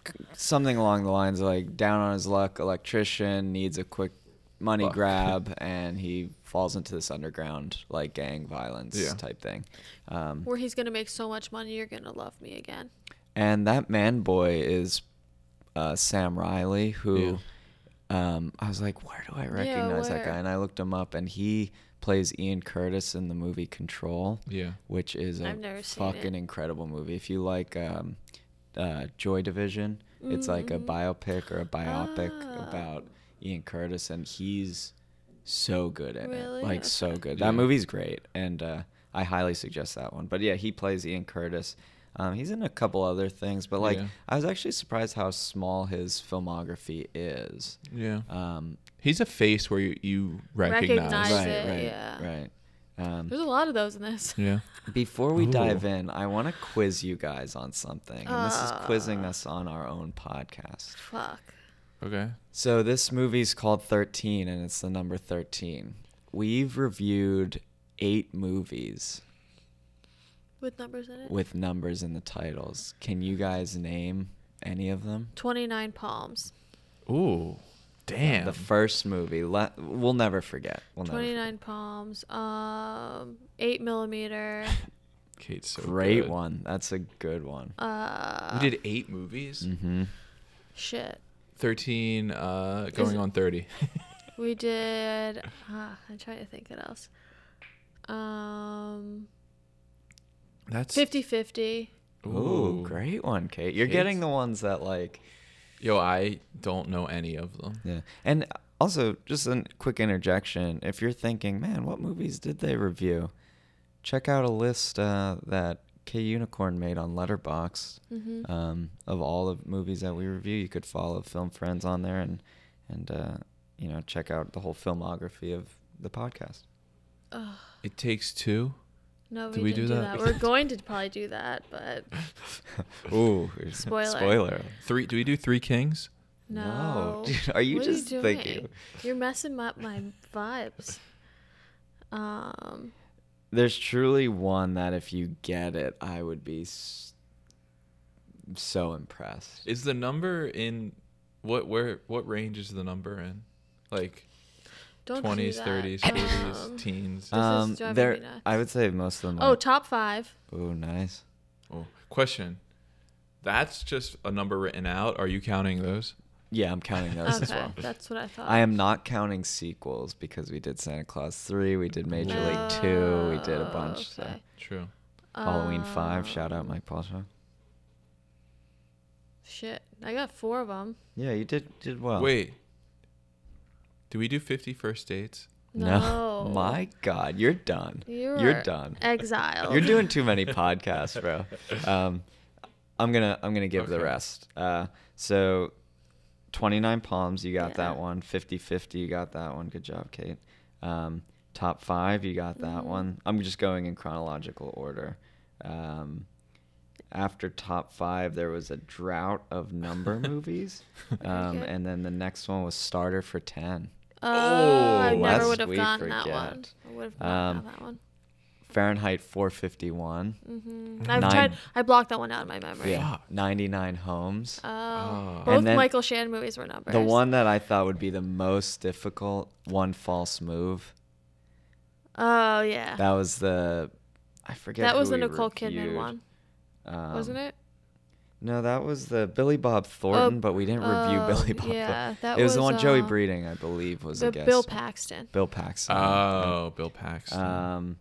[SPEAKER 1] c- something along the lines of like down on his luck, electrician needs a quick money
[SPEAKER 3] Fuck.
[SPEAKER 1] grab, and he falls into this underground like gang violence
[SPEAKER 3] Yeah.
[SPEAKER 1] type thing. Um,
[SPEAKER 2] where he's gonna make so much money you're gonna love me again
[SPEAKER 1] and that man boy is uh, Sam Riley, who um, I was like, where do I recognize that
[SPEAKER 2] where?
[SPEAKER 1] guy? And I looked him up, and he plays Ian Curtis in the movie Control.
[SPEAKER 3] Yeah.
[SPEAKER 1] which is a
[SPEAKER 2] I've never seen it.
[SPEAKER 1] fucking incredible movie. If you like um, uh, Joy Division, it's like a biopic or a biopic
[SPEAKER 2] Mm. Ah.
[SPEAKER 1] about Ian Curtis, and he's so good in
[SPEAKER 2] Really?
[SPEAKER 1] it, like so
[SPEAKER 2] Okay.
[SPEAKER 1] good.
[SPEAKER 3] Yeah.
[SPEAKER 1] That movie's great, and uh, I highly suggest that one. But yeah, he plays Ian Curtis. Um, he's in a couple other things, but like
[SPEAKER 3] Yeah.
[SPEAKER 1] I was actually surprised how small his filmography is.
[SPEAKER 3] Yeah.
[SPEAKER 1] Um,
[SPEAKER 3] He's a face where you, you recognize.
[SPEAKER 2] Recognize
[SPEAKER 1] right,
[SPEAKER 2] it,
[SPEAKER 1] right,
[SPEAKER 2] yeah.
[SPEAKER 1] right. Um,
[SPEAKER 2] there's a lot of those in this
[SPEAKER 3] Mm. Yeah.
[SPEAKER 1] Before we
[SPEAKER 3] Ooh.
[SPEAKER 1] dive in, I want to quiz you guys on something. And this is quizzing
[SPEAKER 2] Uh.
[SPEAKER 1] us on our own podcast.
[SPEAKER 2] fuck
[SPEAKER 3] Okay.
[SPEAKER 1] So this movie's called 13 and it's the number 13. We've reviewed 8 movies
[SPEAKER 2] with numbers in it
[SPEAKER 1] with numbers in the titles. Can you guys name any of them?
[SPEAKER 2] 29 palms
[SPEAKER 3] Ooh. Damn.
[SPEAKER 1] The first movie, le- we'll never forget.
[SPEAKER 3] Oh,
[SPEAKER 1] We'll never forget.
[SPEAKER 2] 29 palms um 8 millimeter
[SPEAKER 3] Kate's so
[SPEAKER 1] Great
[SPEAKER 3] good.
[SPEAKER 1] one. That's a good one.
[SPEAKER 2] uh
[SPEAKER 3] We did eight movies.
[SPEAKER 1] Mm-hmm.
[SPEAKER 2] shit
[SPEAKER 3] 13 uh, going
[SPEAKER 2] it-
[SPEAKER 3] on 30.
[SPEAKER 2] we did uh, i'm trying to think what else um
[SPEAKER 3] That's
[SPEAKER 2] 50 50
[SPEAKER 1] Ooh, great one, Kate. You're
[SPEAKER 3] Kate's-
[SPEAKER 1] getting the ones that like
[SPEAKER 3] Yo, I don't know any of them.
[SPEAKER 1] Yeah. And also, just a quick interjection. If you're thinking, man, what movies did they review? Check out a list uh, that K Unicorn made on Letterbox
[SPEAKER 2] Mhm.
[SPEAKER 1] um, of all the movies that we review. You could follow Film Friends on there and and uh, you know check out the whole filmography of the podcast.
[SPEAKER 2] Ugh.
[SPEAKER 3] It takes two.
[SPEAKER 2] No, we
[SPEAKER 3] Did
[SPEAKER 2] didn't
[SPEAKER 3] we
[SPEAKER 2] do
[SPEAKER 3] do
[SPEAKER 2] that.
[SPEAKER 3] that?
[SPEAKER 2] We're going to probably do that, but
[SPEAKER 1] Ooh,
[SPEAKER 2] Spoiler.
[SPEAKER 1] Spoiler.
[SPEAKER 3] Three? Do we do three kings?
[SPEAKER 2] no.
[SPEAKER 1] dude, are you
[SPEAKER 2] What
[SPEAKER 1] just thinking?
[SPEAKER 2] doing? You're messing up my vibes. Um,
[SPEAKER 1] There's truly one that if you get it, I would be s- so impressed.
[SPEAKER 3] Is the number in what? Where? What range is the number in? Like
[SPEAKER 2] don't
[SPEAKER 3] twenties,
[SPEAKER 2] do that.
[SPEAKER 3] thirties, forties,
[SPEAKER 2] Um,
[SPEAKER 3] teens.
[SPEAKER 2] Uh, is
[SPEAKER 1] Um,
[SPEAKER 2] driving me
[SPEAKER 1] there,
[SPEAKER 2] nuts.
[SPEAKER 1] I would say most of them.
[SPEAKER 2] oh,
[SPEAKER 1] Are.
[SPEAKER 2] top five.
[SPEAKER 1] Oh, nice.
[SPEAKER 3] Oh, question. That's just a number written out. Are you counting those?
[SPEAKER 1] Yeah, I'm counting those as
[SPEAKER 2] okay,
[SPEAKER 1] well.
[SPEAKER 2] that's what I thought.
[SPEAKER 1] I am not counting sequels because we did Santa Claus three, we did Major League two, we did a bunch. so.
[SPEAKER 2] Oh, Okay.
[SPEAKER 3] True.
[SPEAKER 1] Halloween five. Shout out
[SPEAKER 2] Um,
[SPEAKER 1] Mike Paltrow.
[SPEAKER 2] Shit, I got four of them.
[SPEAKER 1] Yeah, you did did well.
[SPEAKER 3] Wait. Do we do 50 first dates?
[SPEAKER 2] No.
[SPEAKER 1] My God, you're done.
[SPEAKER 2] You're,
[SPEAKER 1] You're done.
[SPEAKER 2] Exiled.
[SPEAKER 1] You're doing too many podcasts, bro. Um, I'm gonna I'm gonna give the
[SPEAKER 3] Okay.
[SPEAKER 1] rest. Uh, so, 29 Palms, you got that
[SPEAKER 2] Yeah.
[SPEAKER 1] one. 50 50, you got that one. Good job, Kate. Um, top five, you got that
[SPEAKER 2] Mhm.
[SPEAKER 1] one. I'm just going in chronological order. Um, after top five, there was a drought of number movies, um,
[SPEAKER 2] Okay.
[SPEAKER 1] and then the next one was Starter for Ten.
[SPEAKER 2] Oh, I
[SPEAKER 3] Oh,
[SPEAKER 2] never
[SPEAKER 1] lest
[SPEAKER 2] would have
[SPEAKER 1] we
[SPEAKER 2] gotten that
[SPEAKER 1] forget.
[SPEAKER 2] one. I would have not
[SPEAKER 1] Um,
[SPEAKER 2] gotten that one.
[SPEAKER 1] Fahrenheit 451.
[SPEAKER 2] Mm-hmm. I've
[SPEAKER 1] nine.
[SPEAKER 2] tried. I blocked that one out of my memory.
[SPEAKER 1] Yeah,
[SPEAKER 3] Fuck.
[SPEAKER 1] 99 homes.
[SPEAKER 2] Oh,
[SPEAKER 3] Oh.
[SPEAKER 2] both
[SPEAKER 1] And then-
[SPEAKER 2] Michael Shannon movies were numbers.
[SPEAKER 1] The one that I thought would be the most difficult, one false move.
[SPEAKER 2] Oh yeah. That,
[SPEAKER 1] That was the, I forget. who
[SPEAKER 2] was the
[SPEAKER 1] we
[SPEAKER 2] Nicole Kidman
[SPEAKER 1] reviewed.
[SPEAKER 2] one,
[SPEAKER 1] Um,
[SPEAKER 2] wasn't it?
[SPEAKER 1] No, that was the Billy Bob Thornton, but we didn't review
[SPEAKER 2] oh,
[SPEAKER 1] Billy Bob. Thornton.
[SPEAKER 2] yeah, that
[SPEAKER 1] it was, the
[SPEAKER 2] was,
[SPEAKER 1] one Joey
[SPEAKER 2] uh,
[SPEAKER 1] Breeding, I believe, was
[SPEAKER 2] The
[SPEAKER 1] a guest.
[SPEAKER 2] Bill Paxton.
[SPEAKER 1] Bill Paxton.
[SPEAKER 3] Oh, Bill Paxton.
[SPEAKER 1] Um,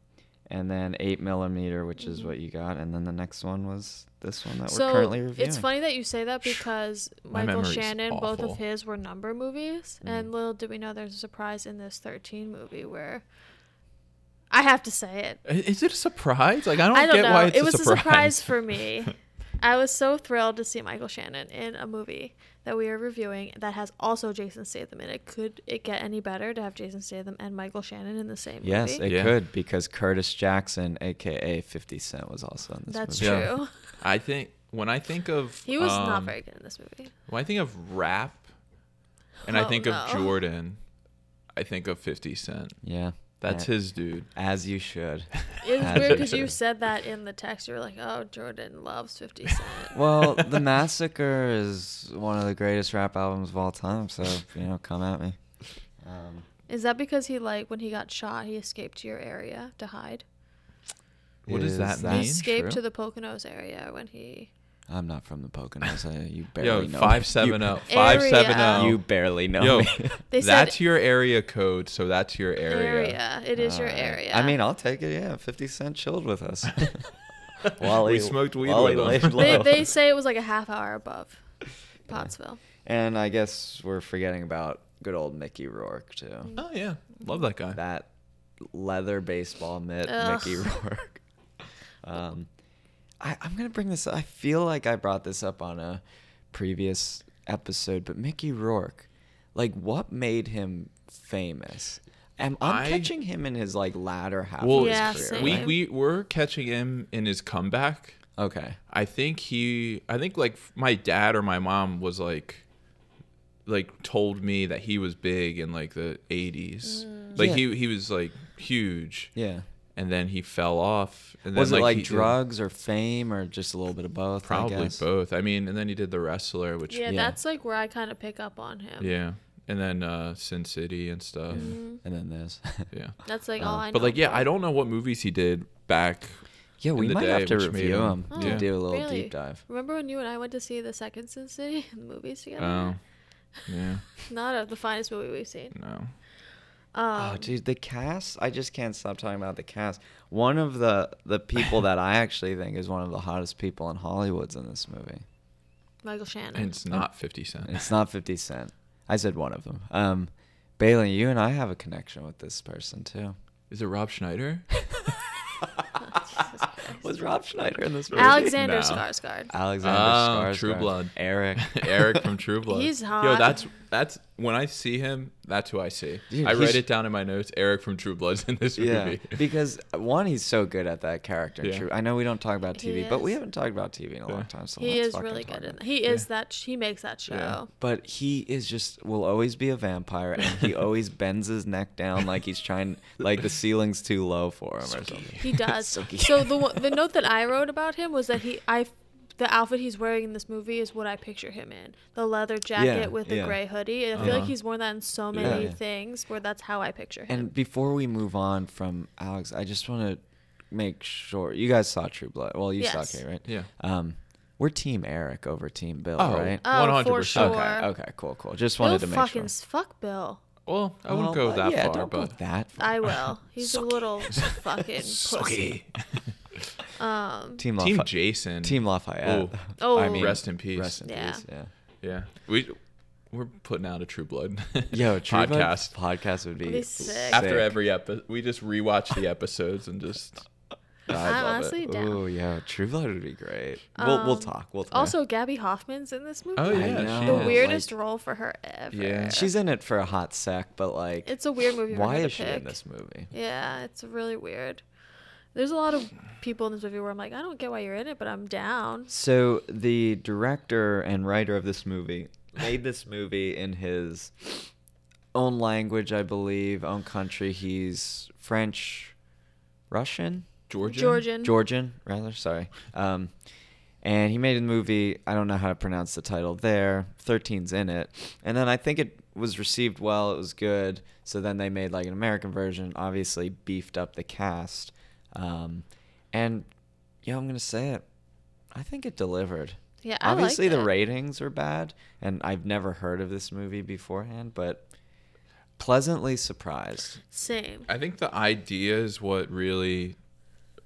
[SPEAKER 1] and then eight millimeter, which is what you got, and then the next one was this one that
[SPEAKER 2] Mm-hmm. so
[SPEAKER 1] we're currently reviewing.
[SPEAKER 2] it's funny that you say that because
[SPEAKER 3] My
[SPEAKER 2] Michael
[SPEAKER 3] memory's
[SPEAKER 2] Shannon, both
[SPEAKER 3] awful. Mm-hmm.
[SPEAKER 2] of his were number movies, and little did we know there's a surprise in this 13 movie where I have to say it.
[SPEAKER 3] I- is it a surprise? Like I don't,
[SPEAKER 2] I don't
[SPEAKER 3] get
[SPEAKER 2] know.
[SPEAKER 3] why it's
[SPEAKER 2] it was
[SPEAKER 3] a surprise.
[SPEAKER 2] for me. I was so thrilled to see Michael Shannon in a movie that we are reviewing that has also Jason Statham in it. Could it get any better to have Jason Statham and Michael Shannon in the same
[SPEAKER 1] Yes,
[SPEAKER 2] movie?
[SPEAKER 1] it
[SPEAKER 3] Yeah.
[SPEAKER 1] could because Curtis Jackson, aka Fifty Cent, was also in this
[SPEAKER 2] That's
[SPEAKER 1] movie.
[SPEAKER 3] Yeah.
[SPEAKER 2] true.
[SPEAKER 3] I think when I think of
[SPEAKER 2] He was not
[SPEAKER 3] um,
[SPEAKER 2] very good in this movie.
[SPEAKER 3] When I think of rap, and I
[SPEAKER 2] Oh,
[SPEAKER 3] think of
[SPEAKER 2] no.
[SPEAKER 3] Jordan, I think of 50 Cent.
[SPEAKER 1] Yeah,
[SPEAKER 3] That's
[SPEAKER 1] Yeah.
[SPEAKER 3] his dude.
[SPEAKER 1] As you should.
[SPEAKER 2] It was
[SPEAKER 1] That's
[SPEAKER 2] weird because you
[SPEAKER 1] true.
[SPEAKER 2] said that in the text. You were like, "Oh, Jordan loves 50 Cent."
[SPEAKER 1] Well, The Massacre is one of the greatest rap albums of all time, so, you know, come at me. Um,
[SPEAKER 2] Is that because he like when he got shot, he escaped to your area to hide?
[SPEAKER 3] What does
[SPEAKER 1] is
[SPEAKER 3] that
[SPEAKER 2] He
[SPEAKER 3] mean?
[SPEAKER 2] escaped
[SPEAKER 3] True.
[SPEAKER 2] to the Poconos area when he.
[SPEAKER 1] I'm not from the Poconos. I, you barely
[SPEAKER 3] Yo,
[SPEAKER 1] know.
[SPEAKER 3] five
[SPEAKER 1] me.
[SPEAKER 3] seven
[SPEAKER 1] you,
[SPEAKER 3] oh, five seven
[SPEAKER 2] Area.
[SPEAKER 3] oh.
[SPEAKER 1] You barely know.
[SPEAKER 3] Yo,
[SPEAKER 1] me.
[SPEAKER 2] They said
[SPEAKER 3] that's your area code, so that's your area.
[SPEAKER 2] area. It is your
[SPEAKER 1] Alright.
[SPEAKER 2] area.
[SPEAKER 1] I mean, I'll take it. Yeah, 50 Cent chilled with us. While
[SPEAKER 3] We
[SPEAKER 1] he-
[SPEAKER 3] smoked weed
[SPEAKER 1] while he
[SPEAKER 3] with him.
[SPEAKER 1] laid
[SPEAKER 2] they,
[SPEAKER 1] low.
[SPEAKER 2] they say it was like a half hour above Pottsville.
[SPEAKER 1] And I guess we're forgetting about good old Mickey Rourke, too.
[SPEAKER 3] Oh yeah, love that guy.
[SPEAKER 1] that leather baseball mitt,
[SPEAKER 2] Ugh.
[SPEAKER 1] Mickey Rourke. Um, I, I'm gonna bring this. up. I feel like I brought this up on a previous episode, but Mickey Rourke, like, what made him famous? Am, I'm
[SPEAKER 3] I-
[SPEAKER 1] catching him in his like latter half
[SPEAKER 3] Well,
[SPEAKER 1] of his
[SPEAKER 2] Yeah,
[SPEAKER 1] career.
[SPEAKER 2] same.
[SPEAKER 3] we
[SPEAKER 1] right?
[SPEAKER 3] we were catching him in his comeback.
[SPEAKER 1] okay,
[SPEAKER 3] I think he I think like my dad or my mom was like like told me that he was big in like the 80s.
[SPEAKER 2] Mm.
[SPEAKER 3] Like
[SPEAKER 1] Yeah.
[SPEAKER 3] he he was like huge
[SPEAKER 1] yeah.
[SPEAKER 3] and then he fell off and then
[SPEAKER 1] Was it like
[SPEAKER 3] he did-
[SPEAKER 1] drugs or fame or just a little bit of both? I
[SPEAKER 3] probably
[SPEAKER 1] guess?
[SPEAKER 3] both. I mean, and then he did the wrestler which yeah.
[SPEAKER 2] Yeah,
[SPEAKER 1] Yeah.
[SPEAKER 2] that's like where I kind of pick up on him.
[SPEAKER 3] And then uh Sin City and stuff.
[SPEAKER 2] Mm-hmm.
[SPEAKER 1] And then this.
[SPEAKER 3] Yeah.
[SPEAKER 2] That's like all Mm. I know.
[SPEAKER 3] Oh. But like yeah, I
[SPEAKER 2] about
[SPEAKER 3] don't know what movies he did back
[SPEAKER 1] yeah, we
[SPEAKER 3] the
[SPEAKER 1] might
[SPEAKER 3] day,
[SPEAKER 1] have to
[SPEAKER 3] which made
[SPEAKER 1] review him
[SPEAKER 3] him-
[SPEAKER 1] to
[SPEAKER 3] Yeah.
[SPEAKER 1] do a little
[SPEAKER 2] Oh, really?
[SPEAKER 1] deep dive.
[SPEAKER 2] him. Remember when you and I went to see the second Sin City movies together?
[SPEAKER 3] Oh. Yeah.
[SPEAKER 2] Not a, the finest movie we've seen.
[SPEAKER 3] No.
[SPEAKER 2] Um,
[SPEAKER 1] Oh, dude, the cast! I just can't stop talking about the cast. One of the the people that I actually think is one of the hottest people in Hollywood's in this movie.
[SPEAKER 2] Michael Shannon.
[SPEAKER 3] And it's not 50 Cent.
[SPEAKER 1] It's not 50 Cent. I said one of them. Um, Bailey, you and I have a connection with this person too.
[SPEAKER 3] Is it Rob Schneider?
[SPEAKER 1] Was Rob Schneider in this movie?
[SPEAKER 2] Alexander
[SPEAKER 3] No.
[SPEAKER 2] Skarsgård.
[SPEAKER 1] Alexander
[SPEAKER 3] Oh, True
[SPEAKER 1] Skarsgård.
[SPEAKER 3] Blood.
[SPEAKER 1] Eric.
[SPEAKER 3] Eric from True Blood.
[SPEAKER 2] He's
[SPEAKER 3] Yo,
[SPEAKER 2] hot.
[SPEAKER 3] that's that's when I see him. That's who I see.
[SPEAKER 1] Dude,
[SPEAKER 3] I
[SPEAKER 1] he's-
[SPEAKER 3] write it down in my notes. Eric from True Blood's in this
[SPEAKER 1] Yeah,
[SPEAKER 3] movie.
[SPEAKER 1] because uh, one, he's so good at that character. in
[SPEAKER 3] Yeah.
[SPEAKER 1] True. I know we don't talk about
[SPEAKER 2] He
[SPEAKER 1] TV, but we
[SPEAKER 2] is.
[SPEAKER 1] haven't talked about TV in a
[SPEAKER 3] Yeah.
[SPEAKER 1] long time. So
[SPEAKER 2] he
[SPEAKER 1] let's
[SPEAKER 2] is
[SPEAKER 1] fucking
[SPEAKER 2] really
[SPEAKER 1] talk
[SPEAKER 2] good
[SPEAKER 1] about
[SPEAKER 2] in
[SPEAKER 1] it.
[SPEAKER 2] that. He is that. sh- He makes that show.
[SPEAKER 3] Yeah.
[SPEAKER 1] But he is just will always be a vampire, and he always bends his neck down like he's trying, like the ceiling's too low for him or something.
[SPEAKER 2] He does. so
[SPEAKER 1] Suki.
[SPEAKER 2] the one- the note that I wrote about him was that he I the outfit he's wearing in this movie is what I picture him in. The leather jacket
[SPEAKER 1] Yeah,
[SPEAKER 2] with the
[SPEAKER 1] yeah.
[SPEAKER 2] gray hoodie. And I feel
[SPEAKER 3] Uh-huh.
[SPEAKER 2] like he's worn that in so
[SPEAKER 1] Yeah.
[SPEAKER 2] many
[SPEAKER 1] Yeah.
[SPEAKER 2] things where that's how I picture him.
[SPEAKER 1] And before we move on from Alex, I just want to make sure you guys saw True Blood. Well, you
[SPEAKER 2] Yes.
[SPEAKER 1] saw Kate, right?
[SPEAKER 3] Yeah.
[SPEAKER 1] Um, we're Team Eric over Team Bill,
[SPEAKER 3] Oh,
[SPEAKER 1] right?
[SPEAKER 2] oh,
[SPEAKER 3] 100%.
[SPEAKER 2] for sure.
[SPEAKER 1] Okay. Okay. Cool. Cool. Just
[SPEAKER 2] Bill
[SPEAKER 1] wanted to make
[SPEAKER 2] fucking
[SPEAKER 1] sure.
[SPEAKER 2] s- fuck Bill.
[SPEAKER 3] Well, I wouldn't
[SPEAKER 1] Well,
[SPEAKER 3] go that
[SPEAKER 1] yeah,
[SPEAKER 3] far,
[SPEAKER 1] don't
[SPEAKER 3] but
[SPEAKER 1] go that far.
[SPEAKER 2] I will. He's a little fucking pussy.
[SPEAKER 3] Sucky.
[SPEAKER 2] Um
[SPEAKER 1] Team
[SPEAKER 3] Team
[SPEAKER 1] Lafayette.
[SPEAKER 3] Jason.
[SPEAKER 1] Team Lafayette.
[SPEAKER 3] Ooh.
[SPEAKER 2] Oh.
[SPEAKER 1] I mean,
[SPEAKER 3] Rest in peace.
[SPEAKER 1] Rest in
[SPEAKER 2] Yeah.
[SPEAKER 1] peace. Yeah.
[SPEAKER 3] Yeah, we we're putting out a True Blood
[SPEAKER 1] Yo, True Blood
[SPEAKER 3] podcast
[SPEAKER 1] podcast would be,
[SPEAKER 2] Be sick.
[SPEAKER 3] after every episode. We just rewatch the episodes and just I
[SPEAKER 2] I'm
[SPEAKER 3] love
[SPEAKER 2] honestly
[SPEAKER 3] it.
[SPEAKER 2] down.
[SPEAKER 1] Oh yeah, True Blood would be great. we'll we'll
[SPEAKER 2] Um,
[SPEAKER 1] talk. We'll talk.
[SPEAKER 2] Also, Gabby Hoffman's in this movie.
[SPEAKER 3] Oh
[SPEAKER 1] I
[SPEAKER 3] yeah, she
[SPEAKER 1] know.
[SPEAKER 2] The
[SPEAKER 3] is.
[SPEAKER 2] weirdest
[SPEAKER 1] like-
[SPEAKER 2] role for her ever.
[SPEAKER 3] Yeah.
[SPEAKER 1] she's in it for a hot sec, but like,
[SPEAKER 2] It's a weird movie. for
[SPEAKER 1] why
[SPEAKER 2] her to
[SPEAKER 1] is she in
[SPEAKER 2] pick.
[SPEAKER 1] this movie?
[SPEAKER 2] Yeah, it's really weird. There's a lot of people in this movie where I'm like, I don't get why you're in it, but I'm down.
[SPEAKER 1] So the director and writer of this movie made this movie in his own language, I believe, own country. He's French, Russian,
[SPEAKER 3] Georgia.
[SPEAKER 2] Georgian.
[SPEAKER 1] Georgian, rather. Sorry. Um, and he made a movie. I don't know how to pronounce the title there. 13's in it. And then I think it was received well. It was good. So then they made like an American version, obviously beefed up the cast. Um, and, you know, I'm going to say it. I think it delivered.
[SPEAKER 2] Yeah, I
[SPEAKER 1] Obviously,
[SPEAKER 2] liked
[SPEAKER 1] the
[SPEAKER 2] it.
[SPEAKER 1] ratings were bad, and I've never heard of this movie beforehand, but pleasantly surprised.
[SPEAKER 2] Same.
[SPEAKER 3] I think the idea is what really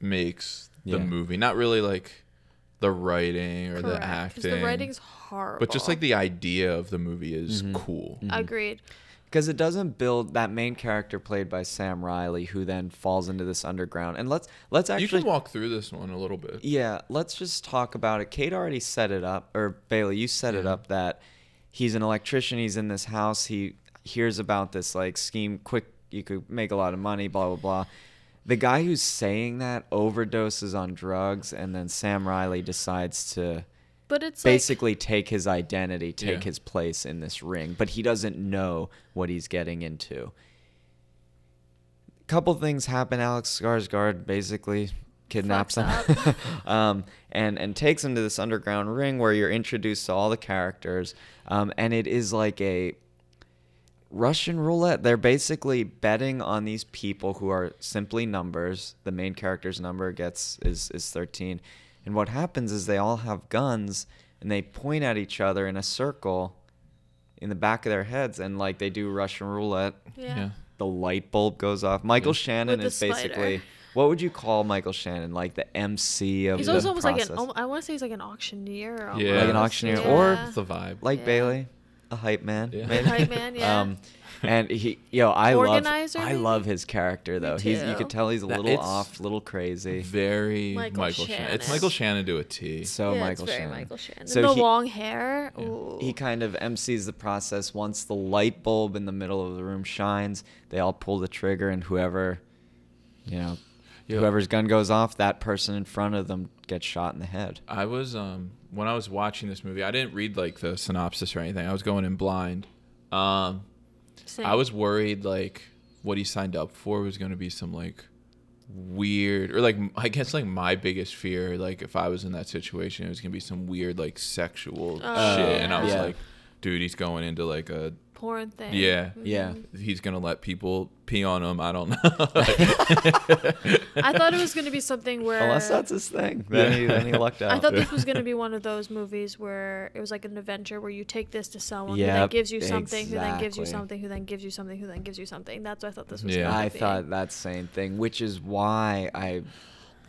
[SPEAKER 3] makes the
[SPEAKER 1] Yeah.
[SPEAKER 3] movie. Not really like the writing or the
[SPEAKER 2] Correct. 'Cause
[SPEAKER 3] acting.
[SPEAKER 2] the writing's horrible.
[SPEAKER 3] but just like the idea of the movie is
[SPEAKER 1] Mm-hmm.
[SPEAKER 3] cool.
[SPEAKER 2] Agreed.
[SPEAKER 1] because it doesn't build that main character played by Sam Riley, who then falls into this underground. And let's let's
[SPEAKER 3] You
[SPEAKER 1] actually,
[SPEAKER 3] can walk through this one a little bit.
[SPEAKER 1] yeah, let's just talk about it. Kate already set it up, or Bailey, you set
[SPEAKER 2] Mm-hmm.
[SPEAKER 1] it up that he's an electrician. He's in this house. He hears about this like scheme. Quick, you could make a lot of money. Blah blah blah. The guy who's saying that overdoses on drugs, and then Sam Riley decides to
[SPEAKER 2] But it's like,
[SPEAKER 1] basically take his identity, take
[SPEAKER 3] Yeah.
[SPEAKER 1] his place in this ring, but he doesn't know what he's getting into. Couple things happen. Alex Skarsgård basically kidnaps him,
[SPEAKER 2] Fucks
[SPEAKER 1] um, and and takes him to this underground ring where you're introduced to all the characters, um, and it is like a Russian roulette. They're basically betting on these people who are simply numbers. The main character's number gets is is 13. And what happens is they all have guns and they point at each other in a circle in the back of their heads and like they do Russian roulette.
[SPEAKER 2] yeah.
[SPEAKER 1] The light bulb goes off. Michael Shannon
[SPEAKER 2] With the
[SPEAKER 1] is basically
[SPEAKER 2] spider.
[SPEAKER 1] what would you call Michael Shannon? Like the MC of
[SPEAKER 2] He's
[SPEAKER 1] the
[SPEAKER 2] also almost
[SPEAKER 1] process.
[SPEAKER 2] like an. al- I want to say he's like an auctioneer. Almost.
[SPEAKER 3] Yeah. Like an
[SPEAKER 1] auctioneer
[SPEAKER 2] yeah.
[SPEAKER 1] or
[SPEAKER 3] That's the vibe.
[SPEAKER 1] like
[SPEAKER 2] Yeah.
[SPEAKER 1] Bailey, a hype man.
[SPEAKER 3] Yeah.
[SPEAKER 1] maybe. Um,
[SPEAKER 2] Hype man, yeah.
[SPEAKER 1] and he, yo, I
[SPEAKER 2] Organizer,
[SPEAKER 1] love, I
[SPEAKER 2] maybe?
[SPEAKER 1] love his character though. He's, you
[SPEAKER 2] too.
[SPEAKER 1] could tell he's a
[SPEAKER 3] That-
[SPEAKER 1] little
[SPEAKER 3] it's-
[SPEAKER 1] off, little crazy.
[SPEAKER 3] Very
[SPEAKER 2] Michael
[SPEAKER 3] Michael, Shannon.
[SPEAKER 2] Shannon.
[SPEAKER 3] It's Michael Shannon to a T.
[SPEAKER 1] So
[SPEAKER 2] yeah,
[SPEAKER 1] Michael
[SPEAKER 2] it's very
[SPEAKER 1] Shannon.
[SPEAKER 2] Michael Shannon.
[SPEAKER 1] So
[SPEAKER 2] and the
[SPEAKER 1] he,
[SPEAKER 2] long hair. Ooh.
[SPEAKER 1] he kind of MCs the process. Once the light bulb in the middle of the room shines, they all pull the trigger, and whoever, you know,
[SPEAKER 3] Yo.
[SPEAKER 1] whoever's gun goes off, that person in front of them gets shot in the head.
[SPEAKER 3] I was um when I was watching this movie, I didn't read like the synopsis or anything. I was going in blind. Um
[SPEAKER 2] Same.
[SPEAKER 3] I was worried like what he signed up for was going to be some like weird or like I guess like my biggest fear like if I was in that situation it was going to be some weird like sexual
[SPEAKER 2] Oh,
[SPEAKER 3] shit and I was
[SPEAKER 1] yeah.
[SPEAKER 3] like dude he's going into like a
[SPEAKER 2] porn thing. Mm-hmm.
[SPEAKER 3] yeah
[SPEAKER 1] Yeah.
[SPEAKER 3] he's going to let people pee on him I don't know
[SPEAKER 2] I thought it was gonna be something where
[SPEAKER 1] Unless that's his thing, then he then he lucked out.
[SPEAKER 2] I thought this was going to be one of those movies where it was like an adventure where you take this to someone who then
[SPEAKER 1] Yep,
[SPEAKER 2] gives you something, who then gives you
[SPEAKER 1] exactly.
[SPEAKER 2] something, who then gives you something, who then gives you something. That's what I thought this was.
[SPEAKER 3] Yeah.
[SPEAKER 2] going to
[SPEAKER 1] I
[SPEAKER 2] be.
[SPEAKER 1] thought that same thing, which is why I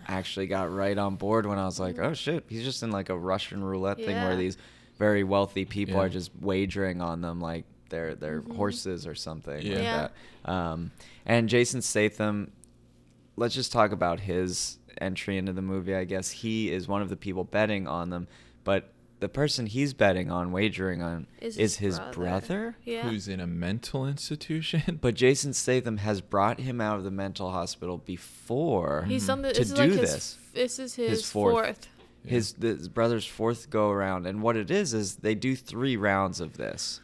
[SPEAKER 1] actually got right on board when I was like, oh shit, he's just in like a Russian roulette thing where
[SPEAKER 2] Yeah.
[SPEAKER 1] these very wealthy people
[SPEAKER 3] Yeah.
[SPEAKER 1] are just wagering on them like their their horses or something
[SPEAKER 3] Yeah.
[SPEAKER 1] like
[SPEAKER 2] Yeah.
[SPEAKER 1] that. Um, and Jason Statham, let's just talk about his entry into the movie. I guess he is one of the people betting on them, but the person he's betting on, wagering on, is, his, brother.
[SPEAKER 2] Yeah.
[SPEAKER 3] who's in a mental institution.
[SPEAKER 1] But Jason Statham has brought him out of the mental hospital before
[SPEAKER 2] He's on the,
[SPEAKER 1] to
[SPEAKER 2] this is
[SPEAKER 1] do
[SPEAKER 2] like his,
[SPEAKER 1] this.
[SPEAKER 2] This is his,
[SPEAKER 1] His
[SPEAKER 2] fourth.
[SPEAKER 1] fourth.
[SPEAKER 3] Yeah.
[SPEAKER 1] his, th- his brother's fourth go around and what it is is they do three rounds of this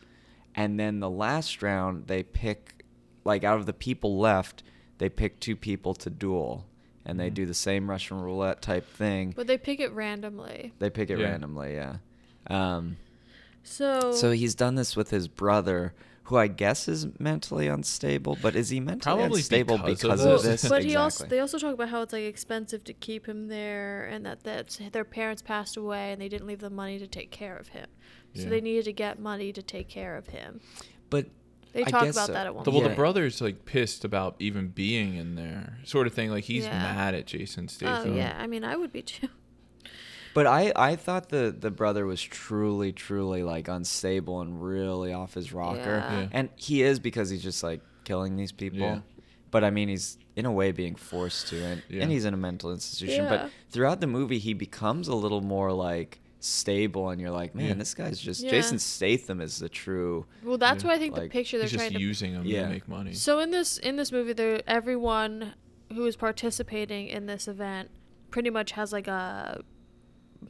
[SPEAKER 1] and then the last round they pick like out of the people left they pick two people to duel and they
[SPEAKER 3] Mhm.
[SPEAKER 1] do the same russian roulette type thing
[SPEAKER 2] But they pick it randomly.
[SPEAKER 1] they pick it
[SPEAKER 3] Yeah.
[SPEAKER 1] randomly yeah um,
[SPEAKER 2] So
[SPEAKER 1] so he's done this with his brother who i guess is mentally unstable but is he mentally
[SPEAKER 3] Probably
[SPEAKER 1] unstable
[SPEAKER 3] because of
[SPEAKER 1] because
[SPEAKER 3] Well,
[SPEAKER 1] of this
[SPEAKER 2] But he also
[SPEAKER 1] Exactly.
[SPEAKER 2] they also talk about how it's like expensive to keep him there, and that that's their parents passed away, and they didn't leave the money to take care of him, so
[SPEAKER 3] Yeah.
[SPEAKER 2] they needed to get money to take care of him.
[SPEAKER 1] but
[SPEAKER 2] They
[SPEAKER 1] I
[SPEAKER 2] talk
[SPEAKER 1] guess
[SPEAKER 2] about
[SPEAKER 1] so.
[SPEAKER 2] that at one
[SPEAKER 3] The, well, the
[SPEAKER 1] Yeah.
[SPEAKER 3] brother's like pissed about even being in there, sort of thing. Like he's
[SPEAKER 2] Yeah.
[SPEAKER 3] mad at Jason
[SPEAKER 2] Oh
[SPEAKER 3] Statham.
[SPEAKER 2] yeah, I mean I would be too.
[SPEAKER 1] But I, I thought the, the brother was truly, truly like unstable and really off his rocker.
[SPEAKER 2] Yeah.
[SPEAKER 3] Yeah.
[SPEAKER 1] And he is because he's just like killing these people.
[SPEAKER 3] Yeah.
[SPEAKER 1] But I mean, he's in a way being forced to, and,
[SPEAKER 3] Yeah.
[SPEAKER 1] and he's in a mental institution.
[SPEAKER 2] Yeah.
[SPEAKER 1] But throughout the movie, he becomes a little more like stable, and you're like, man,
[SPEAKER 3] Yeah.
[SPEAKER 1] this guy's just
[SPEAKER 2] Yeah.
[SPEAKER 1] Jason Statham is the true.
[SPEAKER 2] Well, that's
[SPEAKER 3] Yeah.
[SPEAKER 2] why I think the
[SPEAKER 1] Like,
[SPEAKER 2] picture they're
[SPEAKER 3] He's
[SPEAKER 2] trying
[SPEAKER 3] just
[SPEAKER 2] to
[SPEAKER 3] using him
[SPEAKER 1] Yeah.
[SPEAKER 3] to make money.
[SPEAKER 2] So in this in this movie, there everyone who is participating in this event pretty much has like a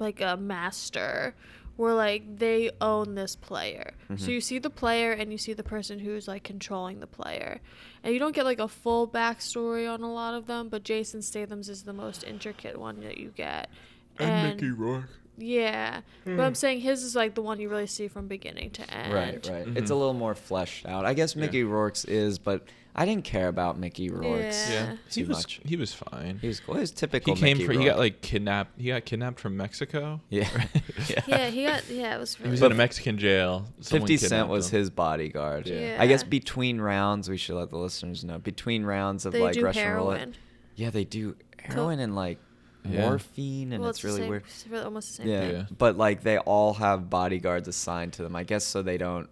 [SPEAKER 2] like a master where like they own this player. So
[SPEAKER 3] Mm-hmm.
[SPEAKER 1] Mhm.
[SPEAKER 2] you see the player and you see the person who's like controlling the player. And you don't get like a full backstory on a lot of them, but Jason Statham's is the most intricate one that you get. And,
[SPEAKER 3] Rourke.
[SPEAKER 2] yeah. But I'm saying his is like the one you really see from beginning to end.
[SPEAKER 1] Right, right.
[SPEAKER 3] Mhm.
[SPEAKER 1] It's a little more fleshed out. I guess
[SPEAKER 3] Yeah.
[SPEAKER 1] Mickey Rourke's is, but I didn't care about Mickey Rourke's
[SPEAKER 2] Yeah.
[SPEAKER 3] Yeah, he
[SPEAKER 1] too
[SPEAKER 3] was
[SPEAKER 1] much.
[SPEAKER 3] he was fine.
[SPEAKER 1] He was cool. He was
[SPEAKER 3] he
[SPEAKER 1] typical.
[SPEAKER 3] came
[SPEAKER 1] Mickey
[SPEAKER 3] from. He got
[SPEAKER 1] Rourke.
[SPEAKER 3] like kidnapped. He got kidnapped from Mexico.
[SPEAKER 1] Yeah.
[SPEAKER 3] right?
[SPEAKER 1] Yeah.
[SPEAKER 2] Yeah, he got yeah, it was
[SPEAKER 3] He
[SPEAKER 2] really
[SPEAKER 3] was
[SPEAKER 1] But
[SPEAKER 3] in a Mexican jail. Someone
[SPEAKER 1] 50 Cent
[SPEAKER 3] kidnapped
[SPEAKER 1] was
[SPEAKER 3] him.
[SPEAKER 1] his bodyguard.
[SPEAKER 3] Yeah.
[SPEAKER 1] I guess
[SPEAKER 2] Yeah.
[SPEAKER 1] between rounds, we should let the listeners know. Between rounds of
[SPEAKER 2] They
[SPEAKER 1] like
[SPEAKER 2] do
[SPEAKER 1] Russian roulette.
[SPEAKER 2] heroin.
[SPEAKER 1] Yeah, they do heroin and like
[SPEAKER 3] Yeah.
[SPEAKER 1] morphine, and
[SPEAKER 2] Well,
[SPEAKER 1] it's
[SPEAKER 2] the
[SPEAKER 1] really
[SPEAKER 2] same-
[SPEAKER 1] weird.
[SPEAKER 2] It's really almost the same
[SPEAKER 1] Yeah.
[SPEAKER 2] thing.
[SPEAKER 3] Yeah.
[SPEAKER 1] But like they all have bodyguards assigned to them, I guess, so they don't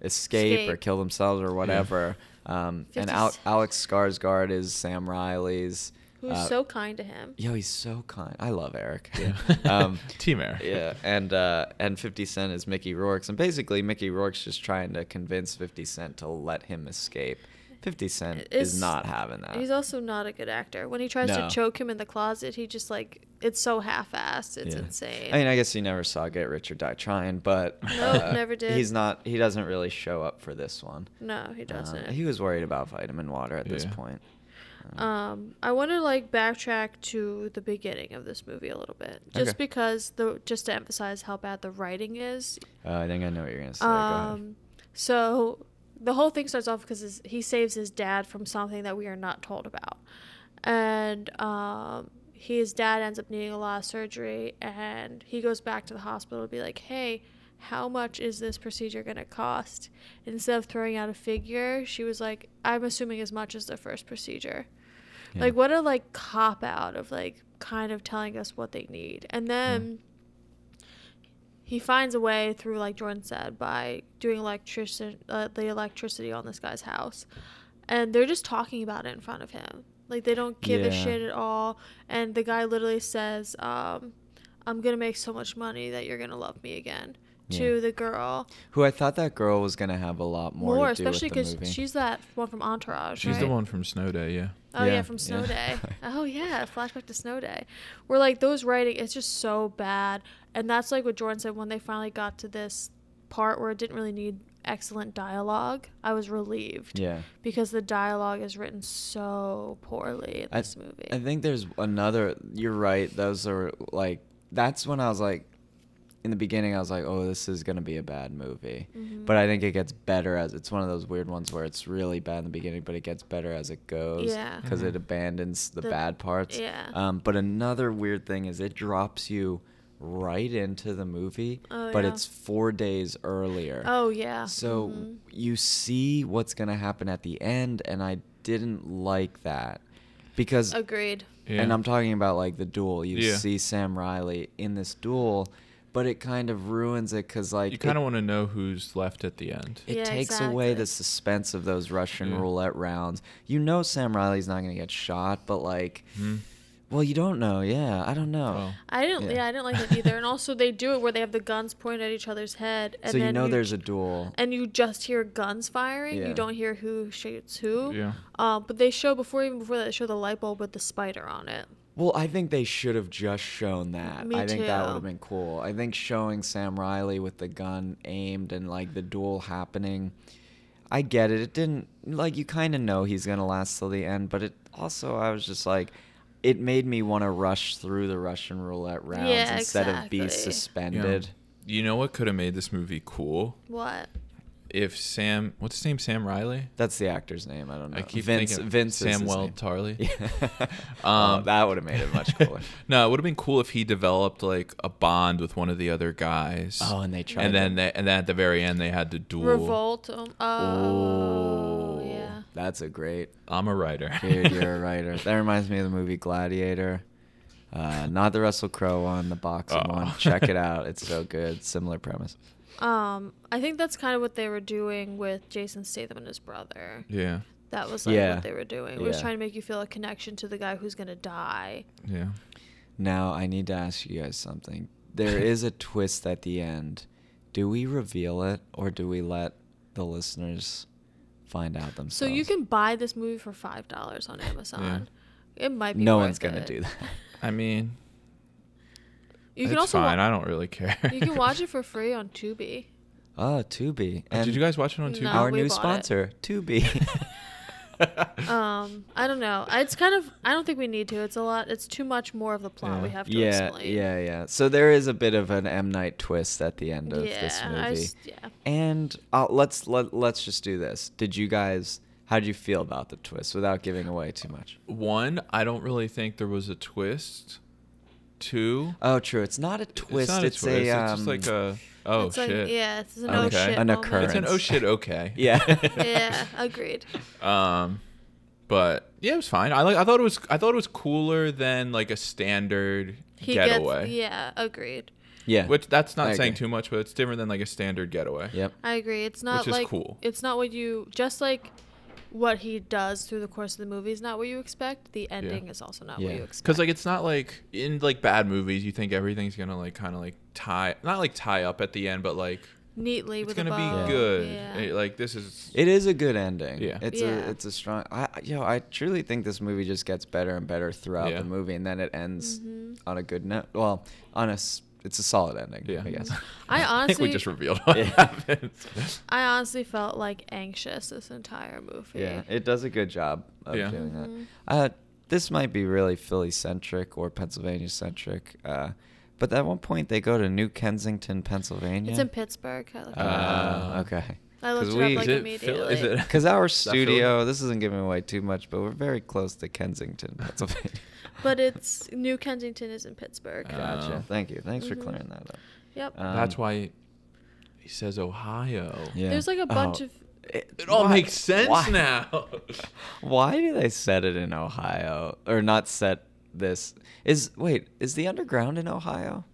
[SPEAKER 1] escape, or
[SPEAKER 2] Escape.
[SPEAKER 1] kill themselves or whatever. Um, and
[SPEAKER 2] 50
[SPEAKER 1] Al-
[SPEAKER 2] Cent.
[SPEAKER 1] Alex Skarsgård is Sam Riley's.
[SPEAKER 2] Who's
[SPEAKER 1] uh,
[SPEAKER 2] so kind to him.
[SPEAKER 1] Yo, he's so kind. I love Eric.
[SPEAKER 3] Yeah.
[SPEAKER 1] um,
[SPEAKER 3] Team Eric.
[SPEAKER 1] Yeah, and uh, and Fifty Cent is Mickey Rourke's, and basically Mickey Rourke's just trying to convince Fifty Cent to let him escape. Fifty Cent
[SPEAKER 2] It's-
[SPEAKER 1] is not having that.
[SPEAKER 2] He's also not a good actor. When he tries
[SPEAKER 1] No.
[SPEAKER 2] to choke him in the closet, he just like it's so half-assed. It's
[SPEAKER 1] Yeah.
[SPEAKER 2] insane.
[SPEAKER 1] I mean, I guess he never saw Get Rich or Die Trying, but uh,
[SPEAKER 2] Nope, never did.
[SPEAKER 1] He's not. He doesn't really show up for this one.
[SPEAKER 2] no, he
[SPEAKER 1] Uh,
[SPEAKER 2] doesn't.
[SPEAKER 1] he was worried about vitamin water at this
[SPEAKER 3] Yeah.
[SPEAKER 1] point.
[SPEAKER 2] Um, I want to like backtrack to the beginning of this movie a little bit, just
[SPEAKER 1] Okay.
[SPEAKER 2] because the just to emphasize how bad the writing is.
[SPEAKER 1] Uh, I think I know what you're gonna say. Go ahead.
[SPEAKER 2] Um, so the whole thing starts off because he saves his dad from something that we are not told about, and um, his dad ends up needing a lot of surgery, and he goes back to the hospital to be like, "Hey, how much is this procedure gonna cost?" And instead of throwing out a figure, she was like, "I'm assuming as much as the first procedure."
[SPEAKER 1] Yeah.
[SPEAKER 2] Like what a like cop out of like kind of telling us what they need, and then
[SPEAKER 1] Mm.
[SPEAKER 2] he finds a way through like jordan said by doing electricity uh, the electricity on this guy's house and they're just talking about it in front of him like they don't give a
[SPEAKER 1] Yeah.
[SPEAKER 2] shit at all and the guy literally says um, i'm gonna make so much money that you're gonna love me again to
[SPEAKER 1] Yeah.
[SPEAKER 2] the girl
[SPEAKER 1] Who I thought that girl was gonna have a lot more, to
[SPEAKER 2] more,
[SPEAKER 1] do
[SPEAKER 2] especially
[SPEAKER 1] because
[SPEAKER 2] because she's that one from entourage
[SPEAKER 3] She's the
[SPEAKER 2] right?
[SPEAKER 3] one from Snow Day. Yeah.
[SPEAKER 2] Oh yeah,
[SPEAKER 1] Yeah,
[SPEAKER 2] from Snow
[SPEAKER 1] yeah.
[SPEAKER 2] Day. Oh yeah, flashback to Snow Day. Where like those writing, it's just so bad, and that's like what Jordan said when they finally got to this part where it didn't really need excellent dialogue. I was relieved
[SPEAKER 1] yeah.
[SPEAKER 2] because the dialogue is written so poorly in
[SPEAKER 1] I-
[SPEAKER 2] this movie.
[SPEAKER 1] I think there's another. You're right. Those are like. That's when I was like, in the beginning, I was like, "Oh, this is gonna be a bad movie."
[SPEAKER 2] Mm-hmm.
[SPEAKER 1] But I think it gets better as it's one of those weird ones where it's really bad in the beginning, but it gets better as it goes.
[SPEAKER 2] Yeah.
[SPEAKER 1] Because
[SPEAKER 3] Mhm.
[SPEAKER 1] it abandons the,
[SPEAKER 2] The-
[SPEAKER 1] bad parts.
[SPEAKER 2] yeah.
[SPEAKER 1] Um, but another weird thing is it drops you right into the movie,
[SPEAKER 2] Oh,
[SPEAKER 1] but
[SPEAKER 2] yeah.
[SPEAKER 1] it's four days earlier.
[SPEAKER 2] oh yeah.
[SPEAKER 1] So
[SPEAKER 2] Mhm.
[SPEAKER 1] you see what's going to happen at the end, and I didn't like that because,
[SPEAKER 2] agreed.
[SPEAKER 3] Yeah.
[SPEAKER 1] and I'm talking about like the duel. You
[SPEAKER 3] Yeah.
[SPEAKER 1] see Sam Riley in this duel but it kind of ruins it because like
[SPEAKER 3] you
[SPEAKER 1] it-
[SPEAKER 3] kind of want to know who's left at the end.
[SPEAKER 1] It
[SPEAKER 2] Yeah,
[SPEAKER 1] takes away
[SPEAKER 2] exactly.
[SPEAKER 1] the suspense of those Russian
[SPEAKER 3] Yeah.
[SPEAKER 1] roulette rounds. You know Sam Riley's not going to get shot, but like,
[SPEAKER 3] Mm-hmm. Hmm?
[SPEAKER 1] well, you don't know. Yeah, I don't know.
[SPEAKER 3] Well.
[SPEAKER 2] I didn't.
[SPEAKER 1] Yeah.
[SPEAKER 2] Yeah. I didn't like that either. And also, they do it where they have the guns pointed at each other's head, and
[SPEAKER 1] so you
[SPEAKER 2] then
[SPEAKER 1] know there's a duel.
[SPEAKER 2] and you just hear guns firing.
[SPEAKER 1] Yeah.
[SPEAKER 2] You don't hear who shoots who.
[SPEAKER 3] Yeah.
[SPEAKER 2] Um, but they show before even before that they show the light bulb with the spider on it.
[SPEAKER 1] Well, I think they should have just shown that.
[SPEAKER 2] Me
[SPEAKER 1] I think that
[SPEAKER 2] too.
[SPEAKER 1] would have been cool. I think showing Sam Riley with the gun aimed and like the duel happening. I get it. It didn't like you kind of know he's gonna last till the end, but it also I was just like, it made me want to rush through the Russian roulette rounds
[SPEAKER 2] Yeah,
[SPEAKER 1] instead of be
[SPEAKER 2] exactly.
[SPEAKER 3] Yeah.
[SPEAKER 1] suspended.
[SPEAKER 3] You know what could have made this movie cool?
[SPEAKER 2] What?
[SPEAKER 3] If Sam, what's his name? Sam Riley.
[SPEAKER 1] That's the actor's name. I don't know.
[SPEAKER 3] I keep
[SPEAKER 1] Vince.
[SPEAKER 3] thinking
[SPEAKER 1] Vince. is his
[SPEAKER 3] Samwell
[SPEAKER 1] name.
[SPEAKER 3] Tarley.
[SPEAKER 1] Yeah. Oh,
[SPEAKER 3] Um,
[SPEAKER 1] that would have made it much cooler.
[SPEAKER 3] no, it would have been cool if he developed like a bond with one of the other guys.
[SPEAKER 1] Oh, and they tried
[SPEAKER 3] And then
[SPEAKER 1] it.
[SPEAKER 3] they, and then at the very end they had to duel.
[SPEAKER 2] Revolt. Um, oh,
[SPEAKER 1] Ooh,
[SPEAKER 2] yeah.
[SPEAKER 1] That's a great.
[SPEAKER 3] I'm a writer.
[SPEAKER 1] Dude, you're a writer. That reminds me of the movie Gladiator. Uh, not the Russell Crowe one, the boxing
[SPEAKER 3] Oh.
[SPEAKER 1] one. Check it out. It's so good. Similar premise.
[SPEAKER 2] Um, I think that's kind of what they were doing with Jason Statham and his brother.
[SPEAKER 3] yeah.
[SPEAKER 2] That was like
[SPEAKER 1] Yeah.
[SPEAKER 2] what they were doing. It was
[SPEAKER 1] Yeah.
[SPEAKER 2] trying to make you feel a connection to the guy who's gonna die.
[SPEAKER 3] Yeah.
[SPEAKER 1] Now, I need to ask you guys something. There is a twist at the end. Do we reveal it or do we let the listeners find out themselves?
[SPEAKER 2] So you can buy this movie for five dollars on Amazon. It might be.
[SPEAKER 1] No
[SPEAKER 2] worth
[SPEAKER 1] one's going to
[SPEAKER 2] it.
[SPEAKER 1] do that.
[SPEAKER 3] I mean,
[SPEAKER 2] You
[SPEAKER 3] it's
[SPEAKER 2] can also
[SPEAKER 3] fine.
[SPEAKER 2] wa-
[SPEAKER 3] I don't really care.
[SPEAKER 2] you can watch it for free on Tubi.
[SPEAKER 1] Oh, Tubi.
[SPEAKER 3] Uh, Did you guys watch it on
[SPEAKER 2] No.
[SPEAKER 3] Tubi?
[SPEAKER 1] Our
[SPEAKER 2] we
[SPEAKER 1] new
[SPEAKER 2] bought it.
[SPEAKER 1] sponsor, Tubi.
[SPEAKER 2] Um, I don't know. It's kind of. I don't think we need to. It's a lot. It's too much more of the plot we
[SPEAKER 3] Yeah.
[SPEAKER 2] have to
[SPEAKER 1] yeah,
[SPEAKER 2] explain.
[SPEAKER 1] yeah, yeah. So there is a bit of an M Night twist at the end of this
[SPEAKER 2] Yeah,
[SPEAKER 1] movie.
[SPEAKER 2] I s- yeah.
[SPEAKER 1] And uh, let's let let's just do this. Did you guys? How did you feel about the twist without giving away too much?
[SPEAKER 3] One, I don't really think there was a twist. Two,
[SPEAKER 1] Oh, true. It's not a twist.
[SPEAKER 3] it's not a twist. it's just
[SPEAKER 1] um,
[SPEAKER 3] like a oh
[SPEAKER 2] it's
[SPEAKER 3] shit.
[SPEAKER 2] Like, yeah, it's an
[SPEAKER 3] Okay.
[SPEAKER 2] oh shit.
[SPEAKER 1] An
[SPEAKER 2] moment.
[SPEAKER 1] occurrence.
[SPEAKER 3] It's an oh shit okay.
[SPEAKER 1] yeah.
[SPEAKER 2] yeah, agreed.
[SPEAKER 3] Um, but yeah, it was fine. I like. I thought it was. I thought it was cooler than like a standard
[SPEAKER 2] He
[SPEAKER 3] getaway.
[SPEAKER 2] gets. Yeah, agreed.
[SPEAKER 1] yeah.
[SPEAKER 3] Which that's
[SPEAKER 1] I
[SPEAKER 3] not saying
[SPEAKER 1] agree.
[SPEAKER 3] too much, but it's different than like a standard getaway.
[SPEAKER 1] Yep.
[SPEAKER 2] I agree. It's not
[SPEAKER 3] Which is
[SPEAKER 2] like
[SPEAKER 3] cool.
[SPEAKER 2] it's not what you just like. What he does through the course of the movie is not what you expect. The ending is also not
[SPEAKER 1] Yeah.
[SPEAKER 2] what you
[SPEAKER 1] 'Cause,
[SPEAKER 2] expect.
[SPEAKER 3] Because like it's not like in like bad movies, you think everything's gonna like kind of like tie, not like tie up at the end, but like
[SPEAKER 2] neatly
[SPEAKER 3] it's
[SPEAKER 2] with
[SPEAKER 3] gonna
[SPEAKER 2] a
[SPEAKER 3] be
[SPEAKER 2] bow.
[SPEAKER 3] good.
[SPEAKER 2] Yeah.
[SPEAKER 3] Eh, like this is.
[SPEAKER 1] It is a good ending.
[SPEAKER 3] Yeah.
[SPEAKER 1] It's
[SPEAKER 2] Yeah.
[SPEAKER 1] a it's a strong. I I- you know I truly think this movie just gets better and better throughout
[SPEAKER 3] Yeah.
[SPEAKER 1] the movie, and then it ends
[SPEAKER 2] Mm-hmm.
[SPEAKER 1] on a good note. Well, on a s- it's a solid ending.
[SPEAKER 3] Yeah.
[SPEAKER 1] I guess.
[SPEAKER 2] I
[SPEAKER 3] I think
[SPEAKER 2] honestly,
[SPEAKER 3] we just revealed what
[SPEAKER 1] Yeah.
[SPEAKER 3] happens.
[SPEAKER 2] I honestly felt like anxious this entire movie.
[SPEAKER 1] Yeah, it does a good job of
[SPEAKER 3] Yeah.
[SPEAKER 1] doing
[SPEAKER 2] Mm-hmm.
[SPEAKER 1] that. Uh, this might be really Philly centric or Pennsylvania centric, uh, but at one point they go to New Kensington, Pennsylvania.
[SPEAKER 2] It's in Pittsburgh. I looked it
[SPEAKER 1] Uh,
[SPEAKER 2] up.
[SPEAKER 3] Ah.
[SPEAKER 1] okay.
[SPEAKER 2] I looked
[SPEAKER 1] 'cause
[SPEAKER 2] it
[SPEAKER 1] we-
[SPEAKER 2] up like
[SPEAKER 1] Is
[SPEAKER 3] Phil-
[SPEAKER 2] immediately.
[SPEAKER 3] is it-
[SPEAKER 1] Because our
[SPEAKER 3] Is that Philly?
[SPEAKER 1] studio, this isn't giving away too much, but we're very close to Kensington, Pennsylvania.
[SPEAKER 2] but it's New Kensington is in Pittsburgh.
[SPEAKER 1] gotcha.
[SPEAKER 3] Oh.
[SPEAKER 1] Thank you. Thanks
[SPEAKER 2] Mhm.
[SPEAKER 1] for clearing that up.
[SPEAKER 2] Yep.
[SPEAKER 1] Um,
[SPEAKER 3] That's why he says Ohio.
[SPEAKER 1] Yeah.
[SPEAKER 2] There's like a bunch of
[SPEAKER 1] It,
[SPEAKER 3] It all
[SPEAKER 1] why-
[SPEAKER 3] makes sense
[SPEAKER 1] why-
[SPEAKER 3] now.
[SPEAKER 1] Why do they set it in Ohio or not set this? Is wait, is the underground in Ohio?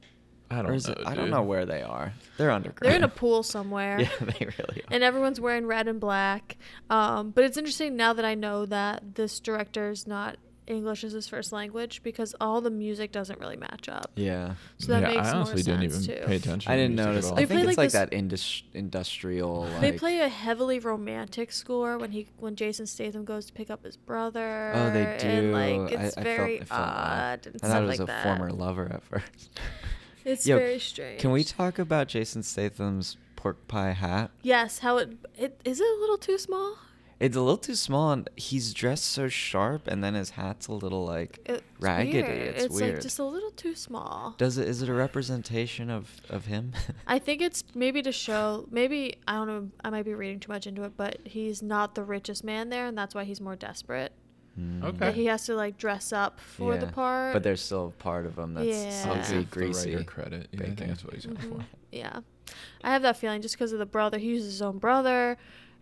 [SPEAKER 3] I don't
[SPEAKER 1] Or is
[SPEAKER 3] know.
[SPEAKER 1] it- I don't
[SPEAKER 3] dude.
[SPEAKER 1] know where they are. They're underground.
[SPEAKER 2] they're in a pool somewhere.
[SPEAKER 1] Yeah, they really are.
[SPEAKER 2] And everyone's wearing red and black. Um, but it's interesting now that I know that this director's not English as his first language because all the music doesn't really match up.
[SPEAKER 1] yeah.
[SPEAKER 2] So that
[SPEAKER 3] yeah,
[SPEAKER 2] makes
[SPEAKER 3] I honestly
[SPEAKER 2] more
[SPEAKER 3] didn't
[SPEAKER 2] sense
[SPEAKER 3] even
[SPEAKER 2] too.
[SPEAKER 3] pay attention.
[SPEAKER 1] I
[SPEAKER 3] to
[SPEAKER 1] didn't
[SPEAKER 3] music at
[SPEAKER 1] notice.
[SPEAKER 3] all.
[SPEAKER 1] I
[SPEAKER 2] They
[SPEAKER 1] think
[SPEAKER 2] play
[SPEAKER 1] it's
[SPEAKER 2] like
[SPEAKER 1] like
[SPEAKER 2] this-
[SPEAKER 1] that indus- industrial. Like,
[SPEAKER 2] They play a heavily romantic score when he when Jason Statham goes to pick up his brother.
[SPEAKER 1] Oh, they do.
[SPEAKER 2] And like
[SPEAKER 1] I-
[SPEAKER 2] it's
[SPEAKER 1] I felt-
[SPEAKER 2] very
[SPEAKER 1] I felt
[SPEAKER 2] odd
[SPEAKER 1] that. I
[SPEAKER 2] and stuff
[SPEAKER 1] thought it was
[SPEAKER 2] like
[SPEAKER 1] a
[SPEAKER 2] that.
[SPEAKER 1] former lover at first.
[SPEAKER 2] It's
[SPEAKER 1] Yo,
[SPEAKER 2] very strange.
[SPEAKER 1] Can we talk about Jason Statham's pork pie hat?
[SPEAKER 2] Yes, how it it is it a little too small?
[SPEAKER 1] It's a little too small, and he's dressed so sharp, and then his hat's a little like
[SPEAKER 2] It's
[SPEAKER 1] raggedy.
[SPEAKER 2] weird.
[SPEAKER 1] It's,
[SPEAKER 2] like
[SPEAKER 1] weird.
[SPEAKER 2] just a little too small.
[SPEAKER 1] Does it? Is it a representation of of him?
[SPEAKER 2] I think it's maybe to show maybe I don't know I might be reading too much into it, but he's not the richest man there, and that's why he's more desperate.
[SPEAKER 1] Hmm.
[SPEAKER 3] Okay.
[SPEAKER 2] That he has to like dress up for the
[SPEAKER 1] Yeah,
[SPEAKER 2] part.
[SPEAKER 1] But there's still a part of him that's
[SPEAKER 2] Yeah.
[SPEAKER 3] I'll
[SPEAKER 1] sleazy,
[SPEAKER 3] give the
[SPEAKER 1] greasy.
[SPEAKER 3] writer credit. Yeah, I think
[SPEAKER 1] bacon.
[SPEAKER 3] that's what he's going
[SPEAKER 2] Mhm.
[SPEAKER 3] for.
[SPEAKER 2] yeah, I have that feeling just because of the brother. He uses his own brother.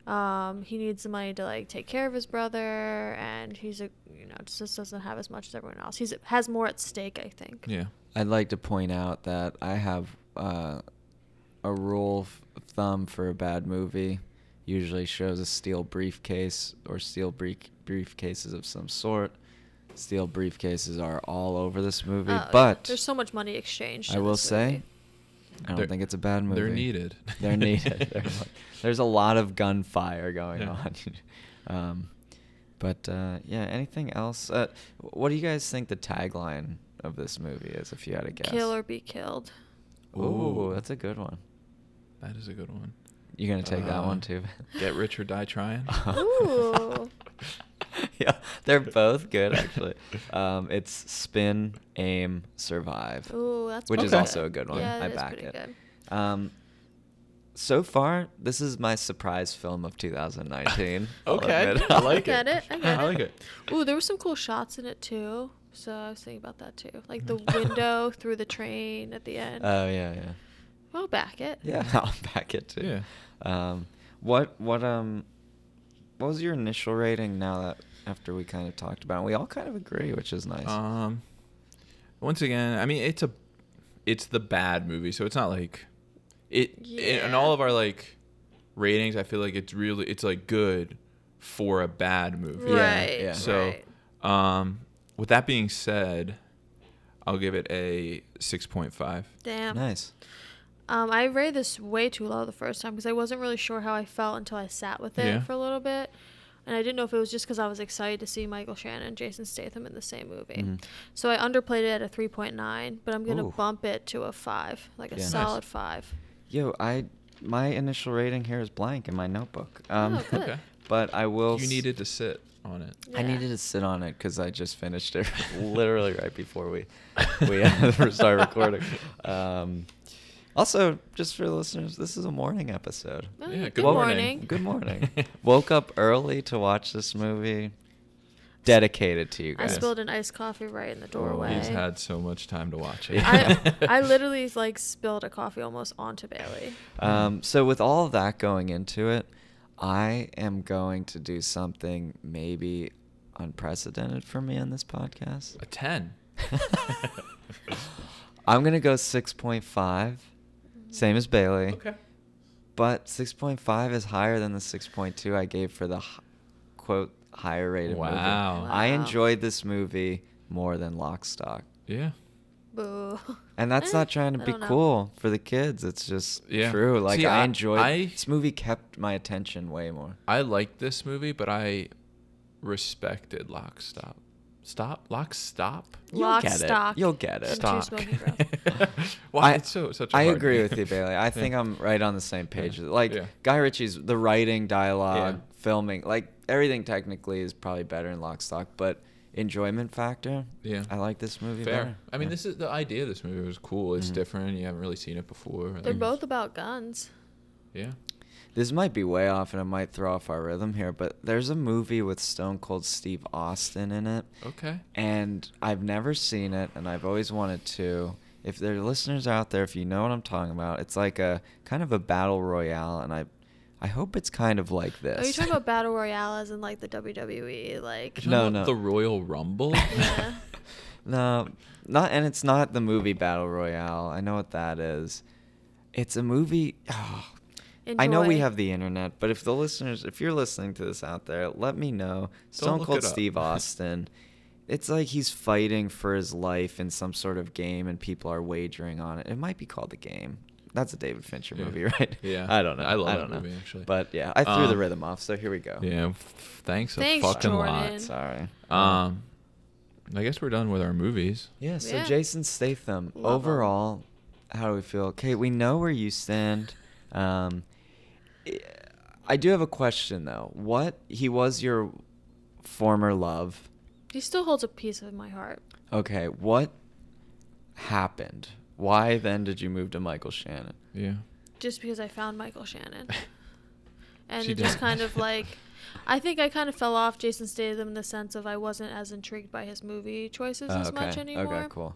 [SPEAKER 2] Um, he needs the money to like take care of his brother, and he's a you know just doesn't have as much as everyone else. He's has more at stake, I think.
[SPEAKER 3] Yeah.
[SPEAKER 1] I'd like to point out that I have uh, a rule of thumb for a bad movie usually shows a steel briefcase or steel brief- briefcases of some sort. Steel briefcases are all over this movie,
[SPEAKER 2] Oh, yeah.
[SPEAKER 1] but
[SPEAKER 2] there's so much money exchanged.
[SPEAKER 1] I
[SPEAKER 2] in
[SPEAKER 1] will
[SPEAKER 2] this
[SPEAKER 1] say,
[SPEAKER 2] movie.
[SPEAKER 1] I don't
[SPEAKER 3] They're-
[SPEAKER 1] think it's a bad movie.
[SPEAKER 3] they're needed.
[SPEAKER 1] They're needed. They're like- There's a lot of gunfire going
[SPEAKER 3] Yeah.
[SPEAKER 1] on. um, but uh, yeah, anything else? Uh, what do you guys think the tagline of this movie is, if you had to guess?
[SPEAKER 2] kill or be killed.
[SPEAKER 1] Ooh, that's a good one.
[SPEAKER 3] That is a good one.
[SPEAKER 1] You're gonna take that one
[SPEAKER 3] Uh,
[SPEAKER 1] too.
[SPEAKER 3] Get rich or die trying.
[SPEAKER 2] Ooh.
[SPEAKER 1] yeah, they're both good actually. Um, it's spin, aim, survive,
[SPEAKER 2] Ooh, that's
[SPEAKER 1] which is
[SPEAKER 2] pretty
[SPEAKER 1] also a good one.
[SPEAKER 2] Yeah,
[SPEAKER 1] I
[SPEAKER 2] that is
[SPEAKER 1] back
[SPEAKER 2] pretty
[SPEAKER 1] it.
[SPEAKER 2] good.
[SPEAKER 1] Um, so far, this is my surprise film of 2019. I'll
[SPEAKER 3] Okay,
[SPEAKER 1] admit.
[SPEAKER 3] I like
[SPEAKER 2] I get
[SPEAKER 3] it.
[SPEAKER 2] it. I get
[SPEAKER 3] I like
[SPEAKER 2] it. Ooh, there were some cool shots in it too. So I was thinking about that too, like the window through the train at the end.
[SPEAKER 1] Oh yeah, yeah,
[SPEAKER 2] I'll back it.
[SPEAKER 1] yeah. I'll back it too. Um, what what um, what was your initial rating? Now that after we kind of talked about, it? we all kind of agree, which is nice.
[SPEAKER 3] Um, once again, I mean, it's a, it's the bad movie, so it's not like, it. In
[SPEAKER 2] Yeah.
[SPEAKER 3] all of our like, ratings, I feel like it's really, it's like good, for a bad movie.
[SPEAKER 2] Right.
[SPEAKER 1] yeah.
[SPEAKER 3] So,
[SPEAKER 2] right.
[SPEAKER 3] Um, with that being said, I'll give it a six point five.
[SPEAKER 2] damn.
[SPEAKER 1] nice.
[SPEAKER 2] Um, I rated this way too low the first time because I wasn't really sure how I felt until I sat with it
[SPEAKER 3] Yeah.
[SPEAKER 2] for a little bit, and I didn't know if it was just because I was excited to see Michael Shannon and Jason Statham in the same movie.
[SPEAKER 1] Mhm.
[SPEAKER 2] So I underplayed it at a three point nine, but I'm gonna
[SPEAKER 1] Ooh.
[SPEAKER 2] bump it to a five, like a
[SPEAKER 1] Yeah. Nice.
[SPEAKER 2] solid five.
[SPEAKER 1] Yo, I my initial rating here is blank in my notebook. Um,
[SPEAKER 2] Oh, good.
[SPEAKER 3] Okay.
[SPEAKER 1] but I will.
[SPEAKER 3] You
[SPEAKER 1] s-
[SPEAKER 3] needed to sit on it.
[SPEAKER 1] I
[SPEAKER 2] Yeah.
[SPEAKER 1] needed to sit on it because I just finished it literally right before we we uh, started recording. Um, also, just for the listeners, this is a morning episode.
[SPEAKER 2] Oh,
[SPEAKER 3] Yeah,
[SPEAKER 2] good,
[SPEAKER 3] good
[SPEAKER 2] morning.
[SPEAKER 3] morning.
[SPEAKER 1] Good morning. Woke up early to watch this movie. Dedicated to you
[SPEAKER 2] I
[SPEAKER 1] guys.
[SPEAKER 2] spilled an iced coffee right in the
[SPEAKER 1] Oh,
[SPEAKER 2] doorway.
[SPEAKER 3] He's had so much time to watch it.
[SPEAKER 2] I, I literally like spilled a coffee almost onto Bailey.
[SPEAKER 1] Um, so with all of that going into it, I am going to do something maybe unprecedented for me on this podcast.
[SPEAKER 3] a ten.
[SPEAKER 1] I'm gonna go 6.5, same as Bailey.
[SPEAKER 3] Okay.
[SPEAKER 1] But 6.5 is higher than the 6.2 I gave for the h- quote higher rated movie.
[SPEAKER 3] Wow.
[SPEAKER 1] I
[SPEAKER 2] Wow.
[SPEAKER 1] enjoyed this movie more than Lock, Stock.
[SPEAKER 3] Yeah.
[SPEAKER 2] Boo.
[SPEAKER 1] And that's
[SPEAKER 2] Eh,
[SPEAKER 1] not trying to
[SPEAKER 2] I
[SPEAKER 1] be
[SPEAKER 2] don't know.
[SPEAKER 1] cool for the kids. It's just
[SPEAKER 3] Yeah.
[SPEAKER 1] true. Like
[SPEAKER 3] See,
[SPEAKER 1] I,
[SPEAKER 3] I-
[SPEAKER 1] enjoyed
[SPEAKER 3] I-
[SPEAKER 1] this movie kept my attention way more.
[SPEAKER 3] I liked this movie, but I respected Lock Stop. Stop? Lock Stop?
[SPEAKER 1] You'll
[SPEAKER 2] Lock,
[SPEAKER 1] get it.
[SPEAKER 2] stock,
[SPEAKER 1] You'll get it.
[SPEAKER 2] and two
[SPEAKER 1] Stock.
[SPEAKER 2] smoking breaths.
[SPEAKER 3] Why
[SPEAKER 1] I-
[SPEAKER 3] it's so such a
[SPEAKER 1] I
[SPEAKER 3] hard
[SPEAKER 1] agree
[SPEAKER 3] name.
[SPEAKER 1] with you, Bailey. I think
[SPEAKER 3] Yeah.
[SPEAKER 1] I'm right on the same page.
[SPEAKER 3] Yeah.
[SPEAKER 1] Like
[SPEAKER 3] Yeah.
[SPEAKER 1] Guy Ritchie's the writing, dialogue,
[SPEAKER 3] Yeah.
[SPEAKER 1] filming, like everything technically is probably better in Lock, Stock, but enjoyment factor.
[SPEAKER 3] Yeah.
[SPEAKER 1] I like this movie
[SPEAKER 3] Fair.
[SPEAKER 1] better.
[SPEAKER 3] I
[SPEAKER 1] Yeah.
[SPEAKER 3] mean,
[SPEAKER 1] Mm-hmm.
[SPEAKER 3] this is the idea of this movie was cool. It's different. You haven't really seen it before.
[SPEAKER 2] They're
[SPEAKER 3] Like,
[SPEAKER 2] both about guns.
[SPEAKER 3] Yeah.
[SPEAKER 1] This might be way off and it might throw off our rhythm here, but there's a movie with Stone Cold Steve Austin in it,
[SPEAKER 3] Okay.
[SPEAKER 1] and I've never seen it, and I've always wanted to. If there are listeners out there, if you know what I'm talking about, it's like a kind of a battle royale, and I, I hope it's kind of like this.
[SPEAKER 2] Are you talking about battle royale as in like the WWE? Like
[SPEAKER 1] No, no.
[SPEAKER 3] The Royal Rumble?
[SPEAKER 2] Yeah.
[SPEAKER 1] No, not and it's not the movie Battle Royale. I know what that is. It's a movie. oh, I know we
[SPEAKER 2] Enjoy.
[SPEAKER 1] have the internet, but if the listeners, if you're listening to this out there, let me know. Stone
[SPEAKER 3] look
[SPEAKER 1] Cold
[SPEAKER 3] it up.
[SPEAKER 1] Steve Austin. It's like he's fighting for his life in some sort of game, and people are wagering on it. It might be called the game. That's a David Fincher
[SPEAKER 3] Yeah.
[SPEAKER 1] movie, right?
[SPEAKER 3] Yeah.
[SPEAKER 1] I don't know.
[SPEAKER 3] I love
[SPEAKER 1] I
[SPEAKER 3] that
[SPEAKER 1] don't know.
[SPEAKER 3] movie, actually.
[SPEAKER 1] But yeah, I threw the
[SPEAKER 3] Um,
[SPEAKER 1] rhythm off, so here we go.
[SPEAKER 3] Yeah. f- Thanks a
[SPEAKER 2] Thanks,
[SPEAKER 3] fucking
[SPEAKER 2] Jordan.
[SPEAKER 1] Sorry.
[SPEAKER 3] lot. Um, I guess we're done with our movies.
[SPEAKER 1] Yeah, so
[SPEAKER 2] Yeah.
[SPEAKER 1] Jason Statham,
[SPEAKER 2] Love him.
[SPEAKER 1] overall, how do we feel? Okay, we know where you stand. Um, I- I do have a question, though. What, he was your former love.
[SPEAKER 2] He still holds a piece of my heart.
[SPEAKER 1] Okay, what happened? Why then did you move to Michael Shannon?
[SPEAKER 3] Yeah.
[SPEAKER 2] just because I found Michael Shannon. And
[SPEAKER 3] She
[SPEAKER 2] it just
[SPEAKER 3] did.
[SPEAKER 2] kind of like, I think I kind of fell off Jason Statham in the sense of I wasn't as intrigued by his movie choices
[SPEAKER 1] Oh,
[SPEAKER 2] as much
[SPEAKER 1] okay,
[SPEAKER 2] anymore.
[SPEAKER 1] Okay, cool.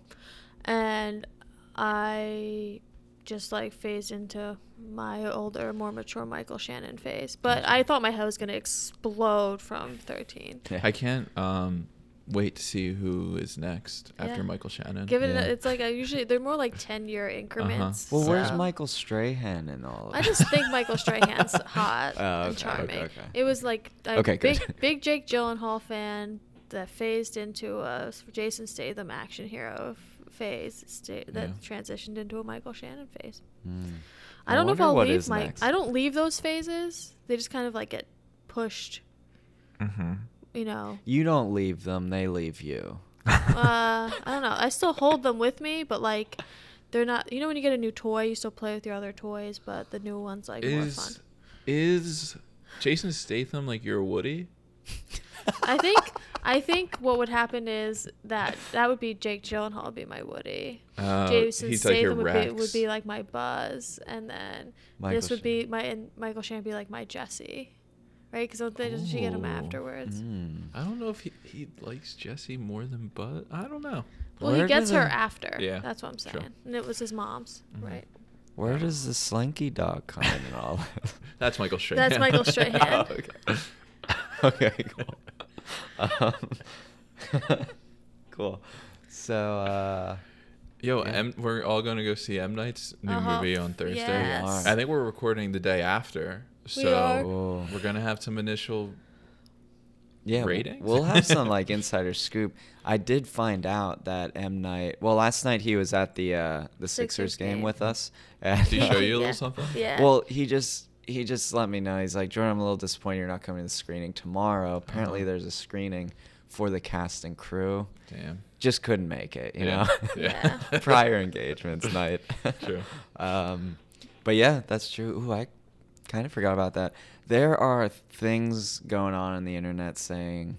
[SPEAKER 2] And I just like phased into my older, more mature Michael Shannon phase. But I thought my head was going to explode from 13.
[SPEAKER 1] Yeah.
[SPEAKER 3] I can't. Um, wait to see who is next
[SPEAKER 2] Yeah.
[SPEAKER 3] after Michael Shannon.
[SPEAKER 2] Give it.
[SPEAKER 1] Yeah. Uh-huh.
[SPEAKER 2] A, it's like I usually they're more like ten year increments.
[SPEAKER 1] Well, where's
[SPEAKER 2] so-
[SPEAKER 1] Michael Strahan in all of
[SPEAKER 2] I
[SPEAKER 1] it?
[SPEAKER 2] just think Michael Strahan's hot
[SPEAKER 1] Oh,
[SPEAKER 2] and
[SPEAKER 1] okay,
[SPEAKER 2] charming.
[SPEAKER 1] okay, okay.
[SPEAKER 2] It was like a
[SPEAKER 1] Okay,
[SPEAKER 2] big
[SPEAKER 1] good.
[SPEAKER 2] big Jake Gyllenhaal fan that phased into a Jason Statham action hero f- phase sta- that
[SPEAKER 3] Yeah.
[SPEAKER 2] transitioned into a Michael Shannon phase.
[SPEAKER 1] Hmm.
[SPEAKER 2] I don't know if
[SPEAKER 1] wonder
[SPEAKER 2] I'll
[SPEAKER 1] what
[SPEAKER 2] leave
[SPEAKER 1] is
[SPEAKER 2] my.
[SPEAKER 1] next.
[SPEAKER 2] I don't leave those phases. They just kind of like get pushed.
[SPEAKER 3] Mm-hmm.
[SPEAKER 2] You know.
[SPEAKER 1] You don't leave them; they leave you.
[SPEAKER 2] uh, Oh. I don't know. I still hold them with me, but like, they're not. You know, when you get a new toy, you still play with your other toys, but the new one's like more fun.
[SPEAKER 3] Is is Jason Statham like your Woody?
[SPEAKER 2] I think. I think what would happen is that that would be Jake Gyllenhaal would be my Woody.
[SPEAKER 3] Uh,
[SPEAKER 2] Jason
[SPEAKER 3] he's like your
[SPEAKER 2] Statham would be, would
[SPEAKER 3] Rex.
[SPEAKER 2] be like my Buzz, and then
[SPEAKER 1] Michael
[SPEAKER 2] this would
[SPEAKER 1] Shan-
[SPEAKER 2] be my and Michael Shannon would be like my Jesse, right? Because don't they doesn't she get him
[SPEAKER 3] Ooh. Hmm.
[SPEAKER 2] afterwards?
[SPEAKER 1] Mm.
[SPEAKER 3] I don't know if he, he likes Jesse more than Bud. I don't know.
[SPEAKER 2] Well,
[SPEAKER 1] Where
[SPEAKER 2] he
[SPEAKER 1] do
[SPEAKER 2] gets her
[SPEAKER 1] they-
[SPEAKER 2] after.
[SPEAKER 3] Yeah,
[SPEAKER 2] that's what I'm
[SPEAKER 3] sure.
[SPEAKER 2] saying. And it was his mom's,
[SPEAKER 1] Mm-hmm.
[SPEAKER 3] Mhm.
[SPEAKER 2] right?
[SPEAKER 1] Where does the slinky dog come in and all that?
[SPEAKER 3] That's Michael Strahan.
[SPEAKER 2] That's Michael Strahan.
[SPEAKER 1] Oh, okay, cool. Um, cool. So, uh,
[SPEAKER 3] Yo,
[SPEAKER 1] Yeah.
[SPEAKER 3] M, we're all gonna go see M Night's new
[SPEAKER 2] Uh-huh.
[SPEAKER 3] movie on Thursday.
[SPEAKER 2] Yes.
[SPEAKER 3] I think we're recording the day after,
[SPEAKER 2] We
[SPEAKER 3] so
[SPEAKER 2] are.
[SPEAKER 1] Whoa.
[SPEAKER 3] we're gonna have some initial.
[SPEAKER 1] yeah, w-
[SPEAKER 3] Ratings?
[SPEAKER 1] we'll have some like insider scoop. I did find out that M Night. Well, last night he was at the uh, the Sixers,
[SPEAKER 2] Sixers
[SPEAKER 1] game,
[SPEAKER 2] game.
[SPEAKER 1] with us. and-
[SPEAKER 3] Did he show you a
[SPEAKER 2] Yeah.
[SPEAKER 3] little something?
[SPEAKER 2] Yeah.
[SPEAKER 1] Well, he just he just let me know. He's like, Jordan, I'm a little disappointed you're not coming to the screening tomorrow. Apparently,
[SPEAKER 3] Uh-huh.
[SPEAKER 1] there's a screening for the cast and crew.
[SPEAKER 3] Damn.
[SPEAKER 1] Just couldn't make it, you
[SPEAKER 3] Yeah.
[SPEAKER 1] know.
[SPEAKER 2] Yeah.
[SPEAKER 1] Prior engagements night.
[SPEAKER 3] True.
[SPEAKER 1] um, but yeah, that's true. Ooh, I kind of forgot about that. There are things going on in the internet saying,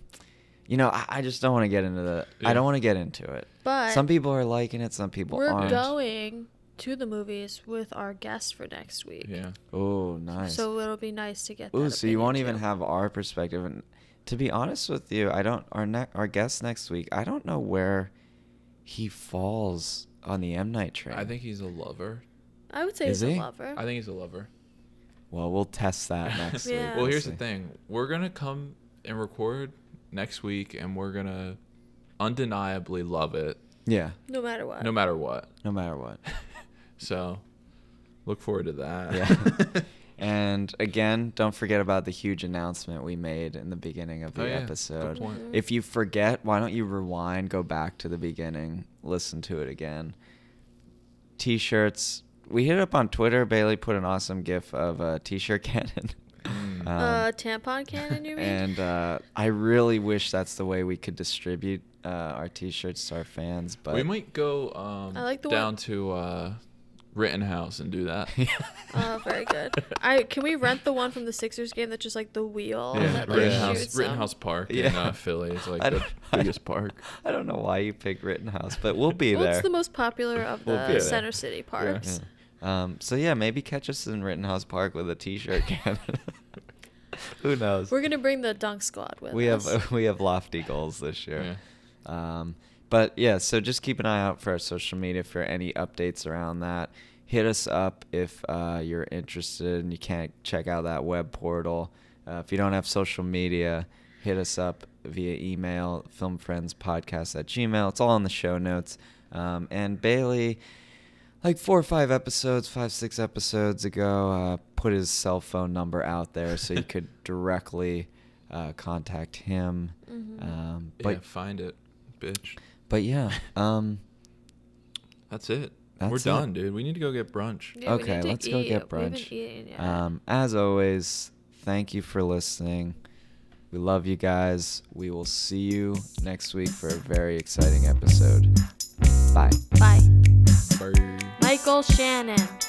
[SPEAKER 1] you know, I, I just don't want to get into the.
[SPEAKER 3] Yeah.
[SPEAKER 1] I don't want to get into it.
[SPEAKER 2] But-
[SPEAKER 1] some people are liking it. Some people
[SPEAKER 2] We're
[SPEAKER 1] aren't.
[SPEAKER 2] going to the movies with our guest for next week.
[SPEAKER 3] Yeah.
[SPEAKER 1] Oh, nice.
[SPEAKER 2] So it'll be nice to get.
[SPEAKER 1] Ooh,
[SPEAKER 2] that
[SPEAKER 1] so you won't
[SPEAKER 2] opinion,
[SPEAKER 1] even
[SPEAKER 2] too.
[SPEAKER 1] have our perspective. And to be honest with you, I don't. Our ne- our guest next week. I don't know where he falls on the M Night train.
[SPEAKER 3] I think he's a lover.
[SPEAKER 2] I would say
[SPEAKER 1] Is
[SPEAKER 2] he's a
[SPEAKER 1] he?
[SPEAKER 2] lover.
[SPEAKER 3] I think he's a lover.
[SPEAKER 1] Well, we'll test that next week.
[SPEAKER 2] Yeah.
[SPEAKER 3] Well, here's
[SPEAKER 1] see.
[SPEAKER 3] the thing. We're gonna come and record next week, and we're gonna undeniably love it,
[SPEAKER 1] Yeah.
[SPEAKER 2] no matter what.
[SPEAKER 3] no
[SPEAKER 1] Um,
[SPEAKER 3] matter what.
[SPEAKER 1] No matter what.
[SPEAKER 3] So, look forward to that.
[SPEAKER 1] Yeah. And again, don't forget about the huge announcement we made in the beginning of the
[SPEAKER 3] Oh, yeah. Good
[SPEAKER 1] episode.
[SPEAKER 3] point.
[SPEAKER 2] Mhm.
[SPEAKER 1] If you forget, why don't you rewind, go back to the beginning, listen to it again. T-shirts. We hit up on Twitter. Bailey put an awesome GIF of a T-shirt cannon. Um,
[SPEAKER 3] Mm.
[SPEAKER 2] uh, tampon cannon, you mean?
[SPEAKER 1] And uh, I really wish that's the way we could distribute uh, our T-shirts to our fans. But
[SPEAKER 3] we might go um,
[SPEAKER 2] I like the
[SPEAKER 3] down
[SPEAKER 2] one-
[SPEAKER 3] to uh, Rittenhouse and do that.
[SPEAKER 2] Oh, very good. I can we rent the one from the Sixers game that's just like the wheel
[SPEAKER 1] Yeah,
[SPEAKER 2] that like shoots
[SPEAKER 3] Rittenhouse,
[SPEAKER 2] them?
[SPEAKER 3] Rittenhouse Park in uh, Philly is like
[SPEAKER 1] I
[SPEAKER 3] the
[SPEAKER 1] don't-
[SPEAKER 3] biggest park.
[SPEAKER 1] I don't know why you picked Rittenhouse, but we'll be
[SPEAKER 2] Well,
[SPEAKER 1] there.
[SPEAKER 2] it's the most popular of the
[SPEAKER 1] We'll be there.
[SPEAKER 2] Center City
[SPEAKER 1] Yeah.
[SPEAKER 2] parks.
[SPEAKER 1] Um, so yeah, maybe catch us in Rittenhouse Park with a T-shirt cannon. Who knows?
[SPEAKER 2] We're gonna bring the dunk squad with
[SPEAKER 1] we
[SPEAKER 2] us.
[SPEAKER 1] have we have lofty goals this year. Um, but yeah, so just keep an eye out for our social media for any updates around that. Hit us up if uh, you're interested and you can't check out that web portal. Uh, if you don't have social media, hit us up via email, filmfriendspodcast at gmail. It's all in the show notes. Um, and Bailey, like four or five episodes, five, six episodes ago, uh, put his cell phone number out there so you could directly uh, contact him.
[SPEAKER 2] Mhm.
[SPEAKER 1] Um,
[SPEAKER 3] Yeah,
[SPEAKER 1] but
[SPEAKER 3] find it, bitch.
[SPEAKER 1] but yeah, um,
[SPEAKER 3] That's it.
[SPEAKER 1] That's
[SPEAKER 3] We're
[SPEAKER 1] it.
[SPEAKER 3] done, dude. We need to go get brunch.
[SPEAKER 2] Yeah, we
[SPEAKER 1] okay,
[SPEAKER 2] need to
[SPEAKER 1] let's go
[SPEAKER 2] eat.
[SPEAKER 1] get
[SPEAKER 2] We haven't
[SPEAKER 1] brunch.
[SPEAKER 2] eaten yet. Um,
[SPEAKER 1] um, as always, thank you for listening. We love you guys. We will see you next week for a very exciting episode. Bye.
[SPEAKER 2] Bye,
[SPEAKER 3] Bye.
[SPEAKER 2] Michael Shannon.